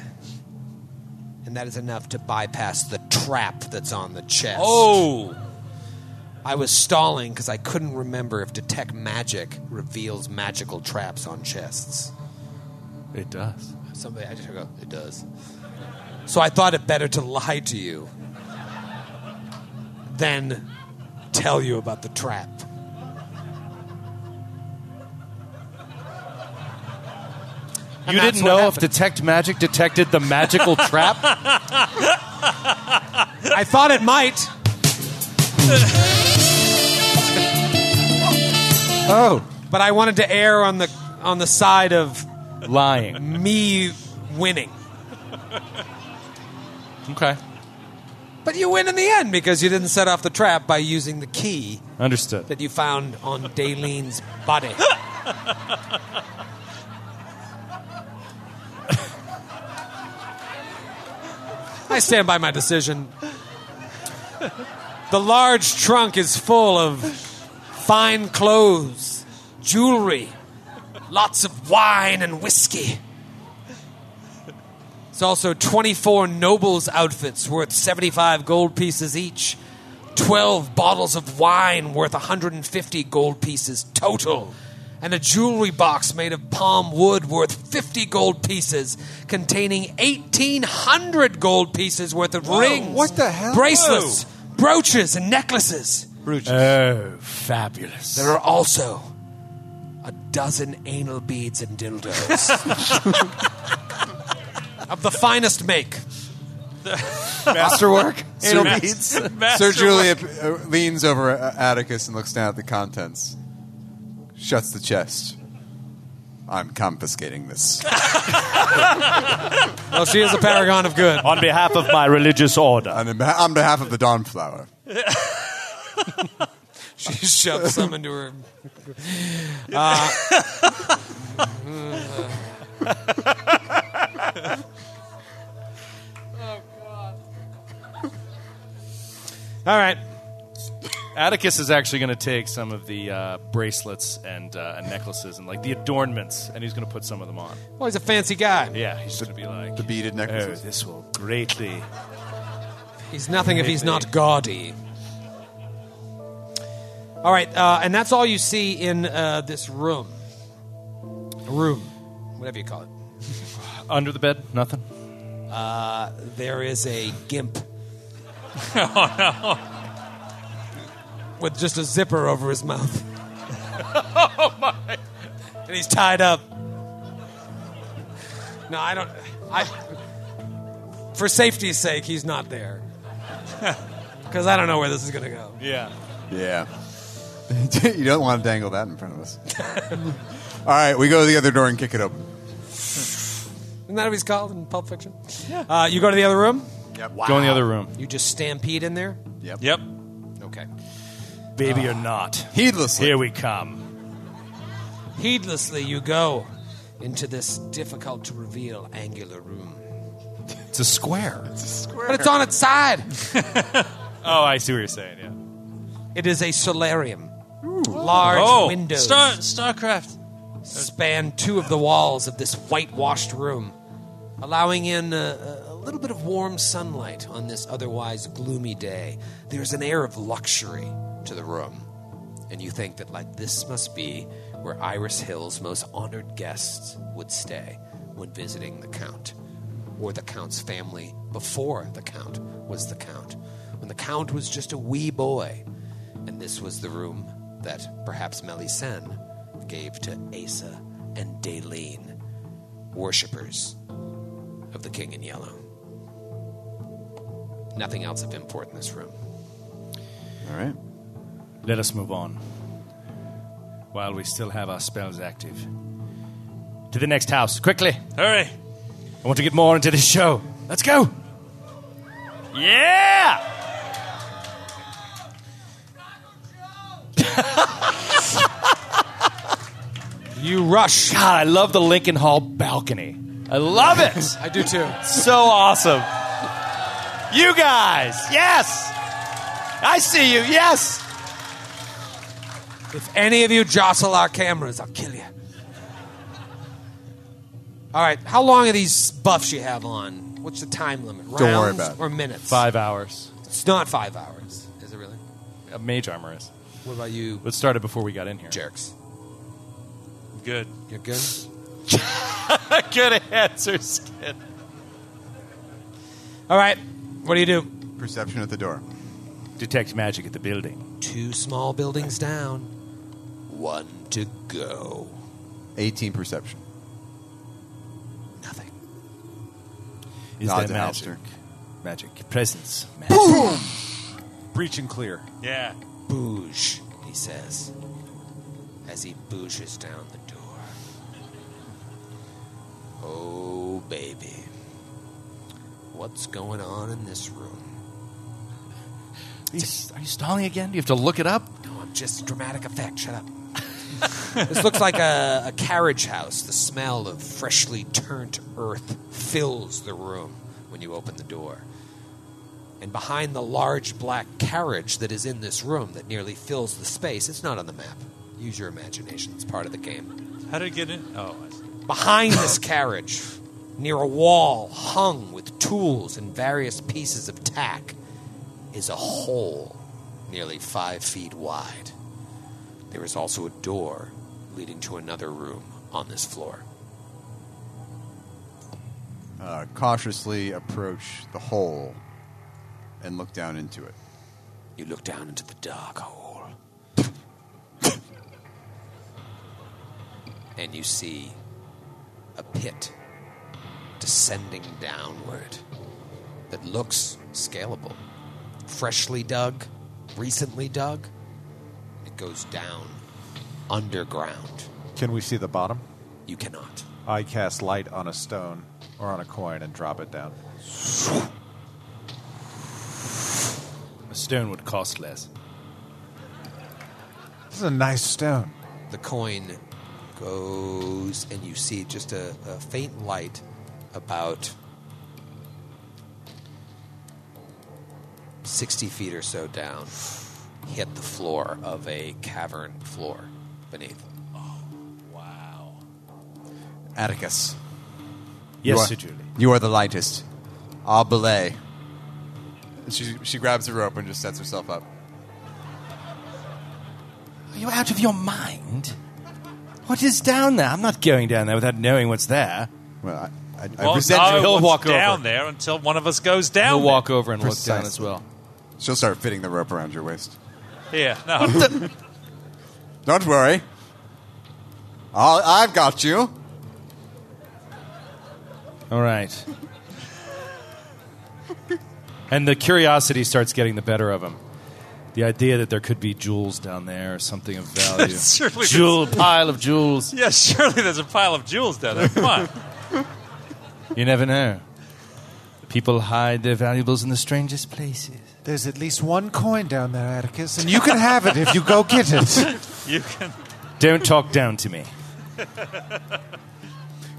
A: and that is enough to bypass the trap that's on the chest.
E: Oh,
A: I was stalling because I couldn't remember if detect magic reveals magical traps on chests.
C: It does.
A: Somebody, I just go, it does. So I thought it better to lie to you than tell you about the trap.
C: You
A: that's
C: didn't
A: what
C: know if
A: happened.
C: Detect Magic detected the
A: *laughs*
C: magical trap?
A: I thought it might.
F: Oh,
A: but I wanted to err on the on the side of
C: Lying.
A: me winning.
C: Okay.
A: But you win in the end because you didn't set off the trap by using the key
C: Understood.
A: that you found on Dalene's body. I stand by my decision. The large trunk is full of fine clothes, jewelry, lots of wine and whiskey. It's also 24 nobles' outfits worth 75 gold pieces each, 12 bottles of wine worth 150 gold pieces total, and a jewelry box made of palm wood worth 50 gold pieces containing 1,800 gold pieces worth of rings,
F: what the hell?
A: bracelets, brooches, and necklaces.
C: Oh, fabulous.
A: There are also a dozen anal beads and *laughs* dildos of the finest make.
B: *laughs* Masterwork? Sir, Sir
E: Masterwork.
B: Julia uh, leans over uh, Atticus and looks down at the contents. Shuts the chest. I'm confiscating *laughs* this.
A: Well, she is a paragon of good.
C: On behalf of my religious order.
B: On, the beh- on behalf of the Dawnflower.
A: *laughs* She shoved some into her.
C: All right. Atticus is actually going to take some of the uh, bracelets and, uh, and necklaces and like the adornments, and he's going to put some of them on.
A: Well, he's a fancy guy.
C: Yeah, he's going to be like,
B: The beaded
C: "Oh,
B: necklaces.
C: this will greatly."
A: He's nothing if he's not gaudy. All right, uh, and that's all you see in uh, this room. Room, whatever you call it.
C: Under the bed, nothing.
A: there is a gimp. With just a zipper over his mouth. oh my! And he's tied up. No, I don't. I, for safety's sake, he's not there. Because I don't know where this is going to go.
C: Yeah.
B: Yeah. *laughs* you don't want to dangle that in front of us. *laughs* All right, we go to the other door and kick it open.
A: Isn't that what he's called in Pulp Fiction? Uh, you go to the other room.
B: Yep.
C: Go in the other room,
A: You just stampede in there.
E: yep.
A: Okay.
C: baby or not.
B: Heedlessly.
C: Here we come.
A: Heedlessly, you go into this difficult to reveal angular room.
C: It's a square.
A: But it's on its side.
C: Oh, I see what you're saying. Yeah.
A: It is a solarium. Large
E: Oh,
A: windows
E: Star Starcraft.
A: span two of the walls of this whitewashed room, allowing in uh, a, a little bit of warm sunlight on this otherwise gloomy day. There's an air of luxury to the room, and you think that like this must be where Iris Hill's most honored guests would stay when visiting the count or the Count's family before the Count was the Count, when the Count was just a wee boy. And this was the room that perhaps Melisende gave to Asa and Daleen, worshippers of the King in Yellow. Nothing else of import in this room.
B: All right.
C: Let us move on while we still have our spells active. To the next house, quickly.
E: Hurry!
C: I want to get more into this show. Let's go. Yeah.
A: *laughs* You rush.
C: God, I love the Lincoln Hall balcony. I love it.
A: *laughs* I do too.
C: so awesome. You guys, yes. I see you, yes.
A: If any of you jostle our cameras, I'll kill you. All right, how long are these buffs you have on? What's the time limit? Rounds
B: worry about it.
A: or minutes?
C: Five hours.
A: It's not five hours. Is it really?
C: A mage armor is.
A: What about you,
C: Let's start it before we got in here.
A: jerks?
E: Good.
A: You're good?
C: Good answer, Skid.
A: All right. What do you do?
B: Perception at the door.
C: Detect magic at the building.
A: Two small buildings down, one to go.
B: 18 perception.
A: Nothing.
C: Is
B: Nod
C: there
B: to
C: magic?
B: Alistair.
C: Magic. Presence. Magic.
F: Breach and clear.
E: Yeah.
A: Booge, he says, as he bouges down the door. Oh, baby. What's going on in this room?
C: Are you, are you stalling again? Do you have to look it up?
A: No, I'm just dramatic effect. Shut up. *laughs* this looks like a, a carriage house. The smell of freshly turned earth fills the room when you open the door. And behind the large black carriage that is in this room that nearly fills the space, it's not on the map. Use your imagination, it's part of the game
E: How did it get in? Oh, I see.
A: behind this carriage, near a wall hung with tools and various pieces of tack, is a hole nearly five feet wide. There is also a door leading to another room on this floor.
B: Uh, cautiously approach the hole and look down into it.
A: You look down into the dark hole. and you see a pit descending downward that looks scalable. Freshly dug, recently dug. It goes down underground.
F: Can we see the bottom?
A: You cannot.
F: I cast light on a stone or on a coin and drop it down.
C: A stone would cost less.
F: This is a nice stone.
A: the coin goes and you see just a, a faint light about 60 feet or so down hit the floor of a cavern floor beneath
B: Atticus.
C: Yes,
B: You are-
C: Sir Julie.
B: You are the lightest. Ah, belay. She, she grabs the rope and just sets herself up.
C: Are you out of your mind? What is down there? I'm not going down there without knowing what's there.
B: Well, I, I, I
E: Well,
B: resent
E: no,
B: you.
C: He'll
E: what's
C: walk over.
E: down there until one of us goes down.
C: I'll walk over and look down
B: Precisely.
C: as well.
B: She'll start fitting the rope around your waist.
E: there. Yeah. *laughs* No.
B: Don't worry. I'll, I've got you.
C: All right. and the curiosity starts getting the better of him. The idea that there could be jewels down there or something of value.
E: Certainly-
C: Jewel pile of jewels.
E: yeah. Surely there's a pile of jewels down there. Come on.
C: You never know. People hide their valuables in the strangest places.
F: There's at least one coin down there, Atticus, and you can have it if you go get it.
E: You can.
C: Don't talk down to me.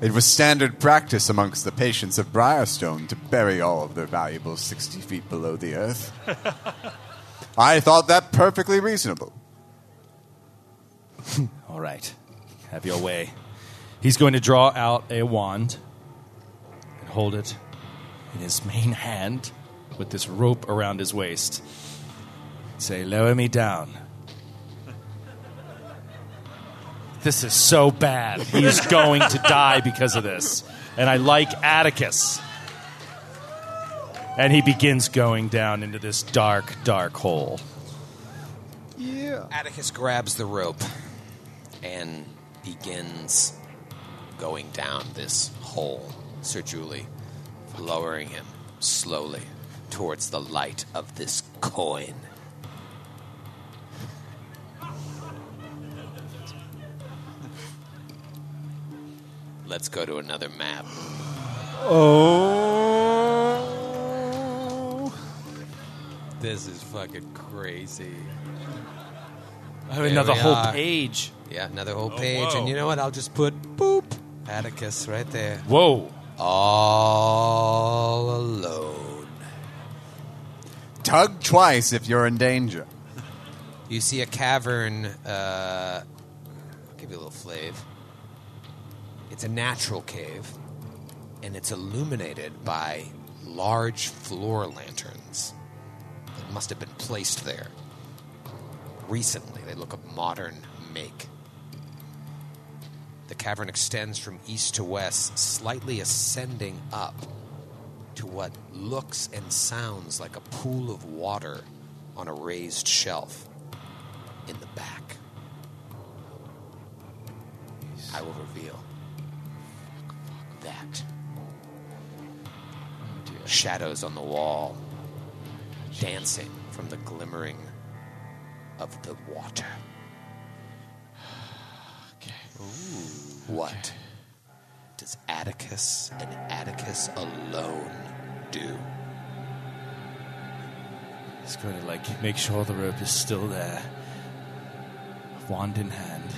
B: It was standard practice amongst the patients of Briarstone to bury all of their valuables 60 feet below the earth. I thought that perfectly reasonable.
C: All right. Have your way. He's going to draw out a wand and hold it in his main hand with this rope around his waist. Say, lower me down. This is so bad. He's going to die because of this. And I like Atticus. And he begins going down into this dark, dark hole.
A: Atticus grabs the rope and begins going down this hole. Sir Julie lowering him slowly towards the light of this coin. Let's go to another map.
E: Oh.
A: This is fucking
C: *laughs*
A: crazy.
C: Another
A: we
C: whole
A: are. Oh,
C: page.
A: Yeah, another whole page.
E: whoa.
A: And you know what? I'll just put boop Atticus right there.
C: Whoa.
A: all alone.
B: Tug twice if you're in danger.
A: You see a cavern. Uh, I'll give you a little flav. It's a natural cave, and it's illuminated by large floor lanterns that must have been placed there recently. They look of modern make. The cavern extends from east to west, slightly ascending up to what looks and sounds like a pool of water on a raised shelf in the back. I will reveal that. Shadows on the wall, dancing from the glimmering of the water. Okay. What does Atticus and Atticus alone do?
C: He's going to like make sure the rope is still there. Wand in hand.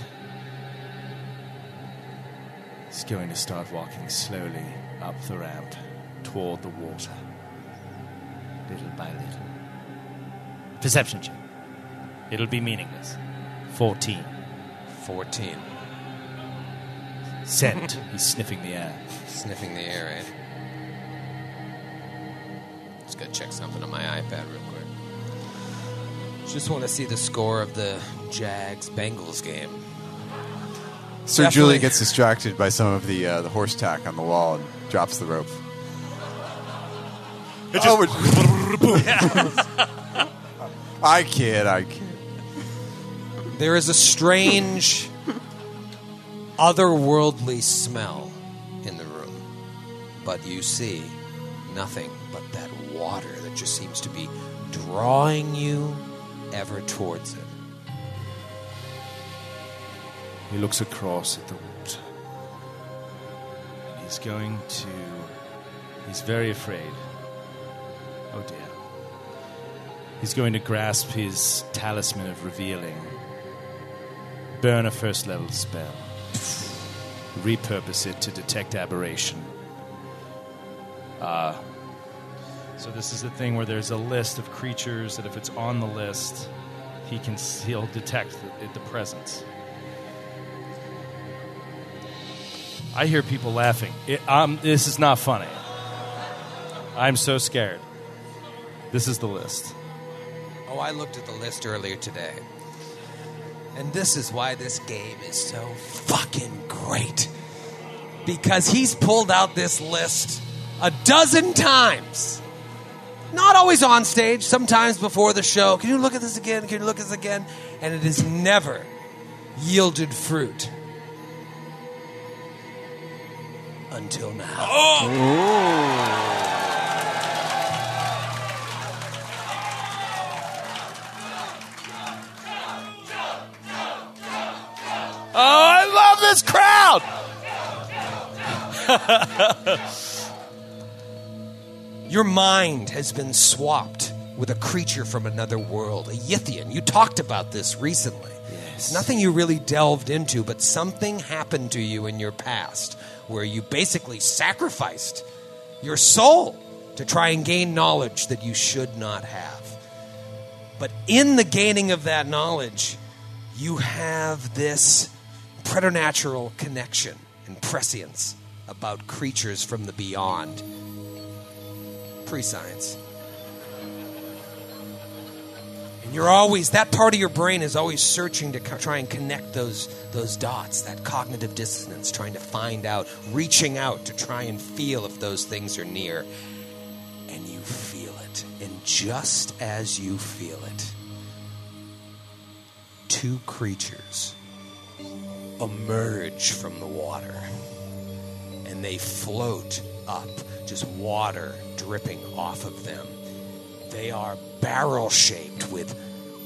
C: He's going to start walking slowly up the ramp toward the water. Little by little. Perception check. It'll be meaningless. 14.
A: 14.
C: Scent. He's sniffing the air.
A: Sniffing the air, right? Just gotta check something on my iPad real quick. Just want to see the score of the Jags Bengals game.
B: Sir
A: Definitely.
B: Julie gets distracted by some of the uh, the horse tack on the wall and drops the rope. Oh, we're- *laughs* I kid, I kid.
A: There is a strange, otherworldly smell in the room, but you see nothing but that water that just seems to be drawing you ever towards it.
C: He looks across at the water. He's going to. He's very afraid. Oh dear. He's going to grasp his talisman of revealing. Burn a first level spell. Repurpose it to detect aberration. Uh, so this is the thing where there's a list of creatures that if it's on the list, he can he'll detect the, the presence. I hear people laughing. It, um, this is not funny. I'm so scared. This is the list.
A: Oh, I looked at the list earlier today. And this is why this game is so fucking great. Because he's pulled out this list a dozen times. Not always on stage, sometimes before the show. Can you look at this again? Can you look at this again? And it has never yielded fruit. Until now.
C: Oh, I love this crowd!
A: Your mind has been swapped with a creature from another world, a Yithian. You talked about this recently. Yes. Nothing you really delved into, but something happened to you in your past where you basically sacrificed your soul to try and gain knowledge that you should not have. But in the gaining of that knowledge, you have this preternatural connection and prescience about creatures from the beyond. Pre science. And you're always, that part of your brain is always searching to co- try and connect those, those dots, that cognitive dissonance, trying to find out, reaching out to try and feel if those things are near. And you feel it. And just as you feel it, two creatures emerge from the water and they float up, just water dripping off of them. They are barrel shaped with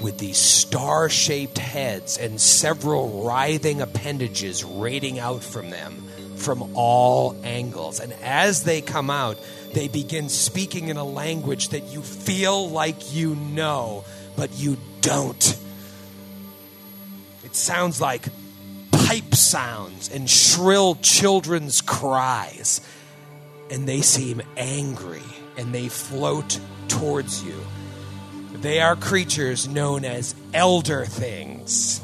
A: with these star shaped heads and several writhing appendages rating out from them from all angles. And as they come out, they begin speaking in a language that you feel like you know, but you don't. It sounds like pipe sounds and shrill children's cries. And they seem angry and they float towards you. They are creatures known as elder things.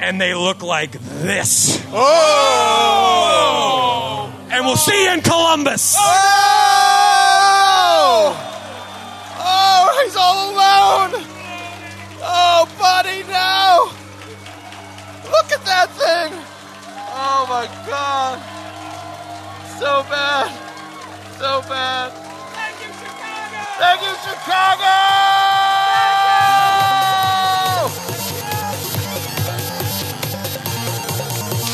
A: And they look like this. Oh! And we'll see you in Columbus.
I: Oh! Oh, he's all alone! Oh, buddy, no! Look at that thing! Oh my god! So bad! So bad! Thank you, Chicago! Thank you, Chicago!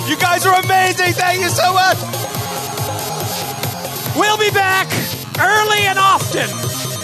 A: You guys are amazing. Thank you so much. We'll be back early and often.